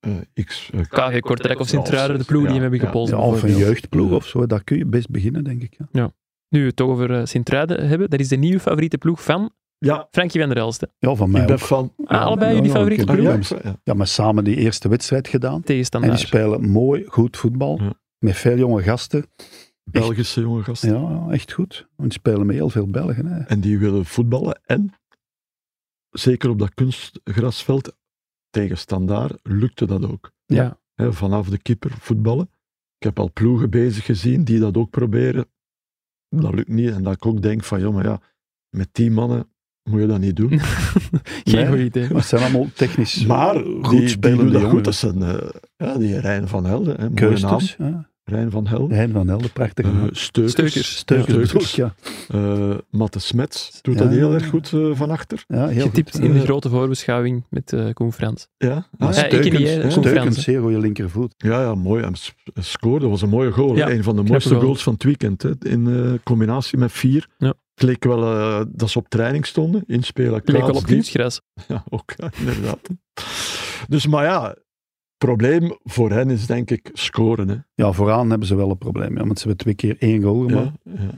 [SPEAKER 2] eh, X. eh,
[SPEAKER 1] KG Kortrijk of Sint-Truiden, de ploeg die
[SPEAKER 2] Ja,
[SPEAKER 1] hem hebben
[SPEAKER 2] ja.
[SPEAKER 1] gepolst.
[SPEAKER 3] Ja, of een
[SPEAKER 1] bijvoorbeeld.
[SPEAKER 3] jeugdploeg of zo, daar kun je best beginnen, denk ik. Ja.
[SPEAKER 1] Nu we het toch over eh, Sint-Truiden hebben, dat is de nieuwe favoriete ploeg van
[SPEAKER 2] ja,
[SPEAKER 1] Frankie van der Elste.
[SPEAKER 3] Ja, van mij
[SPEAKER 2] ik ben
[SPEAKER 3] ook.
[SPEAKER 2] van...
[SPEAKER 1] Ah, allebei
[SPEAKER 3] ja,
[SPEAKER 1] jullie
[SPEAKER 3] ja,
[SPEAKER 1] favoriete
[SPEAKER 3] oké.
[SPEAKER 1] ploeg?
[SPEAKER 2] ja,
[SPEAKER 3] ben-
[SPEAKER 2] ja.
[SPEAKER 3] Ja, maar samen die eerste wedstrijd gedaan. En die
[SPEAKER 1] Tegenstandaard.
[SPEAKER 3] spelen mooi, goed voetbal.
[SPEAKER 2] Ja.
[SPEAKER 3] Met veel jonge gasten.
[SPEAKER 2] Belgische jonge gasten.
[SPEAKER 3] Ja, Ja, echt goed. Want die spelen met heel veel Belgen. Hè.
[SPEAKER 2] En die willen voetballen. En zeker op dat kunstgrasveld tegen Standaard lukte dat ook.
[SPEAKER 1] Ja.
[SPEAKER 2] Hè, vanaf de keeper voetballen. Ik heb al ploegen bezig gezien die dat ook proberen. Dat lukt niet. En dat ik ook denk van, joh, maar ja, met die mannen moet je dat niet
[SPEAKER 3] <laughs>
[SPEAKER 2] doen.
[SPEAKER 1] Geen
[SPEAKER 3] Nee.
[SPEAKER 1] goed idee.
[SPEAKER 3] Maar het zijn allemaal
[SPEAKER 2] <laughs>
[SPEAKER 3] technisch
[SPEAKER 2] Maar
[SPEAKER 3] goed
[SPEAKER 2] die, die doen
[SPEAKER 3] spelende
[SPEAKER 2] dat
[SPEAKER 3] jongens.
[SPEAKER 2] goed. Dat zijn eh, ja, die Rijn van Helden. Hè, mooie naam.
[SPEAKER 3] Keusters. Ja.
[SPEAKER 2] Rijn van Helden.
[SPEAKER 3] Hein van Helden, prachtig.
[SPEAKER 2] Eh,
[SPEAKER 3] Uh,
[SPEAKER 2] Steukers.
[SPEAKER 1] Steukers.
[SPEAKER 3] Steukers.
[SPEAKER 2] Steukers.
[SPEAKER 3] bedoel ik, Ja,
[SPEAKER 2] Eh, Matte Smets doet
[SPEAKER 3] Ja,
[SPEAKER 2] dat heel
[SPEAKER 3] ja,
[SPEAKER 2] erg
[SPEAKER 3] ja.
[SPEAKER 2] goed eh, van achter.
[SPEAKER 3] ja heel
[SPEAKER 1] Getipt
[SPEAKER 3] goed.
[SPEAKER 1] in de
[SPEAKER 2] Eh,
[SPEAKER 1] grote voorbeschouwing met eh Koen Frans.
[SPEAKER 2] Ja,
[SPEAKER 3] Ja,
[SPEAKER 2] Ah,
[SPEAKER 1] Ja, ik
[SPEAKER 3] Steukens,
[SPEAKER 1] niet, hè.
[SPEAKER 3] ja,
[SPEAKER 1] Koen
[SPEAKER 3] Steukens,
[SPEAKER 1] Fransen.
[SPEAKER 3] zeer goede linkervoet.
[SPEAKER 2] Ja, ja, mooi. Hij s- hij scoorde. Dat was een mooie goal.
[SPEAKER 1] Ja,
[SPEAKER 2] een van de mooiste
[SPEAKER 1] goal.
[SPEAKER 2] goals van het weekend. Hè. In eh, combinatie met vier.
[SPEAKER 1] Ja.
[SPEAKER 2] Het leek wel eh, dat ze op training stonden. Inspelen.
[SPEAKER 1] Leek wel
[SPEAKER 2] plaats,
[SPEAKER 1] op
[SPEAKER 2] diep.
[SPEAKER 1] kunstgras.
[SPEAKER 2] <laughs> Ja, ook, ja, inderdaad. dus, maar ja, het probleem voor hen is denk ik scoren. Hè.
[SPEAKER 3] Ja, vooraan hebben ze wel een probleem. Ja, want ze hebben twee keer één goal gemaakt.
[SPEAKER 2] Ja, ja.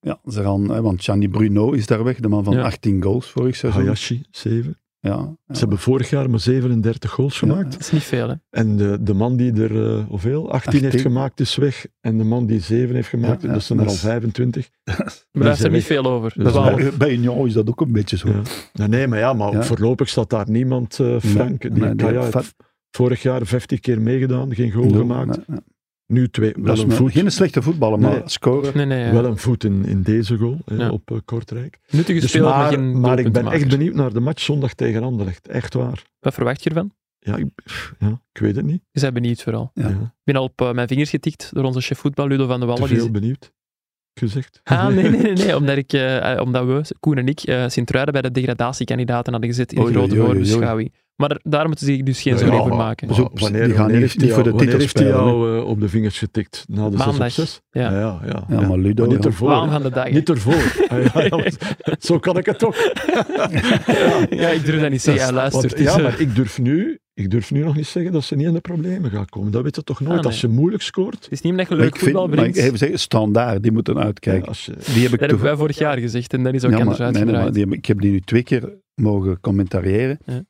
[SPEAKER 3] Ja, ze gaan, hè, want Gianni Bruno is daar weg, de man van
[SPEAKER 1] Ja.
[SPEAKER 3] 18 goals vorig seizoen. Ja,
[SPEAKER 2] Hayashi, 7.
[SPEAKER 3] ja.
[SPEAKER 2] Ze hebben vorig jaar maar 37 goals
[SPEAKER 3] Ja.
[SPEAKER 2] gemaakt.
[SPEAKER 1] Dat is niet veel, hè.
[SPEAKER 2] En de, de man die er, eh, hoeveel? 18,
[SPEAKER 3] 18.
[SPEAKER 2] heeft gemaakt is weg. En de man die 7 heeft gemaakt,
[SPEAKER 3] Ja, ja,
[SPEAKER 2] dat zijn
[SPEAKER 3] dat
[SPEAKER 2] er al
[SPEAKER 3] is-
[SPEAKER 2] 25.
[SPEAKER 1] Maar daar is er
[SPEAKER 2] zijn
[SPEAKER 1] niet veel over.
[SPEAKER 2] Dus
[SPEAKER 1] Twaalf.
[SPEAKER 3] bij, bij Union is dat ook een beetje zo.
[SPEAKER 2] Ja. Nee, nee, maar ja, maar
[SPEAKER 3] Ja.
[SPEAKER 2] voorlopig staat daar niemand eh Frank.
[SPEAKER 3] Nee,
[SPEAKER 2] die
[SPEAKER 3] nee, die
[SPEAKER 2] Kaya
[SPEAKER 3] heeft
[SPEAKER 2] heeft vorig jaar 50 keer meegedaan, geen goal
[SPEAKER 3] Nee,
[SPEAKER 2] gemaakt.
[SPEAKER 3] nee, nee.
[SPEAKER 2] Nu twee,
[SPEAKER 3] Dat
[SPEAKER 2] wel
[SPEAKER 3] is
[SPEAKER 2] een
[SPEAKER 3] maar-
[SPEAKER 2] voet.
[SPEAKER 3] geen slechte voetballer, maar
[SPEAKER 2] Nee.
[SPEAKER 3] scoren.
[SPEAKER 1] Nee, nee. ja.
[SPEAKER 2] Wel een voet in, in deze goal hè,
[SPEAKER 1] Ja.
[SPEAKER 2] op eh, Kortrijk.
[SPEAKER 1] Nuttige
[SPEAKER 2] Dus
[SPEAKER 1] speler, maar,
[SPEAKER 2] maar
[SPEAKER 1] geen
[SPEAKER 2] maar ik ben
[SPEAKER 1] doelpuntenmaker.
[SPEAKER 2] echt benieuwd naar de match zondag tegen Anderlecht. Echt waar.
[SPEAKER 1] Wat verwacht je ervan?
[SPEAKER 2] Ja, ik, pff, ja, ik weet het niet.
[SPEAKER 1] Je bent benieuwd vooral.
[SPEAKER 3] Ja.
[SPEAKER 2] Ja.
[SPEAKER 1] Ik ben al op eh, mijn vingers getikt door onze chef voetbal Ludo van de
[SPEAKER 2] te
[SPEAKER 1] Wallen. Die,
[SPEAKER 2] veel benieuwd. gezegd.
[SPEAKER 1] Ah,
[SPEAKER 2] <laughs>
[SPEAKER 1] nee, nee, nee.
[SPEAKER 3] <laughs>
[SPEAKER 1] nee, Omdat, ik, eh, eh, omdat we, Koen en ik, eh Sint-Truiden bij de degradatiekandidaten hadden gezet in de
[SPEAKER 3] Oei,
[SPEAKER 1] grote
[SPEAKER 3] oei, oei, oei.
[SPEAKER 1] voorbeschouwing. Maar daar- daar moeten ze zich dus geen
[SPEAKER 2] Ja,
[SPEAKER 1] zorgen over
[SPEAKER 2] maar-
[SPEAKER 1] maken.
[SPEAKER 3] Pas op,
[SPEAKER 2] Maar
[SPEAKER 3] die gaan
[SPEAKER 2] wanneer
[SPEAKER 3] niet-
[SPEAKER 2] heeft
[SPEAKER 3] niet
[SPEAKER 2] hij
[SPEAKER 3] voor de
[SPEAKER 2] jou- wanneer
[SPEAKER 3] titel
[SPEAKER 2] heeft hij
[SPEAKER 3] spelen,
[SPEAKER 2] jou eh, op de vingers getikt? Na de 6 op
[SPEAKER 1] Maandag.
[SPEAKER 2] 6?
[SPEAKER 1] Ja.
[SPEAKER 2] ja, ja. ja,
[SPEAKER 3] Ja, maar Ludo...
[SPEAKER 2] Maar niet
[SPEAKER 3] ja.
[SPEAKER 2] ervoor.
[SPEAKER 1] Waan van de dag. hè.
[SPEAKER 2] Niet ervoor. Ah, ja, ja, want zo kan ik het ook.
[SPEAKER 1] <laughs> Ja, ik durf dat niet zeggen. Ja, luister.
[SPEAKER 2] Want,
[SPEAKER 1] het is,
[SPEAKER 2] ja,
[SPEAKER 1] eh,
[SPEAKER 2] maar ik durf, nu, ik durf nu nog niet zeggen dat ze niet in de problemen gaat komen. Dat weet je toch nooit.
[SPEAKER 1] Ah, nee.
[SPEAKER 2] Als ze moeilijk scoort...
[SPEAKER 1] het is niet omdat je
[SPEAKER 3] Maar
[SPEAKER 1] leuk
[SPEAKER 3] ik vind,
[SPEAKER 1] voetbal
[SPEAKER 3] maar ik
[SPEAKER 1] brengt.
[SPEAKER 3] even zeggen, standaard, die moeten
[SPEAKER 2] Ja,
[SPEAKER 3] uitkijken.
[SPEAKER 2] als ze,
[SPEAKER 3] Die heb
[SPEAKER 1] Dat
[SPEAKER 3] ik toch-
[SPEAKER 1] hebben wij vorig jaar gezegd en dat is ook
[SPEAKER 3] Ja,
[SPEAKER 1] anders
[SPEAKER 3] maar- nee, nee, maar
[SPEAKER 1] uitgedraaid.
[SPEAKER 3] die heb- ik heb die nu twee keer mogen commentariëren.
[SPEAKER 1] Ja.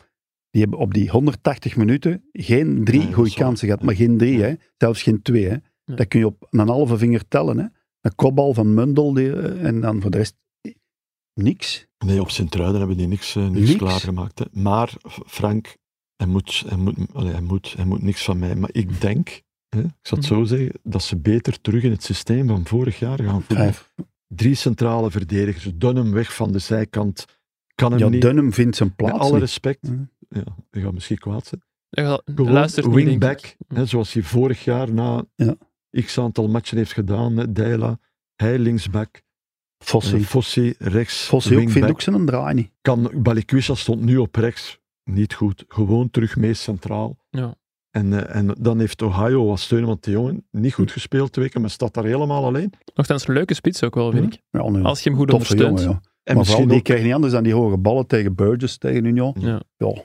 [SPEAKER 3] Die hebben op die 180 minuten geen
[SPEAKER 2] Ja,
[SPEAKER 3] drie
[SPEAKER 2] dat
[SPEAKER 3] goede
[SPEAKER 2] is waar.
[SPEAKER 3] kansen gehad, maar geen drie, hè. zelfs geen twee. Hè.
[SPEAKER 1] Ja.
[SPEAKER 3] Dat kun je op een halve vinger tellen. Hè. Een kopbal van Mundel die, eh, en dan voor de rest eh, niks.
[SPEAKER 2] Nee, op Sint-Truiden hebben die niks, eh, niks,
[SPEAKER 3] Niks?
[SPEAKER 2] klaargemaakt. Hè. Maar F- Frank, hij moet, hij, moet, allee, hij, moet, hij moet niks van mij. Maar ik denk, hè, ik zal het
[SPEAKER 1] Mhm.
[SPEAKER 2] zo zeggen, dat ze beter terug in het systeem van vorig jaar gaan voetballen.
[SPEAKER 3] Vijf.
[SPEAKER 2] Drie centrale verdedigers, Dunham weg van de zijkant, kan hem
[SPEAKER 3] Ja,
[SPEAKER 2] niet.
[SPEAKER 3] Dunham vindt zijn
[SPEAKER 2] Met
[SPEAKER 3] plaats
[SPEAKER 2] alle
[SPEAKER 3] niet.
[SPEAKER 2] respect,
[SPEAKER 1] Mhm.
[SPEAKER 3] Ja.
[SPEAKER 2] ja, je gaat misschien kwaad zijn.
[SPEAKER 1] Gewoon luistert niet, denk ik.
[SPEAKER 2] wingback, hè, zoals hij vorig jaar na
[SPEAKER 3] Mm. Ja.
[SPEAKER 2] x aantal matchen heeft gedaan. Hè, Deila, hij linksback,
[SPEAKER 3] Fossi.
[SPEAKER 2] Fossi, Fossi rechts,
[SPEAKER 3] Fossi ook, vindt
[SPEAKER 2] wingback.
[SPEAKER 3] ook zijn draai niet.
[SPEAKER 2] kan, Balikwisha stond nu op rechts, niet goed. Gewoon terug meest centraal.
[SPEAKER 1] Ja.
[SPEAKER 2] En, eh, en dan heeft Ohio wat steun, want die jongen niet
[SPEAKER 3] Hm.
[SPEAKER 2] goed gespeeld twee keer, maar staat daar helemaal alleen.
[SPEAKER 1] Nochtans, een leuke spits ook wel, vind ik.
[SPEAKER 3] Ja, nee,
[SPEAKER 1] Als je hem goed
[SPEAKER 3] toffe
[SPEAKER 1] ondersteunt.
[SPEAKER 3] jongen, ja.
[SPEAKER 2] En
[SPEAKER 3] maar vooral,
[SPEAKER 2] misschien
[SPEAKER 3] die
[SPEAKER 2] ook,
[SPEAKER 3] krijgt niet anders dan die hoge ballen tegen Burgess, tegen Union.
[SPEAKER 1] Ja.
[SPEAKER 3] Ja.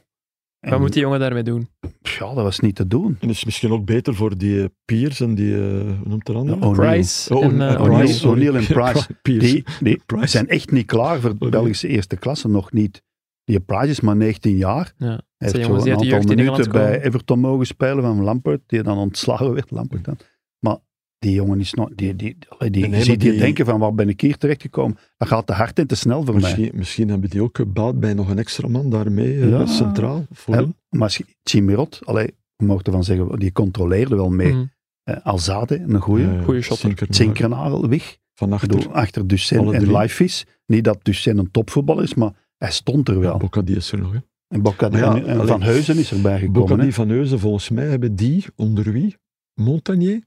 [SPEAKER 1] Wat
[SPEAKER 3] En-
[SPEAKER 1] moet die jongen daarmee doen?
[SPEAKER 3] ja, dat was niet te doen.
[SPEAKER 2] en is misschien ook beter voor die eh, Piers en die, eh, hoe noemt de andere?
[SPEAKER 3] O'Neill.
[SPEAKER 1] Price
[SPEAKER 2] Oh,
[SPEAKER 1] en eh,
[SPEAKER 2] O'Neill.
[SPEAKER 1] O'Neill.
[SPEAKER 3] O'Neill. O'Neill
[SPEAKER 2] <laughs>
[SPEAKER 3] en Price.
[SPEAKER 2] Piers.
[SPEAKER 3] Die, die
[SPEAKER 2] Price.
[SPEAKER 3] zijn echt niet klaar voor de
[SPEAKER 2] Sorry.
[SPEAKER 3] Belgische eerste klasse, nog niet. Die Price is maar 19 jaar.
[SPEAKER 1] Ja.
[SPEAKER 3] Hij
[SPEAKER 1] zijn
[SPEAKER 3] heeft
[SPEAKER 1] jongens
[SPEAKER 3] wel
[SPEAKER 1] die uit de
[SPEAKER 3] een
[SPEAKER 1] jeugd
[SPEAKER 3] aantal
[SPEAKER 1] in Engeland
[SPEAKER 3] minuten bij
[SPEAKER 1] komen.
[SPEAKER 3] Everton mogen spelen van Lampert, die dan ontslagen werd, Lampert dan. Maar die jongen is nog... Die, die, die, die,
[SPEAKER 2] Nee,
[SPEAKER 3] je
[SPEAKER 2] maar
[SPEAKER 3] ziet die,
[SPEAKER 2] die-
[SPEAKER 3] denken van, waar ben ik hier terechtgekomen? Dat gaat te hard en te snel voor mij.
[SPEAKER 2] misschien, misschien hebben die ook gebaat bij nog een extra man daarmee, eh,
[SPEAKER 3] Ja.
[SPEAKER 2] centraal. Voor
[SPEAKER 3] Hè,
[SPEAKER 2] hem.
[SPEAKER 3] maar Ch- Chimirot, allee, we mogen ervan zeggen, die controleerde wel mee.
[SPEAKER 1] Mhm.
[SPEAKER 3] Eh, Alzate, een goeie.
[SPEAKER 2] Eh,
[SPEAKER 1] goeie shotter.
[SPEAKER 2] Zinkernaar.
[SPEAKER 3] Zinkenaar weg.
[SPEAKER 2] Van
[SPEAKER 3] Ik
[SPEAKER 2] achter.
[SPEAKER 3] bedoel, achter Ducen
[SPEAKER 2] Alle
[SPEAKER 3] en
[SPEAKER 2] drie.
[SPEAKER 3] Lifeis. Niet dat Ducen een topvoetballer is, maar hij stond er wel.
[SPEAKER 2] Bocca die is er nog, hè.
[SPEAKER 3] En, Bocca-
[SPEAKER 2] Maar ja,
[SPEAKER 3] en- en
[SPEAKER 2] alleen-
[SPEAKER 3] Van Heuzen is erbij gekomen.
[SPEAKER 2] Bocadi
[SPEAKER 3] hè.
[SPEAKER 2] van Heuzen, volgens mij hebben die onder wie? Montagnier?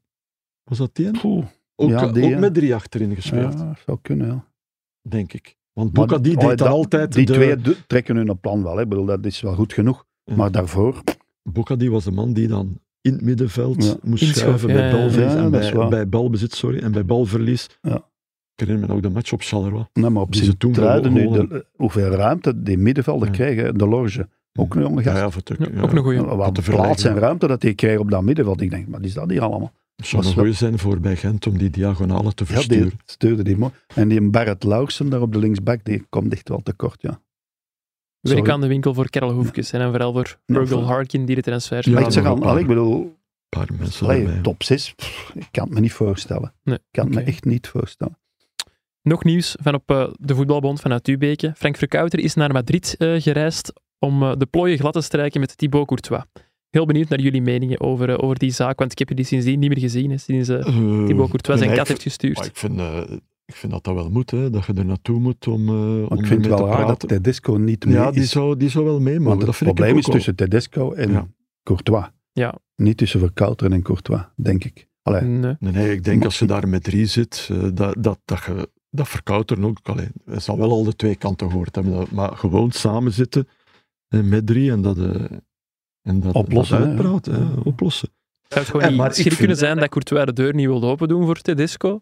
[SPEAKER 2] Was dat die? een?
[SPEAKER 3] Poeh,
[SPEAKER 2] Ook,
[SPEAKER 3] ja, die,
[SPEAKER 2] ook
[SPEAKER 3] hè.
[SPEAKER 2] met drie achterin gespeeld,
[SPEAKER 3] ja, zou kunnen, ja.
[SPEAKER 2] denk ik. Want
[SPEAKER 3] Maar
[SPEAKER 2] Bocadi
[SPEAKER 3] die- oh,
[SPEAKER 2] deed dan
[SPEAKER 3] dat-
[SPEAKER 2] altijd...
[SPEAKER 3] Die
[SPEAKER 2] de,
[SPEAKER 3] twee do- trekken hun plan wel. Hè. Ik bedoel, dat is wel goed genoeg.
[SPEAKER 2] Ja.
[SPEAKER 3] Maar daarvoor,
[SPEAKER 2] Bocadi was de man die dan in het middenveld
[SPEAKER 3] Ja.
[SPEAKER 2] moest
[SPEAKER 1] Inschoven,
[SPEAKER 2] schuiven
[SPEAKER 1] ja,
[SPEAKER 2] bij
[SPEAKER 1] ja, ja.
[SPEAKER 2] balverlies,
[SPEAKER 3] Ja,
[SPEAKER 2] en
[SPEAKER 3] dat is
[SPEAKER 2] bij,
[SPEAKER 3] waar.
[SPEAKER 2] bij balbezit sorry, en bij balverlies.
[SPEAKER 3] Ja.
[SPEAKER 2] Ik herinner me ook de match op Charleroi.
[SPEAKER 3] nou, maar op
[SPEAKER 2] Die ze
[SPEAKER 3] zijn
[SPEAKER 2] toen
[SPEAKER 3] truiden nu,
[SPEAKER 2] gewonnen.
[SPEAKER 3] de- hoeveel ruimte die middenvelden
[SPEAKER 2] Ja.
[SPEAKER 3] krijgen. hè. De Lorge, ook een jonge
[SPEAKER 2] Ja,
[SPEAKER 3] gast.
[SPEAKER 2] ja, voor Turk-
[SPEAKER 1] Ja,
[SPEAKER 2] ja.
[SPEAKER 1] Ook een goeie.
[SPEAKER 3] Wat
[SPEAKER 2] te
[SPEAKER 3] plaats
[SPEAKER 2] vergelijken.
[SPEAKER 3] en ruimte dat die krijgen op dat middenveld. Ik denk, wat is dat hier allemaal?
[SPEAKER 2] zou
[SPEAKER 3] was
[SPEAKER 2] een
[SPEAKER 3] wel-
[SPEAKER 2] goeie zijn voor bij Gent om die diagonale te
[SPEAKER 3] Ja, die
[SPEAKER 2] versturen.
[SPEAKER 3] stuurde die mooi. En die Barrett Lauwsen daar op de linksback, die komt echt wel tekort, ja.
[SPEAKER 1] Werk
[SPEAKER 3] Sorry.
[SPEAKER 1] aan de winkel voor Karel Hoefkes en dan vooral voor
[SPEAKER 3] Ja,
[SPEAKER 1] Virgil
[SPEAKER 3] voor-
[SPEAKER 1] Harkin die de transfer
[SPEAKER 2] Ja,
[SPEAKER 3] Maar
[SPEAKER 1] maakt.
[SPEAKER 3] ik zeg
[SPEAKER 2] maar
[SPEAKER 3] al,
[SPEAKER 2] ook-
[SPEAKER 3] allee, ik bedoel,
[SPEAKER 2] Een paar mensen
[SPEAKER 3] Allee,
[SPEAKER 2] erbij.
[SPEAKER 3] top 6, ik kan het me niet voorstellen.
[SPEAKER 1] Nee,
[SPEAKER 3] Ik kan het
[SPEAKER 1] oké.
[SPEAKER 3] me echt niet voorstellen.
[SPEAKER 1] Nog nieuws van op eh, de voetbalbond vanuit Ubeke. Frank Verkouter is naar Madrid eh, gereisd om eh, de plooien glad te strijken met Thibaut Courtois. Heel benieuwd naar jullie meningen over, eh, over die zaak, want ik heb jullie sindsdien niet meer gezien, hè, sinds eh,
[SPEAKER 2] Eh,
[SPEAKER 1] Thibaut Courtois
[SPEAKER 2] nee,
[SPEAKER 1] zijn kat
[SPEAKER 2] ik-
[SPEAKER 1] heeft gestuurd.
[SPEAKER 2] Maar ik vind, eh, ik vind dat dat wel moet, hè, dat je er naartoe moet om, eh
[SPEAKER 3] Maar
[SPEAKER 2] om
[SPEAKER 3] ik vind
[SPEAKER 2] ermee
[SPEAKER 3] het wel
[SPEAKER 2] te
[SPEAKER 3] raar dat
[SPEAKER 2] praten.
[SPEAKER 3] Tedesco niet mee
[SPEAKER 2] Ja, die
[SPEAKER 3] is.
[SPEAKER 2] zou, die zou wel mee mogen.
[SPEAKER 3] Want
[SPEAKER 2] Dat
[SPEAKER 3] het
[SPEAKER 2] vind ik
[SPEAKER 3] probleem
[SPEAKER 2] ook
[SPEAKER 3] is
[SPEAKER 2] wel.
[SPEAKER 3] tussen Tedesco en
[SPEAKER 2] Ja.
[SPEAKER 3] Courtois.
[SPEAKER 1] Ja.
[SPEAKER 3] Niet tussen Verkouteren en Courtois, denk ik. Allee,
[SPEAKER 1] Nee.
[SPEAKER 2] Nee, nee, ik denk als je daar met drie zit, eh, dat, dat, dat, je, dat verkouteren ook. Allee, hij zal wel al de twee kanten gehoord hebben, dat- maar gewoon samen zitten eh, met drie en dat, eh, en dat,
[SPEAKER 3] Oplossen,
[SPEAKER 2] dat
[SPEAKER 3] hè, ja.
[SPEAKER 2] uitpraten, hè, oplossen.
[SPEAKER 1] Het zou gewoon
[SPEAKER 2] Eh,
[SPEAKER 1] niet
[SPEAKER 2] maar ik
[SPEAKER 1] het schrik
[SPEAKER 2] vind-
[SPEAKER 1] kunnen zijn dat Courtois de deur niet wilde open doen voor Tedesco.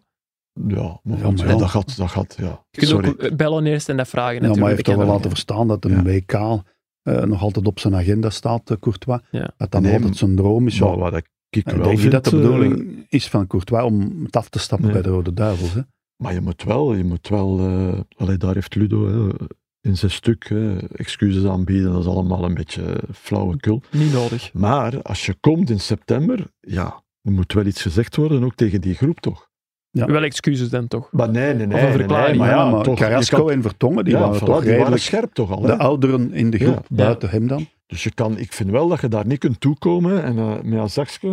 [SPEAKER 2] Ja, maar,
[SPEAKER 3] Ja,
[SPEAKER 2] goed,
[SPEAKER 3] maar
[SPEAKER 2] ja,
[SPEAKER 3] ja.
[SPEAKER 2] dat gaat, dat gaat, ja.
[SPEAKER 1] Je kunt
[SPEAKER 2] Sorry.
[SPEAKER 1] ook eh, bellen eerst en dat vragen.
[SPEAKER 3] ja, maar
[SPEAKER 1] natuurlijk.
[SPEAKER 3] hij heeft
[SPEAKER 1] Dat
[SPEAKER 3] toch
[SPEAKER 1] kan
[SPEAKER 3] wel laten verstaan dat een WK eh, nog altijd op zijn agenda staat, eh, Courtois.
[SPEAKER 1] Ja.
[SPEAKER 3] Dat dat nog
[SPEAKER 2] Nee,
[SPEAKER 3] altijd zijn droom is.
[SPEAKER 2] Maar
[SPEAKER 3] Ja,
[SPEAKER 2] wat ik, ik
[SPEAKER 3] ik
[SPEAKER 2] wel
[SPEAKER 3] denk niet
[SPEAKER 2] vind,
[SPEAKER 3] dat de
[SPEAKER 2] eh,
[SPEAKER 3] bedoeling is van Courtois om het af te stappen
[SPEAKER 2] Nee.
[SPEAKER 3] bij de Rode Duivels. Hè?
[SPEAKER 2] Maar je moet wel, je moet wel eh, allee, daar heeft Ludo hè, in zijn stuk hè, excuses aanbieden, dat is allemaal een beetje flauwekul.
[SPEAKER 1] niet. Niet nodig.
[SPEAKER 2] Maar als je komt in september, ja, er moet wel iets gezegd worden, ook tegen die groep toch?
[SPEAKER 3] Ja.
[SPEAKER 1] Wel excuses dan toch.
[SPEAKER 2] Maar nee, nee, nee.
[SPEAKER 1] een verklaring.
[SPEAKER 2] nee, nee, maar ja,
[SPEAKER 3] maar
[SPEAKER 2] toch,
[SPEAKER 3] Carrasco
[SPEAKER 2] je kan-
[SPEAKER 3] en Vertongen, die
[SPEAKER 2] ja,
[SPEAKER 3] waren
[SPEAKER 2] voilà,
[SPEAKER 3] toch
[SPEAKER 2] die waren
[SPEAKER 3] redelijk...
[SPEAKER 2] scherp toch al. hè?
[SPEAKER 3] de ouderen in de
[SPEAKER 2] Ja.
[SPEAKER 3] groep,
[SPEAKER 2] Ja.
[SPEAKER 3] buiten hem dan.
[SPEAKER 2] Dus je kan, ik vind wel dat je daar niet kunt toekomen en eh, met een zakje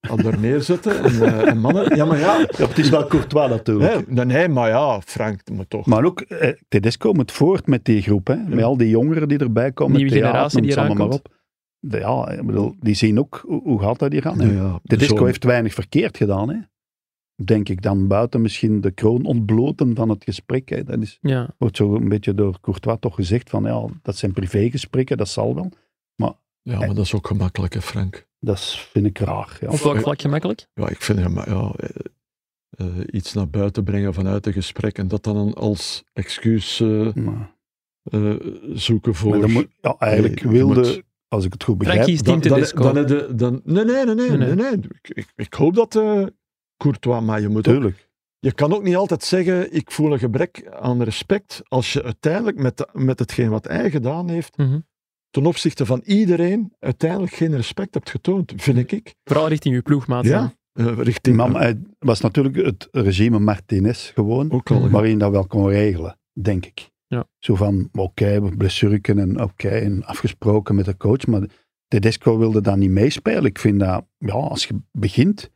[SPEAKER 2] eh, aan daar neerzetten en, eh, en mannen. Ja, maar
[SPEAKER 3] <laughs>
[SPEAKER 2] ja.
[SPEAKER 3] Ja, het is wel Courtois natuurlijk.
[SPEAKER 2] Nee, nee, nee, maar ja, Frank, maar toch.
[SPEAKER 3] Maar ook, eh, Tedesco moet voort met die groep. Hè? Met al die jongeren die erbij komen.
[SPEAKER 1] Nieuwe
[SPEAKER 3] Thea,
[SPEAKER 1] generatie die
[SPEAKER 3] noem ze
[SPEAKER 1] eraan
[SPEAKER 3] allemaal maar op. De- ja, ik bedoel, die zien ook hoe, hoe gaat dat hier aan. hè.
[SPEAKER 2] Ja, ja,
[SPEAKER 3] Tedesco
[SPEAKER 2] zo-
[SPEAKER 3] heeft weinig verkeerd gedaan. Hè? denk ik, dan buiten misschien de kroon ontbloten van het gesprek. Hè. Dat is,
[SPEAKER 1] Ja.
[SPEAKER 3] wordt zo een beetje door Courtois toch gezegd van, ja, dat zijn privégesprekken, dat zal wel.
[SPEAKER 2] Ja, maar dat is ook gemakkelijk, hè, Frank.
[SPEAKER 3] Dat is- vind ik raar. Ja.
[SPEAKER 1] Op welk vlak gemakkelijk?
[SPEAKER 2] Ja, ik vind hem, ja, eh, eh, iets naar buiten brengen vanuit een gesprek en dat dan als excuus eh,
[SPEAKER 3] Maar,
[SPEAKER 2] eh, zoeken voor...
[SPEAKER 3] maar dan moet, ja, eigenlijk
[SPEAKER 2] Nee, je
[SPEAKER 3] wilde,
[SPEAKER 2] moet-
[SPEAKER 3] als ik het goed begrijp,
[SPEAKER 1] Frankie is
[SPEAKER 2] dan,
[SPEAKER 1] team
[SPEAKER 2] dan,
[SPEAKER 1] Tedesco.
[SPEAKER 2] dan, heb je- dan- nee, nee, nee, nee,
[SPEAKER 1] Nee, nee.
[SPEAKER 2] nee. nee. Ik, ik, ik hoop dat eh, Courtois, maar je moet ook,
[SPEAKER 3] natuurlijk.
[SPEAKER 2] je kan ook niet altijd zeggen, ik voel een gebrek aan respect, als je uiteindelijk met, met hetgeen wat hij gedaan heeft,
[SPEAKER 1] Mhm.
[SPEAKER 2] ten opzichte van iedereen, uiteindelijk geen respect hebt getoond,
[SPEAKER 3] Mhm.
[SPEAKER 2] vind ik.
[SPEAKER 1] Vooral richting uw ploegmaat.
[SPEAKER 2] Ja, eh, richting...
[SPEAKER 3] Maar het was natuurlijk het regime Martinez gewoon,
[SPEAKER 2] ook al, ja.
[SPEAKER 3] waarin dat wel kon regelen, denk ik.
[SPEAKER 1] Ja.
[SPEAKER 3] Zo van, oké, we blessurken en oké, en afgesproken met de coach, maar Tedesco wilde daar niet meespelen. Ik vind dat, ja, als je begint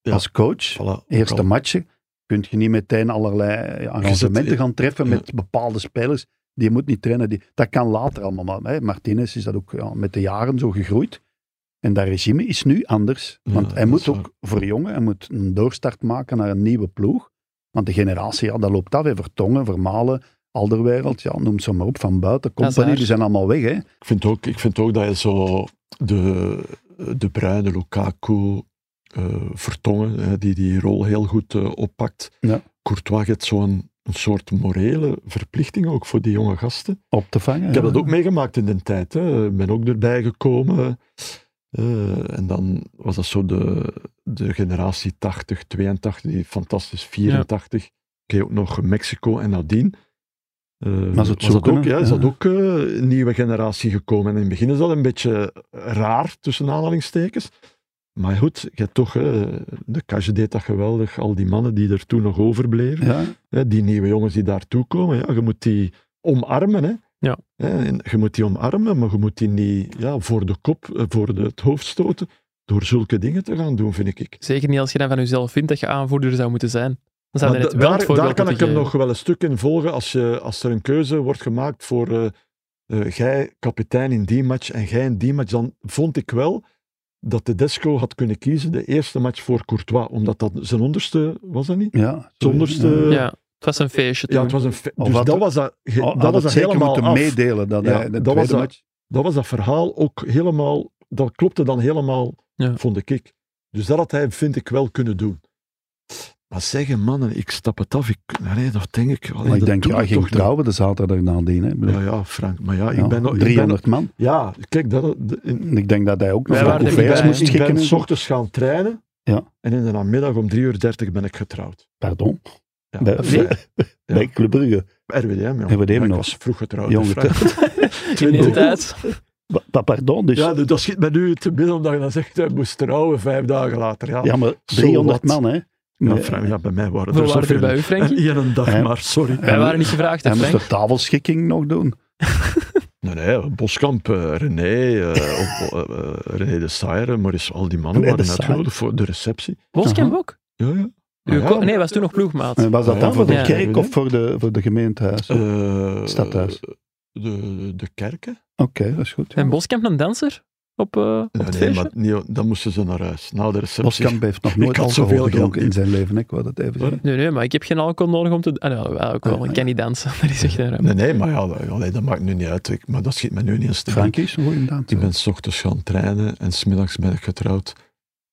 [SPEAKER 2] Ja.
[SPEAKER 3] als coach,
[SPEAKER 2] Voilà, ook
[SPEAKER 3] eerste
[SPEAKER 2] al.
[SPEAKER 3] matchen, kun je niet meteen allerlei eh, arrangementen
[SPEAKER 2] zet-
[SPEAKER 3] gaan treffen
[SPEAKER 2] ja.
[SPEAKER 3] met bepaalde spelers. Die je moet niet trainen. Die, dat kan later allemaal. Maar hè, Martinez is dat ook ja, met de jaren zo gegroeid. En dat regime is nu anders.
[SPEAKER 2] Ja,
[SPEAKER 3] Want hij
[SPEAKER 2] dat
[SPEAKER 3] moet
[SPEAKER 2] is waar.
[SPEAKER 3] ook verjongen. Hij moet een doorstart maken naar een nieuwe ploeg. Want de generatie, ja, dat loopt af. Hè. Vertongen, Vermalen, Alderwereld, ja, noem ze maar op. Van buiten, Company,
[SPEAKER 1] Hazard.
[SPEAKER 3] die zijn allemaal weg. Hè.
[SPEAKER 2] Ik vind ook, ik vind ook dat je zo de, de bruine Lukaku eh, vertongen, hè, die die rol heel goed eh, oppakt.
[SPEAKER 3] Ja.
[SPEAKER 2] Courtois heeft zo'n een soort morele verplichting ook voor die jonge gasten.
[SPEAKER 3] Op te vangen.
[SPEAKER 2] Ik heb dat ook meegemaakt in de tijd. hè. Ik ben ook erbij gekomen. Eh, en dan was dat zo de, de generatie 80, 82, die fantastisch 84. Oké, ook nog Mexico en nadien. Eh,
[SPEAKER 3] het
[SPEAKER 2] was dat
[SPEAKER 3] zoeken,
[SPEAKER 2] ook,
[SPEAKER 3] hè?
[SPEAKER 2] ja, is
[SPEAKER 3] Ja.
[SPEAKER 2] dat ook eh, een nieuwe generatie gekomen. En in het begin is dat een beetje raar, tussen aanhalingstekens. Maar goed, je hebt toch, hè, de Cage deed dat geweldig. Al die mannen die er toen nog overbleven.
[SPEAKER 3] Ja,
[SPEAKER 2] Hè, die nieuwe jongens die daartoe komen, ja, je moet die omarmen. Hè.
[SPEAKER 1] Ja.
[SPEAKER 2] Hè, en je moet die omarmen, maar je moet die niet ja, voor de kop, eh, voor de, het hoofd stoten. Door zulke dingen te gaan doen, vind ik.
[SPEAKER 1] Zeker niet als je dan van jezelf vindt dat je aanvoerder zou moeten zijn. Dan zou
[SPEAKER 2] Maar
[SPEAKER 1] je net
[SPEAKER 2] da-
[SPEAKER 1] wel het
[SPEAKER 2] daar, daar
[SPEAKER 1] voorbeeld
[SPEAKER 2] kan ik
[SPEAKER 1] moeten
[SPEAKER 2] hem nog
[SPEAKER 1] geven.
[SPEAKER 2] wel een stuk in volgen. Als, je, als er een keuze wordt gemaakt voor eh eh, jij kapitein in die match en jij in die match, dan vond ik wel dat Tedesco had kunnen kiezen de eerste match voor Courtois, omdat dat zijn onderste, was dat niet?
[SPEAKER 3] ja.
[SPEAKER 2] Zijn onderste...
[SPEAKER 1] Ja, het was een feestje toen.
[SPEAKER 2] eh, Ja, het was een. fe-
[SPEAKER 3] Of
[SPEAKER 2] Dus
[SPEAKER 3] wat-
[SPEAKER 2] dat was dat. ge-
[SPEAKER 3] Oh,
[SPEAKER 2] dat was
[SPEAKER 3] dat
[SPEAKER 2] dat
[SPEAKER 3] zeker
[SPEAKER 2] helemaal
[SPEAKER 3] moeten
[SPEAKER 2] af.
[SPEAKER 3] meedelen. Dat,
[SPEAKER 2] Ja,
[SPEAKER 3] hij de
[SPEAKER 2] dat
[SPEAKER 3] tweede
[SPEAKER 2] was dat.
[SPEAKER 3] match-
[SPEAKER 2] Dat was dat verhaal ook helemaal. Dat klopte dan helemaal,
[SPEAKER 1] Ja.
[SPEAKER 2] vond ik ik. Dus dat had hij, vind ik, wel kunnen doen. Maar zeggen, mannen, ik stap het af. Ik, nee, dat denk ik. allee,
[SPEAKER 3] Maar ik
[SPEAKER 2] dat
[SPEAKER 3] denk,
[SPEAKER 2] doe
[SPEAKER 3] ja,
[SPEAKER 2] ik
[SPEAKER 3] ging
[SPEAKER 2] toch niet.
[SPEAKER 3] trouwen dus de zaterdag nadien. Hè. Ik bedoel,
[SPEAKER 2] Ja, ja, Frank. Maar ja, ik
[SPEAKER 3] ja,
[SPEAKER 2] ben nog. ik ben
[SPEAKER 3] 300
[SPEAKER 2] nog-
[SPEAKER 3] man.
[SPEAKER 2] ja, kijk, dat, de- in,
[SPEAKER 3] Ik denk dat hij ook nog
[SPEAKER 1] Wij
[SPEAKER 3] wat
[SPEAKER 1] waren er niet
[SPEAKER 3] couverts
[SPEAKER 1] bij,
[SPEAKER 3] moest
[SPEAKER 1] hè.
[SPEAKER 2] ik
[SPEAKER 3] schikken.
[SPEAKER 2] ben
[SPEAKER 3] en
[SPEAKER 2] s
[SPEAKER 3] zo.
[SPEAKER 2] ochtends gaan trainen.
[SPEAKER 3] Ja.
[SPEAKER 2] En in de namiddag om 3.30 uur ben ik getrouwd.
[SPEAKER 3] Pardon,
[SPEAKER 2] Ja.
[SPEAKER 3] bij, bij,
[SPEAKER 2] Ja.
[SPEAKER 3] bij Club Brugge.
[SPEAKER 2] RWDM, ja.
[SPEAKER 3] RWDM
[SPEAKER 2] Ja, ik
[SPEAKER 3] nog.
[SPEAKER 2] was vroeg getrouwd.
[SPEAKER 3] Jongen,
[SPEAKER 2] Frank.
[SPEAKER 1] in
[SPEAKER 2] Twintig.
[SPEAKER 1] deze tijd.
[SPEAKER 3] Pa- pa- Pardon, dus.
[SPEAKER 2] Ja,
[SPEAKER 3] Ja,
[SPEAKER 2] dus dat schiet mij nu te binnen omdat je dan zegt, hij moest trouwen vijf dagen later. Ja, ja,
[SPEAKER 3] maar
[SPEAKER 2] zo
[SPEAKER 3] 300
[SPEAKER 2] wat.
[SPEAKER 3] man, hè.
[SPEAKER 2] ja,
[SPEAKER 3] Nee,
[SPEAKER 2] Frank, ja, bij mij waren
[SPEAKER 1] We
[SPEAKER 2] er
[SPEAKER 1] waren er bij u, Frankie.
[SPEAKER 2] <laughs> Hier een dag
[SPEAKER 3] Ja.
[SPEAKER 2] maar, sorry.
[SPEAKER 1] Wij waren niet gevraagd, hè,
[SPEAKER 3] Hij moest
[SPEAKER 1] Frank?
[SPEAKER 3] de tafelschikking nog doen.
[SPEAKER 2] Nee, nee, Boskamp, eh, René, eh, of, eh, eh, René de Saire, Maurice, al die mannen
[SPEAKER 3] René de
[SPEAKER 2] waren
[SPEAKER 3] Saire.
[SPEAKER 2] uitgenodigd voor de receptie.
[SPEAKER 1] Boskamp ook?
[SPEAKER 2] Ja, ja.
[SPEAKER 1] Uw
[SPEAKER 2] Ah,
[SPEAKER 1] ko-
[SPEAKER 2] ja.
[SPEAKER 1] nee, was toen nog ploegmaat.
[SPEAKER 3] En was dat
[SPEAKER 2] Ja,
[SPEAKER 3] dan voor de
[SPEAKER 1] ja.
[SPEAKER 3] kerk of voor de, voor de gemeentehuis? Oké,
[SPEAKER 2] Eh,
[SPEAKER 3] Stadhuis.
[SPEAKER 2] De, de kerken?
[SPEAKER 3] dat is goed.
[SPEAKER 1] En Boskamp een danser? Op, eh, op
[SPEAKER 2] Nee,
[SPEAKER 1] het
[SPEAKER 2] nee,
[SPEAKER 1] feestje?
[SPEAKER 2] maar niet, dan moesten ze naar huis, na de receptie.
[SPEAKER 3] Boskamp heeft nog nooit
[SPEAKER 2] Ik had
[SPEAKER 3] alcohol
[SPEAKER 2] zoveel
[SPEAKER 3] gedronken in
[SPEAKER 2] geld.
[SPEAKER 3] zijn leven, hè, ik wou dat even zeggen.
[SPEAKER 1] Nee, nee, maar ik heb geen alcohol nodig om te... Ah, nou, wel, ook wel. Ik kan niet dansen. <laughs> Dat is echt een ruimte.
[SPEAKER 2] Nee, nee, maar ja, dat- allee, dat maakt nu niet uit. Ik- maar dat schiet mij nu niet eens te binnen.
[SPEAKER 3] Frankie is een goede naam.
[SPEAKER 2] Ik ben s ochtends gaan trainen en smiddags ben ik getrouwd.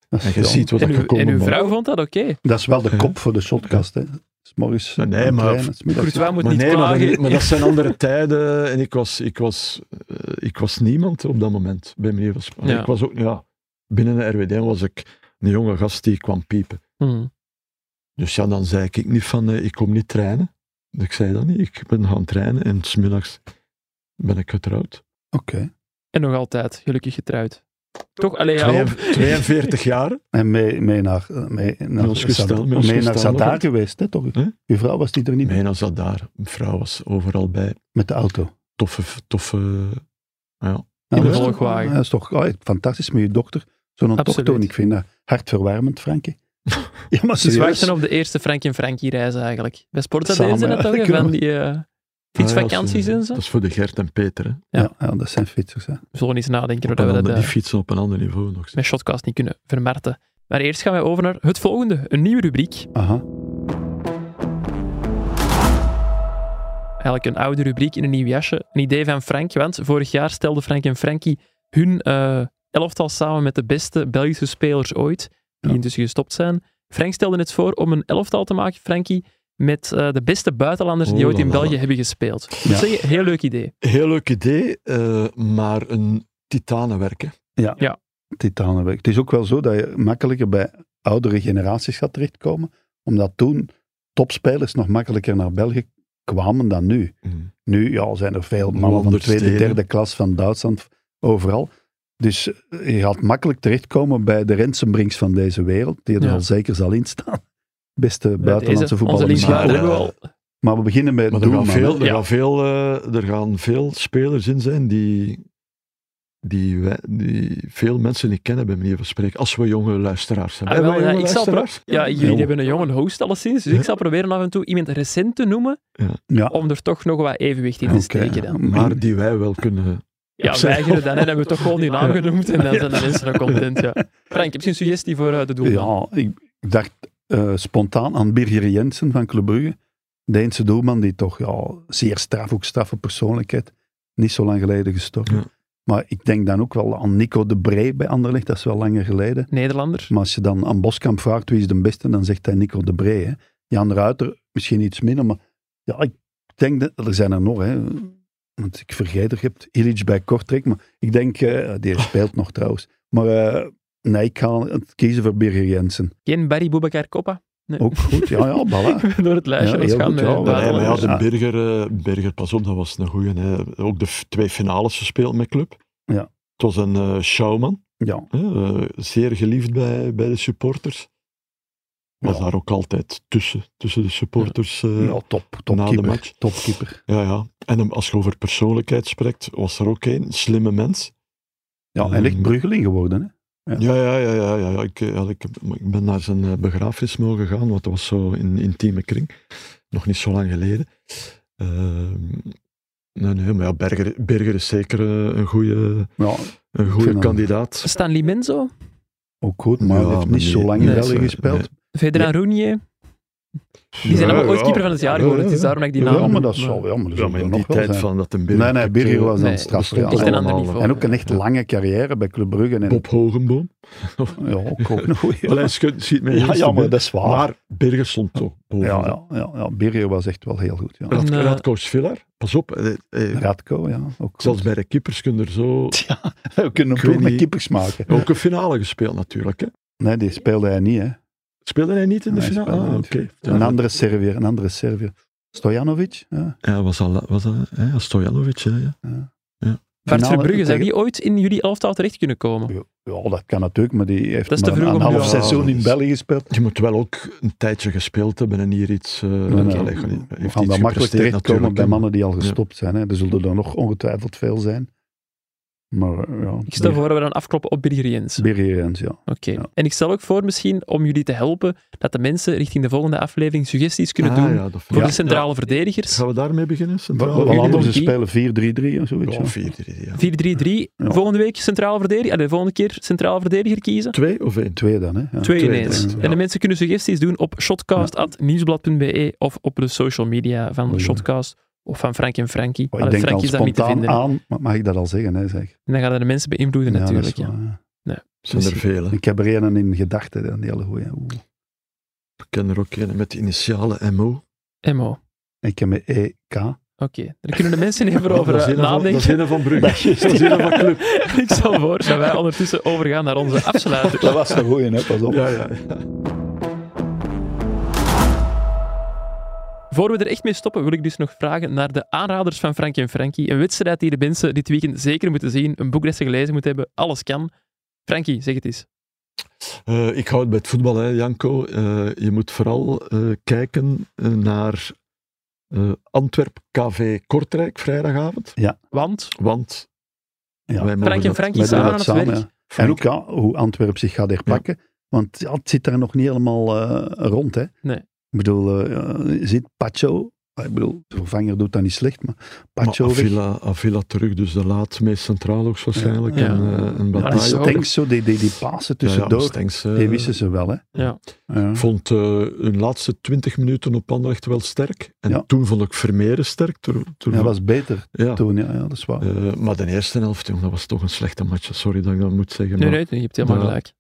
[SPEAKER 3] Dat is
[SPEAKER 2] En je
[SPEAKER 3] wel-
[SPEAKER 2] ziet wat
[SPEAKER 1] En,
[SPEAKER 2] ik
[SPEAKER 1] uw,
[SPEAKER 2] gekomen
[SPEAKER 1] en uw
[SPEAKER 2] ben.
[SPEAKER 1] vrouw vond dat oké.
[SPEAKER 3] Dat is wel de
[SPEAKER 2] Ja.
[SPEAKER 3] kop voor de shotcast, hè. S morgens
[SPEAKER 2] Nee,
[SPEAKER 3] aan het
[SPEAKER 2] maar-
[SPEAKER 3] trainen, 's middags.
[SPEAKER 1] Courtois moet
[SPEAKER 2] Maar
[SPEAKER 1] niet
[SPEAKER 2] nee, maar,
[SPEAKER 1] klagen.
[SPEAKER 2] dat, maar dat
[SPEAKER 1] <laughs>
[SPEAKER 2] zijn andere tijden. En ik was, ik was, eh, ik was niemand op dat moment, bij meneer van Spanje.
[SPEAKER 1] Ja.
[SPEAKER 2] Ik was ook, ja, binnen de RWD was ik een jonge gast die kwam piepen.
[SPEAKER 1] Hm.
[SPEAKER 2] Dus ja, dan zei ik, ik niet van, eh, ik kom niet trainen. Ik zei dat niet, ik ben gaan trainen en smiddags ben ik
[SPEAKER 1] <laughs>
[SPEAKER 2] getrouwd.
[SPEAKER 3] Oké.
[SPEAKER 1] En nog altijd, gelukkig getrouwd. Toch? Allee, ja,
[SPEAKER 2] Twee-
[SPEAKER 1] hoor.
[SPEAKER 2] 42 jaar.
[SPEAKER 3] En mee, mee naar, eh, mee naar,
[SPEAKER 2] Met ons gestel, met ons
[SPEAKER 3] mee naar
[SPEAKER 2] gestel nog
[SPEAKER 3] Zadar
[SPEAKER 2] wat.
[SPEAKER 3] geweest, hè, toch?
[SPEAKER 2] Huh?
[SPEAKER 3] Uw vrouw was die er niet mee
[SPEAKER 2] Mijn als dat daar. Mijn vrouw was overal bij.
[SPEAKER 3] met de auto. Nou,
[SPEAKER 2] Toffe, toffe... Ja.
[SPEAKER 1] In de
[SPEAKER 3] dat is toch-
[SPEAKER 1] Volkswagen.
[SPEAKER 3] Dat is toch oh, fantastisch met je dochter. Zo'n
[SPEAKER 1] Absoluut.
[SPEAKER 3] tochtoon, ik vind dat hartverwarmend, Frankie. ja, maar
[SPEAKER 1] Dus
[SPEAKER 3] serieus.
[SPEAKER 1] wachten op de eerste Frank en Frankie reis eigenlijk. Bij Sportza
[SPEAKER 3] Samen,
[SPEAKER 1] deden ze dat
[SPEAKER 3] ja,
[SPEAKER 1] toch? hè,
[SPEAKER 3] dat kunnen
[SPEAKER 1] Van
[SPEAKER 3] we.
[SPEAKER 1] die eh, fietsvakanties
[SPEAKER 2] Ah, ja,
[SPEAKER 1] en
[SPEAKER 2] dat is-
[SPEAKER 1] zo.
[SPEAKER 2] Dat is voor de Gert en Peter. Hè.
[SPEAKER 1] ja.
[SPEAKER 3] ja. Ja, dat zijn fietsers, hè.
[SPEAKER 1] We zullen eens nadenken
[SPEAKER 2] Op
[SPEAKER 1] hoe
[SPEAKER 2] een
[SPEAKER 1] we dat
[SPEAKER 2] ander-
[SPEAKER 1] eh,
[SPEAKER 2] die fietsen op een ander niveau nog.
[SPEAKER 1] met Shotcast niet kunnen vermarten. Maar eerst gaan wij over naar het volgende, een nieuwe rubriek.
[SPEAKER 3] Aha.
[SPEAKER 1] Eigenlijk een oude rubriek in een nieuw jasje. Een idee van Frank, want vorig jaar stelden Frank en Frankie hun eh, elftal samen met de beste Belgische spelers ooit, die
[SPEAKER 3] Ja.
[SPEAKER 1] intussen gestopt zijn. Frank stelde het voor om een elftal te maken, Frankie, met eh, de beste buitenlanders die
[SPEAKER 2] Oh,
[SPEAKER 1] ooit in
[SPEAKER 2] la, la, la.
[SPEAKER 1] België hebben gespeeld. Ik
[SPEAKER 3] Ja.
[SPEAKER 1] moet zeggen, heel leuk idee.
[SPEAKER 2] Heel leuk idee, eh, maar een titanenwerk. Hè.
[SPEAKER 3] titanenwerk. Het is ook wel zo dat je makkelijker bij oudere generaties gaat terechtkomen, omdat toen topspelers nog makkelijker naar België kwamen dan nu. Nu ja, zijn er veel mannen van de tweede,
[SPEAKER 2] Landersteden.
[SPEAKER 3] derde klas van Duitsland overal. Dus je gaat makkelijk terechtkomen bij de Rensenbrinks van deze wereld, die er
[SPEAKER 1] Ja.
[SPEAKER 3] al zeker zal in staan. <laughs> Beste buitenlandse
[SPEAKER 1] Deze, onze
[SPEAKER 3] voetballers.
[SPEAKER 1] linksback
[SPEAKER 2] Maar,
[SPEAKER 1] ook
[SPEAKER 2] eh,
[SPEAKER 1] wel.
[SPEAKER 3] Maar we beginnen bij
[SPEAKER 2] Maar
[SPEAKER 3] het
[SPEAKER 2] er gaan,
[SPEAKER 3] doelman.
[SPEAKER 2] veel,
[SPEAKER 3] hè.
[SPEAKER 2] er,
[SPEAKER 1] Ja.
[SPEAKER 2] gaan veel, eh, er gaan veel spelers in zijn die, die, wij- die veel mensen niet kennen, bij manier van spreken. Als we jonge luisteraars zijn.
[SPEAKER 1] Ah,
[SPEAKER 2] Hebben
[SPEAKER 1] wel,
[SPEAKER 2] wij
[SPEAKER 1] ja,
[SPEAKER 2] jonge
[SPEAKER 1] ik zal pro-
[SPEAKER 2] luisteraars?
[SPEAKER 1] Ja, jullie
[SPEAKER 2] Heel.
[SPEAKER 1] hebben een jonge host alleszins, dus ik zal proberen af en toe iemand recent te noemen,
[SPEAKER 3] Ja.
[SPEAKER 1] om er toch nog wat evenwicht in te
[SPEAKER 3] Oké.
[SPEAKER 1] steken
[SPEAKER 3] <laughs>
[SPEAKER 1] dan.
[SPEAKER 2] Maar die wij wel kunnen.
[SPEAKER 1] Ja,
[SPEAKER 2] Opzij-
[SPEAKER 1] weigeren dan, hè. dan hebben we toch gewoon die naam
[SPEAKER 3] Ja.
[SPEAKER 1] genoemd en dan zijn de mensen nog content,
[SPEAKER 3] <laughs>
[SPEAKER 1] ja. Frank, heb je een suggestie voor eh, de doelman?
[SPEAKER 3] Ja, ik dacht eh, spontaan aan Birger Jensen van Club Brugge. Deense doelman die toch ja, zeer straf, ook straffe persoonlijkheid. Niet zo lang geleden gestorven.
[SPEAKER 2] Ja.
[SPEAKER 3] Maar ik denk dan ook wel aan Nico de Bree bij Anderlecht. Dat is wel langer geleden.
[SPEAKER 1] Nederlander.
[SPEAKER 3] Maar als je dan aan Boskamp vraagt wie is de beste, dan zegt hij Nico de Bree. Hè. Jan Ruiter misschien iets minder, maar ja, ik denk dat er zijn er nog. Hè. Want ik vergeet er, je hebt Illich bij Kortrijk, maar ik denk, eh,
[SPEAKER 2] <laughs>
[SPEAKER 3] die speelt nog trouwens. Maar eh, nee, ik ga het kiezen voor Birger Jensen.
[SPEAKER 1] Geen Barry Boubacar Koppa. <laughs>
[SPEAKER 3] Ook goed, ja,
[SPEAKER 2] <laughs>
[SPEAKER 3] ja, voilà.
[SPEAKER 1] Door het lijstje
[SPEAKER 3] Ja,
[SPEAKER 1] was
[SPEAKER 3] heel
[SPEAKER 1] gaan eh,
[SPEAKER 3] goed,
[SPEAKER 1] met
[SPEAKER 3] ja.
[SPEAKER 1] de
[SPEAKER 2] Nee,
[SPEAKER 3] Ja,
[SPEAKER 2] maar ja,
[SPEAKER 1] buitenlanders.
[SPEAKER 2] de
[SPEAKER 3] Ja.
[SPEAKER 2] Berger, eh, Berger, pas op, dat was een goeie. Hè. Ook de f- twee finales gespeeld met club.
[SPEAKER 3] Ja.
[SPEAKER 2] Het was een eh showman.
[SPEAKER 3] Ja,
[SPEAKER 2] hè, eh, zeer geliefd bij, bij de supporters. Was
[SPEAKER 3] Ja.
[SPEAKER 2] daar ook altijd tussen, tussen de supporters. eh,
[SPEAKER 3] ja top,
[SPEAKER 2] na de match.
[SPEAKER 3] topkeeper. Topkeeper.
[SPEAKER 2] Ja, ja. En hem- als je over persoonlijkheid spreekt, was er ook een slimme mens.
[SPEAKER 3] Ja, hij ligt
[SPEAKER 2] Ehm.
[SPEAKER 3] Bruggeling geworden, hè? Ja.
[SPEAKER 2] Ja, ja, ja. ja, ja, ja. Ik, eh, had- ik, ik ben naar zijn eh, begrafenis mogen gaan, want dat was zo in intieme kring. Nog niet zo lang geleden. Ehm, nee, nee, maar ja, Berger, Berger is zeker eh, een goede
[SPEAKER 3] Ja,
[SPEAKER 2] een
[SPEAKER 3] vind
[SPEAKER 2] goede
[SPEAKER 3] hem-
[SPEAKER 2] kandidaat.
[SPEAKER 1] Stanley Menzo,
[SPEAKER 3] ook goed, maar
[SPEAKER 2] Ja,
[SPEAKER 3] hij heeft
[SPEAKER 2] maar
[SPEAKER 3] niet
[SPEAKER 2] nee,
[SPEAKER 3] zo lang in
[SPEAKER 1] nee,
[SPEAKER 3] België
[SPEAKER 2] nee.
[SPEAKER 3] gespeeld.
[SPEAKER 1] Federan Roenier. Die
[SPEAKER 2] Ja,
[SPEAKER 1] zijn allemaal ooit
[SPEAKER 2] ja.
[SPEAKER 1] keeper van het jaar
[SPEAKER 2] Ja,
[SPEAKER 1] geworden.
[SPEAKER 2] ja,
[SPEAKER 1] Het is
[SPEAKER 2] ja.
[SPEAKER 1] daarom dat ik die
[SPEAKER 2] Ja,
[SPEAKER 1] naam
[SPEAKER 3] Ja,
[SPEAKER 1] noem.
[SPEAKER 3] maar dat is wel, ja, maar dat
[SPEAKER 2] Ja,
[SPEAKER 3] zal
[SPEAKER 2] maar
[SPEAKER 3] er
[SPEAKER 2] in die
[SPEAKER 3] nog wel
[SPEAKER 2] tijd
[SPEAKER 3] zijn.
[SPEAKER 2] van dat een Berger...
[SPEAKER 3] Nee, nee, Birger was dan
[SPEAKER 1] Nee,
[SPEAKER 3] strafreal.
[SPEAKER 2] bestond
[SPEAKER 1] echt een ander
[SPEAKER 2] allemaal
[SPEAKER 1] niveau.
[SPEAKER 2] wel.
[SPEAKER 3] En ook een echt lange carrière bij Club Brugge. En,
[SPEAKER 2] Bob Hogenboom.
[SPEAKER 3] Ja, ook, ook een goeie.
[SPEAKER 2] Allee, schiet, schiet mij
[SPEAKER 3] Ja,
[SPEAKER 2] eerst
[SPEAKER 3] ja,
[SPEAKER 2] te
[SPEAKER 3] maar
[SPEAKER 2] binnen.
[SPEAKER 3] dat is waar.
[SPEAKER 2] Maar Berger stond toch boven.
[SPEAKER 3] ja, ja, ja, ja, Birger was echt wel heel goed. Ja.
[SPEAKER 1] Ja.
[SPEAKER 2] Rad,
[SPEAKER 1] En, eh,
[SPEAKER 2] Radkoos Villar, pas op. eh, eh,
[SPEAKER 3] Radko, ja, ook goed.
[SPEAKER 2] zelfs bij de keepers kunnen er zo
[SPEAKER 3] <laughs> We kunnen
[SPEAKER 2] Ik
[SPEAKER 3] hem
[SPEAKER 2] weet
[SPEAKER 3] toch met
[SPEAKER 2] niet.
[SPEAKER 3] keepers maken.
[SPEAKER 2] Ook een finale gespeeld natuurlijk. Hè?
[SPEAKER 3] Nee, die speelde hij niet, hè.
[SPEAKER 2] Speelde hij niet in de
[SPEAKER 3] Nee, hij
[SPEAKER 2] finale?
[SPEAKER 3] speelde
[SPEAKER 2] Ah,
[SPEAKER 3] niet.
[SPEAKER 2] oké.
[SPEAKER 3] Een andere Servier, een andere Servier. Stojanovic, ja.
[SPEAKER 2] Ja, was al, was al, hè, Stojanovic. Hè, ja.
[SPEAKER 1] Bart
[SPEAKER 3] Finale
[SPEAKER 1] Verbrugge, zou
[SPEAKER 3] tegen-
[SPEAKER 1] die ooit in jullie elftal terecht kunnen komen?
[SPEAKER 3] Ja, dat kan natuurlijk, maar die heeft
[SPEAKER 1] Dat is te
[SPEAKER 3] maar een,
[SPEAKER 1] vroeg om
[SPEAKER 3] een
[SPEAKER 1] nu
[SPEAKER 3] half
[SPEAKER 1] al-
[SPEAKER 3] seizoen in België gespeeld.
[SPEAKER 2] Je moet wel ook een tijdje gespeeld hebben en hier iets... eh
[SPEAKER 3] Dan
[SPEAKER 2] allee,
[SPEAKER 3] gaan
[SPEAKER 2] heeft
[SPEAKER 3] we
[SPEAKER 2] iets
[SPEAKER 3] gaan dan makkelijk
[SPEAKER 2] gepresteerd
[SPEAKER 3] terechtkomen
[SPEAKER 2] natuurlijk,
[SPEAKER 3] bij
[SPEAKER 2] hè,
[SPEAKER 3] mannen die al gestopt zijn. Hè. Er zullen er nog ongetwijfeld veel zijn. Maar eh, ja,
[SPEAKER 1] Ik stel voor dat we dan afkloppen op Birger Jens.
[SPEAKER 3] Birger Jens, ja.
[SPEAKER 1] Oké.
[SPEAKER 3] Ja.
[SPEAKER 1] En ik stel ook voor misschien om jullie te helpen dat de mensen richting de volgende aflevering suggesties kunnen
[SPEAKER 2] Ah,
[SPEAKER 1] doen
[SPEAKER 2] ja, dat vind
[SPEAKER 1] voor
[SPEAKER 2] ik-
[SPEAKER 1] de centrale
[SPEAKER 2] Ja.
[SPEAKER 1] verdedigers. 4-3-3.
[SPEAKER 2] Gaan we daarmee beginnen?
[SPEAKER 3] Wel-
[SPEAKER 2] Centraal?
[SPEAKER 3] Wel anders, ze
[SPEAKER 1] die-
[SPEAKER 3] spelen 4-3-3 of zoiets.
[SPEAKER 2] Ja,
[SPEAKER 3] Ja.
[SPEAKER 2] vier, drie, drie, ja.
[SPEAKER 3] Ja.
[SPEAKER 1] Volgende week centrale verdediger. De volgende keer centrale verdediger kiezen.
[SPEAKER 2] Twee of één?
[SPEAKER 3] Twee dan, hè. Ja.
[SPEAKER 1] Twee
[SPEAKER 2] twee
[SPEAKER 1] ineens.
[SPEAKER 2] ineens, ja.
[SPEAKER 1] En de mensen kunnen suggesties doen op shotcast.nieuwsblad.be of op de social media van
[SPEAKER 3] Oei, oei.
[SPEAKER 1] Shotcast of van Frank en Frankie.
[SPEAKER 3] Oh,
[SPEAKER 1] Maar
[SPEAKER 3] ik denk al
[SPEAKER 1] Frankie is daar niet te
[SPEAKER 3] spontaan
[SPEAKER 1] vinden. hè.
[SPEAKER 3] aan, maar mag ik dat al zeggen? Hè, zeg.
[SPEAKER 1] En dan gaan dat de mensen beïnvloeden
[SPEAKER 3] Ja, dat is
[SPEAKER 1] natuurlijk. Ja.
[SPEAKER 3] waar, ja.
[SPEAKER 2] Zijn er
[SPEAKER 3] Dus-
[SPEAKER 2] vele.
[SPEAKER 3] Ik heb er een in gedachten, hè, die hele goeie. Oeh.
[SPEAKER 2] Ik ken er ook een met de initialen MO.
[SPEAKER 1] MO. Oké,
[SPEAKER 3] Ik heb E mijn <laughs> EK.
[SPEAKER 1] daar kunnen de
[SPEAKER 3] <laughs>
[SPEAKER 1] mensen even over
[SPEAKER 2] dat
[SPEAKER 1] eh,
[SPEAKER 2] is een van- dat is
[SPEAKER 1] nadenken.
[SPEAKER 2] een van Brugge. <laughs> Dat is een van Club.
[SPEAKER 1] <laughs> Ik stel voor dat wij ondertussen overgaan naar
[SPEAKER 3] <laughs>
[SPEAKER 1] onze afsluiter.
[SPEAKER 3] Dat was een goeie, hè. Pas op.
[SPEAKER 2] Ja, ja.
[SPEAKER 1] Voor we er echt mee stoppen, wil ik dus nog vragen naar de aanraders van Frankie en Frankie. Een wedstrijd die de mensen dit weekend zeker moeten zien. Een boek dat ze gelezen moeten hebben. Alles kan. Frankie, zeg het eens.
[SPEAKER 2] Eh, ik hou het bij het voetbal, hè, Janko. Eh, je moet vooral eh, kijken eh, naar eh, Antwerp KV Kortrijk vrijdagavond.
[SPEAKER 1] Want
[SPEAKER 2] Want
[SPEAKER 3] Ja.
[SPEAKER 2] wij mogen
[SPEAKER 1] Frank en
[SPEAKER 2] dat-
[SPEAKER 1] Frankie
[SPEAKER 2] wij doen
[SPEAKER 1] samen aan
[SPEAKER 2] dat
[SPEAKER 1] het
[SPEAKER 3] samen,
[SPEAKER 1] werk.
[SPEAKER 3] ja. En
[SPEAKER 2] eh,
[SPEAKER 3] ook ja, hoe Antwerp zich gaat herpakken. Want ja, het zit daar nog niet helemaal eh, rond. Hè.
[SPEAKER 1] Nee.
[SPEAKER 3] Ik bedoel, eh, je ziet Pacho, Ik bedoel, de vervanger doet dat niet slecht, maar
[SPEAKER 2] Maar
[SPEAKER 3] Pacho weg.
[SPEAKER 2] Avila, Avila terug, dus de laat meest centraal ook waarschijnlijk.
[SPEAKER 1] Ja.
[SPEAKER 2] En, eh,
[SPEAKER 1] Maar
[SPEAKER 2] en
[SPEAKER 3] Maar die
[SPEAKER 1] hij
[SPEAKER 2] Bataille.
[SPEAKER 1] zou-
[SPEAKER 3] Stenks, zo, die, die, die pasen
[SPEAKER 2] Ja, ja,
[SPEAKER 3] tussendoor,
[SPEAKER 2] Stenks, eh,
[SPEAKER 3] die wisten ze wel, hè.
[SPEAKER 1] Ja.
[SPEAKER 3] Ja.
[SPEAKER 2] Ik vond eh, hun laatste 20 minuten op Anderlecht wel sterk. En
[SPEAKER 3] Ja.
[SPEAKER 2] toen vond ik Vermeeren sterk. Toen, toen-
[SPEAKER 3] Dat was beter
[SPEAKER 2] ja.
[SPEAKER 3] toen, ja, ja dat is waar.
[SPEAKER 2] Eh, maar de eerste helft, jong, dat was toch een slechte match. Sorry dat ik dat moet zeggen.
[SPEAKER 1] Nee,
[SPEAKER 2] maar
[SPEAKER 1] nee, je hebt helemaal
[SPEAKER 2] Ja.
[SPEAKER 1] gelijk.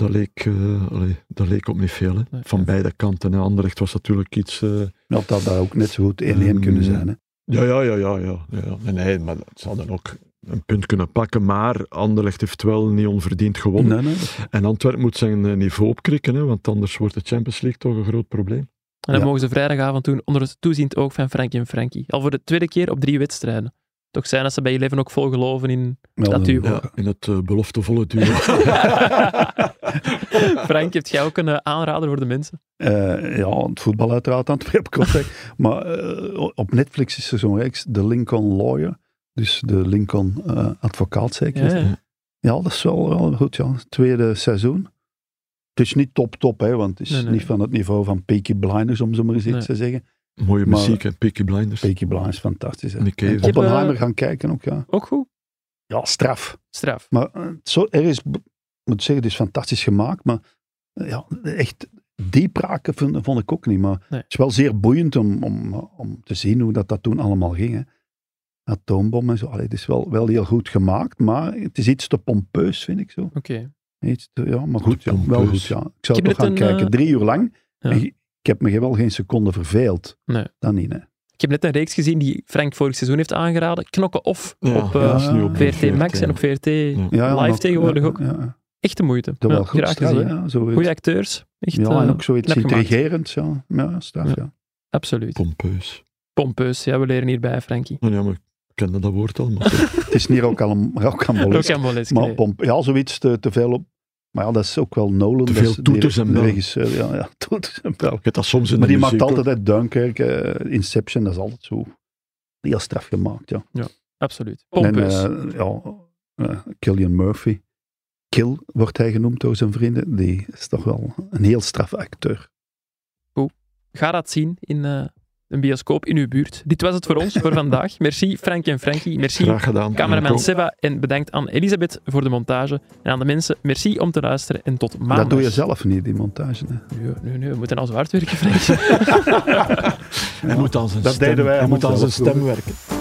[SPEAKER 2] Dat, leek, eh, allee, dat leek op niet veel. Hè.
[SPEAKER 1] Nee.
[SPEAKER 2] Van beide kanten. Hè. Anderlecht was natuurlijk iets... eh,
[SPEAKER 3] Dat had daar ook net zo goed 1-1
[SPEAKER 1] Mm.
[SPEAKER 3] kunnen
[SPEAKER 2] Ehm,
[SPEAKER 3] zijn, hè.
[SPEAKER 2] Ja, ja, ja, ja. ja, ja. Nee, nee, maar ze hadden ook een punt kunnen pakken. Maar Anderlecht heeft wel niet onverdiend gewonnen.
[SPEAKER 3] Nee, nee, dat-
[SPEAKER 2] En Antwerpen moet zijn eh, niveau opkrikken, hè, want anders wordt de Champions League toch een groot probleem.
[SPEAKER 1] En dat
[SPEAKER 3] Ja.
[SPEAKER 1] mogen ze vrijdagavond doen onder het toeziend oog van Frankie en Frankie. Al voor de tweede keer op drie wedstrijden. Toch zijn dat ze bij Eleven ook vol geloven in
[SPEAKER 3] wel,
[SPEAKER 1] dat duo.
[SPEAKER 2] Ja, in het eh, beloftevolle duo.
[SPEAKER 1] Frank, hebt jij ook een eh, aanrader voor de mensen?
[SPEAKER 3] Eh, ja, het voetbal uiteraard aan het werk komt, hè. <laughs> Maar eh, op Netflix is er zo'n reeks, de Lincoln Lawyer. Dus de Lincoln eh, advocaat zeker.
[SPEAKER 1] Ja,
[SPEAKER 3] Ja.
[SPEAKER 1] ja.
[SPEAKER 3] dat is wel, wel goed, ja. Tweede seizoen. Het is niet top top, hè, want het is
[SPEAKER 1] Nee, nee.
[SPEAKER 3] niet van het niveau van Peaky Blinders, om zo maar eens iets
[SPEAKER 1] Nee.
[SPEAKER 3] te zeggen.
[SPEAKER 2] Mooie
[SPEAKER 3] Maar-
[SPEAKER 2] muziek en Peaky Blinders.
[SPEAKER 3] Peaky Blinders, fantastisch. Hè.
[SPEAKER 2] Nick Cave.
[SPEAKER 3] En
[SPEAKER 2] Ik heb,
[SPEAKER 3] Oppenheimer
[SPEAKER 1] eh,
[SPEAKER 3] gaan kijken ook, ja.
[SPEAKER 1] Ook goed.
[SPEAKER 3] Ja, straf.
[SPEAKER 1] Straf.
[SPEAKER 3] Maar eh, zo, er is, ik moet zeggen, het is fantastisch gemaakt, maar eh, ja, echt diep raken vond, vond ik ook niet. Maar
[SPEAKER 1] Nee.
[SPEAKER 3] het is wel zeer boeiend om, om, om te zien hoe dat, dat toen allemaal ging. Hè. Atoombom en zo. Allee, het is wel, wel heel goed gemaakt, maar het is iets te pompeus, vind ik zo.
[SPEAKER 1] Oké.
[SPEAKER 3] Iets te- ja, maar goed, ja, wel
[SPEAKER 2] pompeus.
[SPEAKER 3] goed, ja. Ik zou
[SPEAKER 1] Ik heb
[SPEAKER 3] toch
[SPEAKER 1] net
[SPEAKER 3] gaan
[SPEAKER 1] een,
[SPEAKER 3] kijken.
[SPEAKER 1] eh,
[SPEAKER 3] Drie uur lang.
[SPEAKER 1] Ja.
[SPEAKER 3] En Ik heb me wel geen seconde verveeld.
[SPEAKER 1] Nee.
[SPEAKER 3] Dat niet, hè.
[SPEAKER 1] Ik heb net een reeks gezien die Frank vorig seizoen heeft aangeraden. Knokken of
[SPEAKER 2] Ja,
[SPEAKER 1] op eh,
[SPEAKER 2] dat is nu op
[SPEAKER 1] VRT Max en op VRT.
[SPEAKER 3] Ja,
[SPEAKER 1] Live
[SPEAKER 3] maar-
[SPEAKER 1] tegenwoordig ook.
[SPEAKER 3] Ja, ja.
[SPEAKER 1] Echt de moeite.
[SPEAKER 3] Dat
[SPEAKER 1] Ja,
[SPEAKER 3] wel goed,
[SPEAKER 1] graag
[SPEAKER 3] straf,
[SPEAKER 1] gezien.
[SPEAKER 3] hè, ja, zoiets.
[SPEAKER 1] Goede acteurs. Echt,
[SPEAKER 3] ja, en
[SPEAKER 1] eh,
[SPEAKER 3] ook zoiets
[SPEAKER 1] knap gemaakt.
[SPEAKER 3] intrigerends. Ja. ja, straf,
[SPEAKER 1] Ja.
[SPEAKER 3] ja.
[SPEAKER 1] Absoluut.
[SPEAKER 2] Pompeus.
[SPEAKER 1] Pompeus. Ja, we leren hierbij, Frankie.
[SPEAKER 2] Nou ja, maar ik kende dat woord al. Maar
[SPEAKER 3] Het is niet <laughs> ook al
[SPEAKER 1] Ook
[SPEAKER 3] rocambolesk.
[SPEAKER 1] Cambolesk.
[SPEAKER 3] Maar pomp, ja, zoiets eh, te, te veel op. Maar ja, dat is ook wel Nolan.
[SPEAKER 2] Te
[SPEAKER 3] dat is
[SPEAKER 2] veel toeters
[SPEAKER 3] de-
[SPEAKER 2] en
[SPEAKER 3] de
[SPEAKER 2] bellen.
[SPEAKER 3] regisseur, ja, ja, <laughs> toeters en bellen.
[SPEAKER 2] ik heb dat soms in
[SPEAKER 3] Maar
[SPEAKER 2] de
[SPEAKER 3] die maakt
[SPEAKER 2] muziek ook.
[SPEAKER 3] altijd uit Dunkirk, eh, Inception, dat is altijd zo heel straf gemaakt, ja.
[SPEAKER 1] Absoluut. Pompeus.
[SPEAKER 3] En eh, ja, eh, Cillian Murphy. Kill wordt hij genoemd door zijn vrienden. Die is toch wel een heel straffe acteur.
[SPEAKER 1] Ga dat zien in eh, een bioscoop in uw buurt. Dit was het voor ons voor
[SPEAKER 3] <laughs>
[SPEAKER 1] vandaag. Merci Frank en Frankie. Merci
[SPEAKER 2] Graag gedaan.
[SPEAKER 1] cameraman
[SPEAKER 2] Nico.
[SPEAKER 1] Seba. En bedankt aan Elisabeth voor de montage. En aan de mensen, merci om te luisteren. En tot maandag.
[SPEAKER 3] Dat doe je zelf niet, die montage. hè.
[SPEAKER 1] Nee, nee, nee, we moeten al zo hard werken, Frank.
[SPEAKER 2] Hij moet aan zijn
[SPEAKER 3] Dat
[SPEAKER 2] stem,
[SPEAKER 3] deden wij
[SPEAKER 2] hij moet
[SPEAKER 3] allemaal
[SPEAKER 2] aan zijn
[SPEAKER 3] zelf
[SPEAKER 2] stem werken.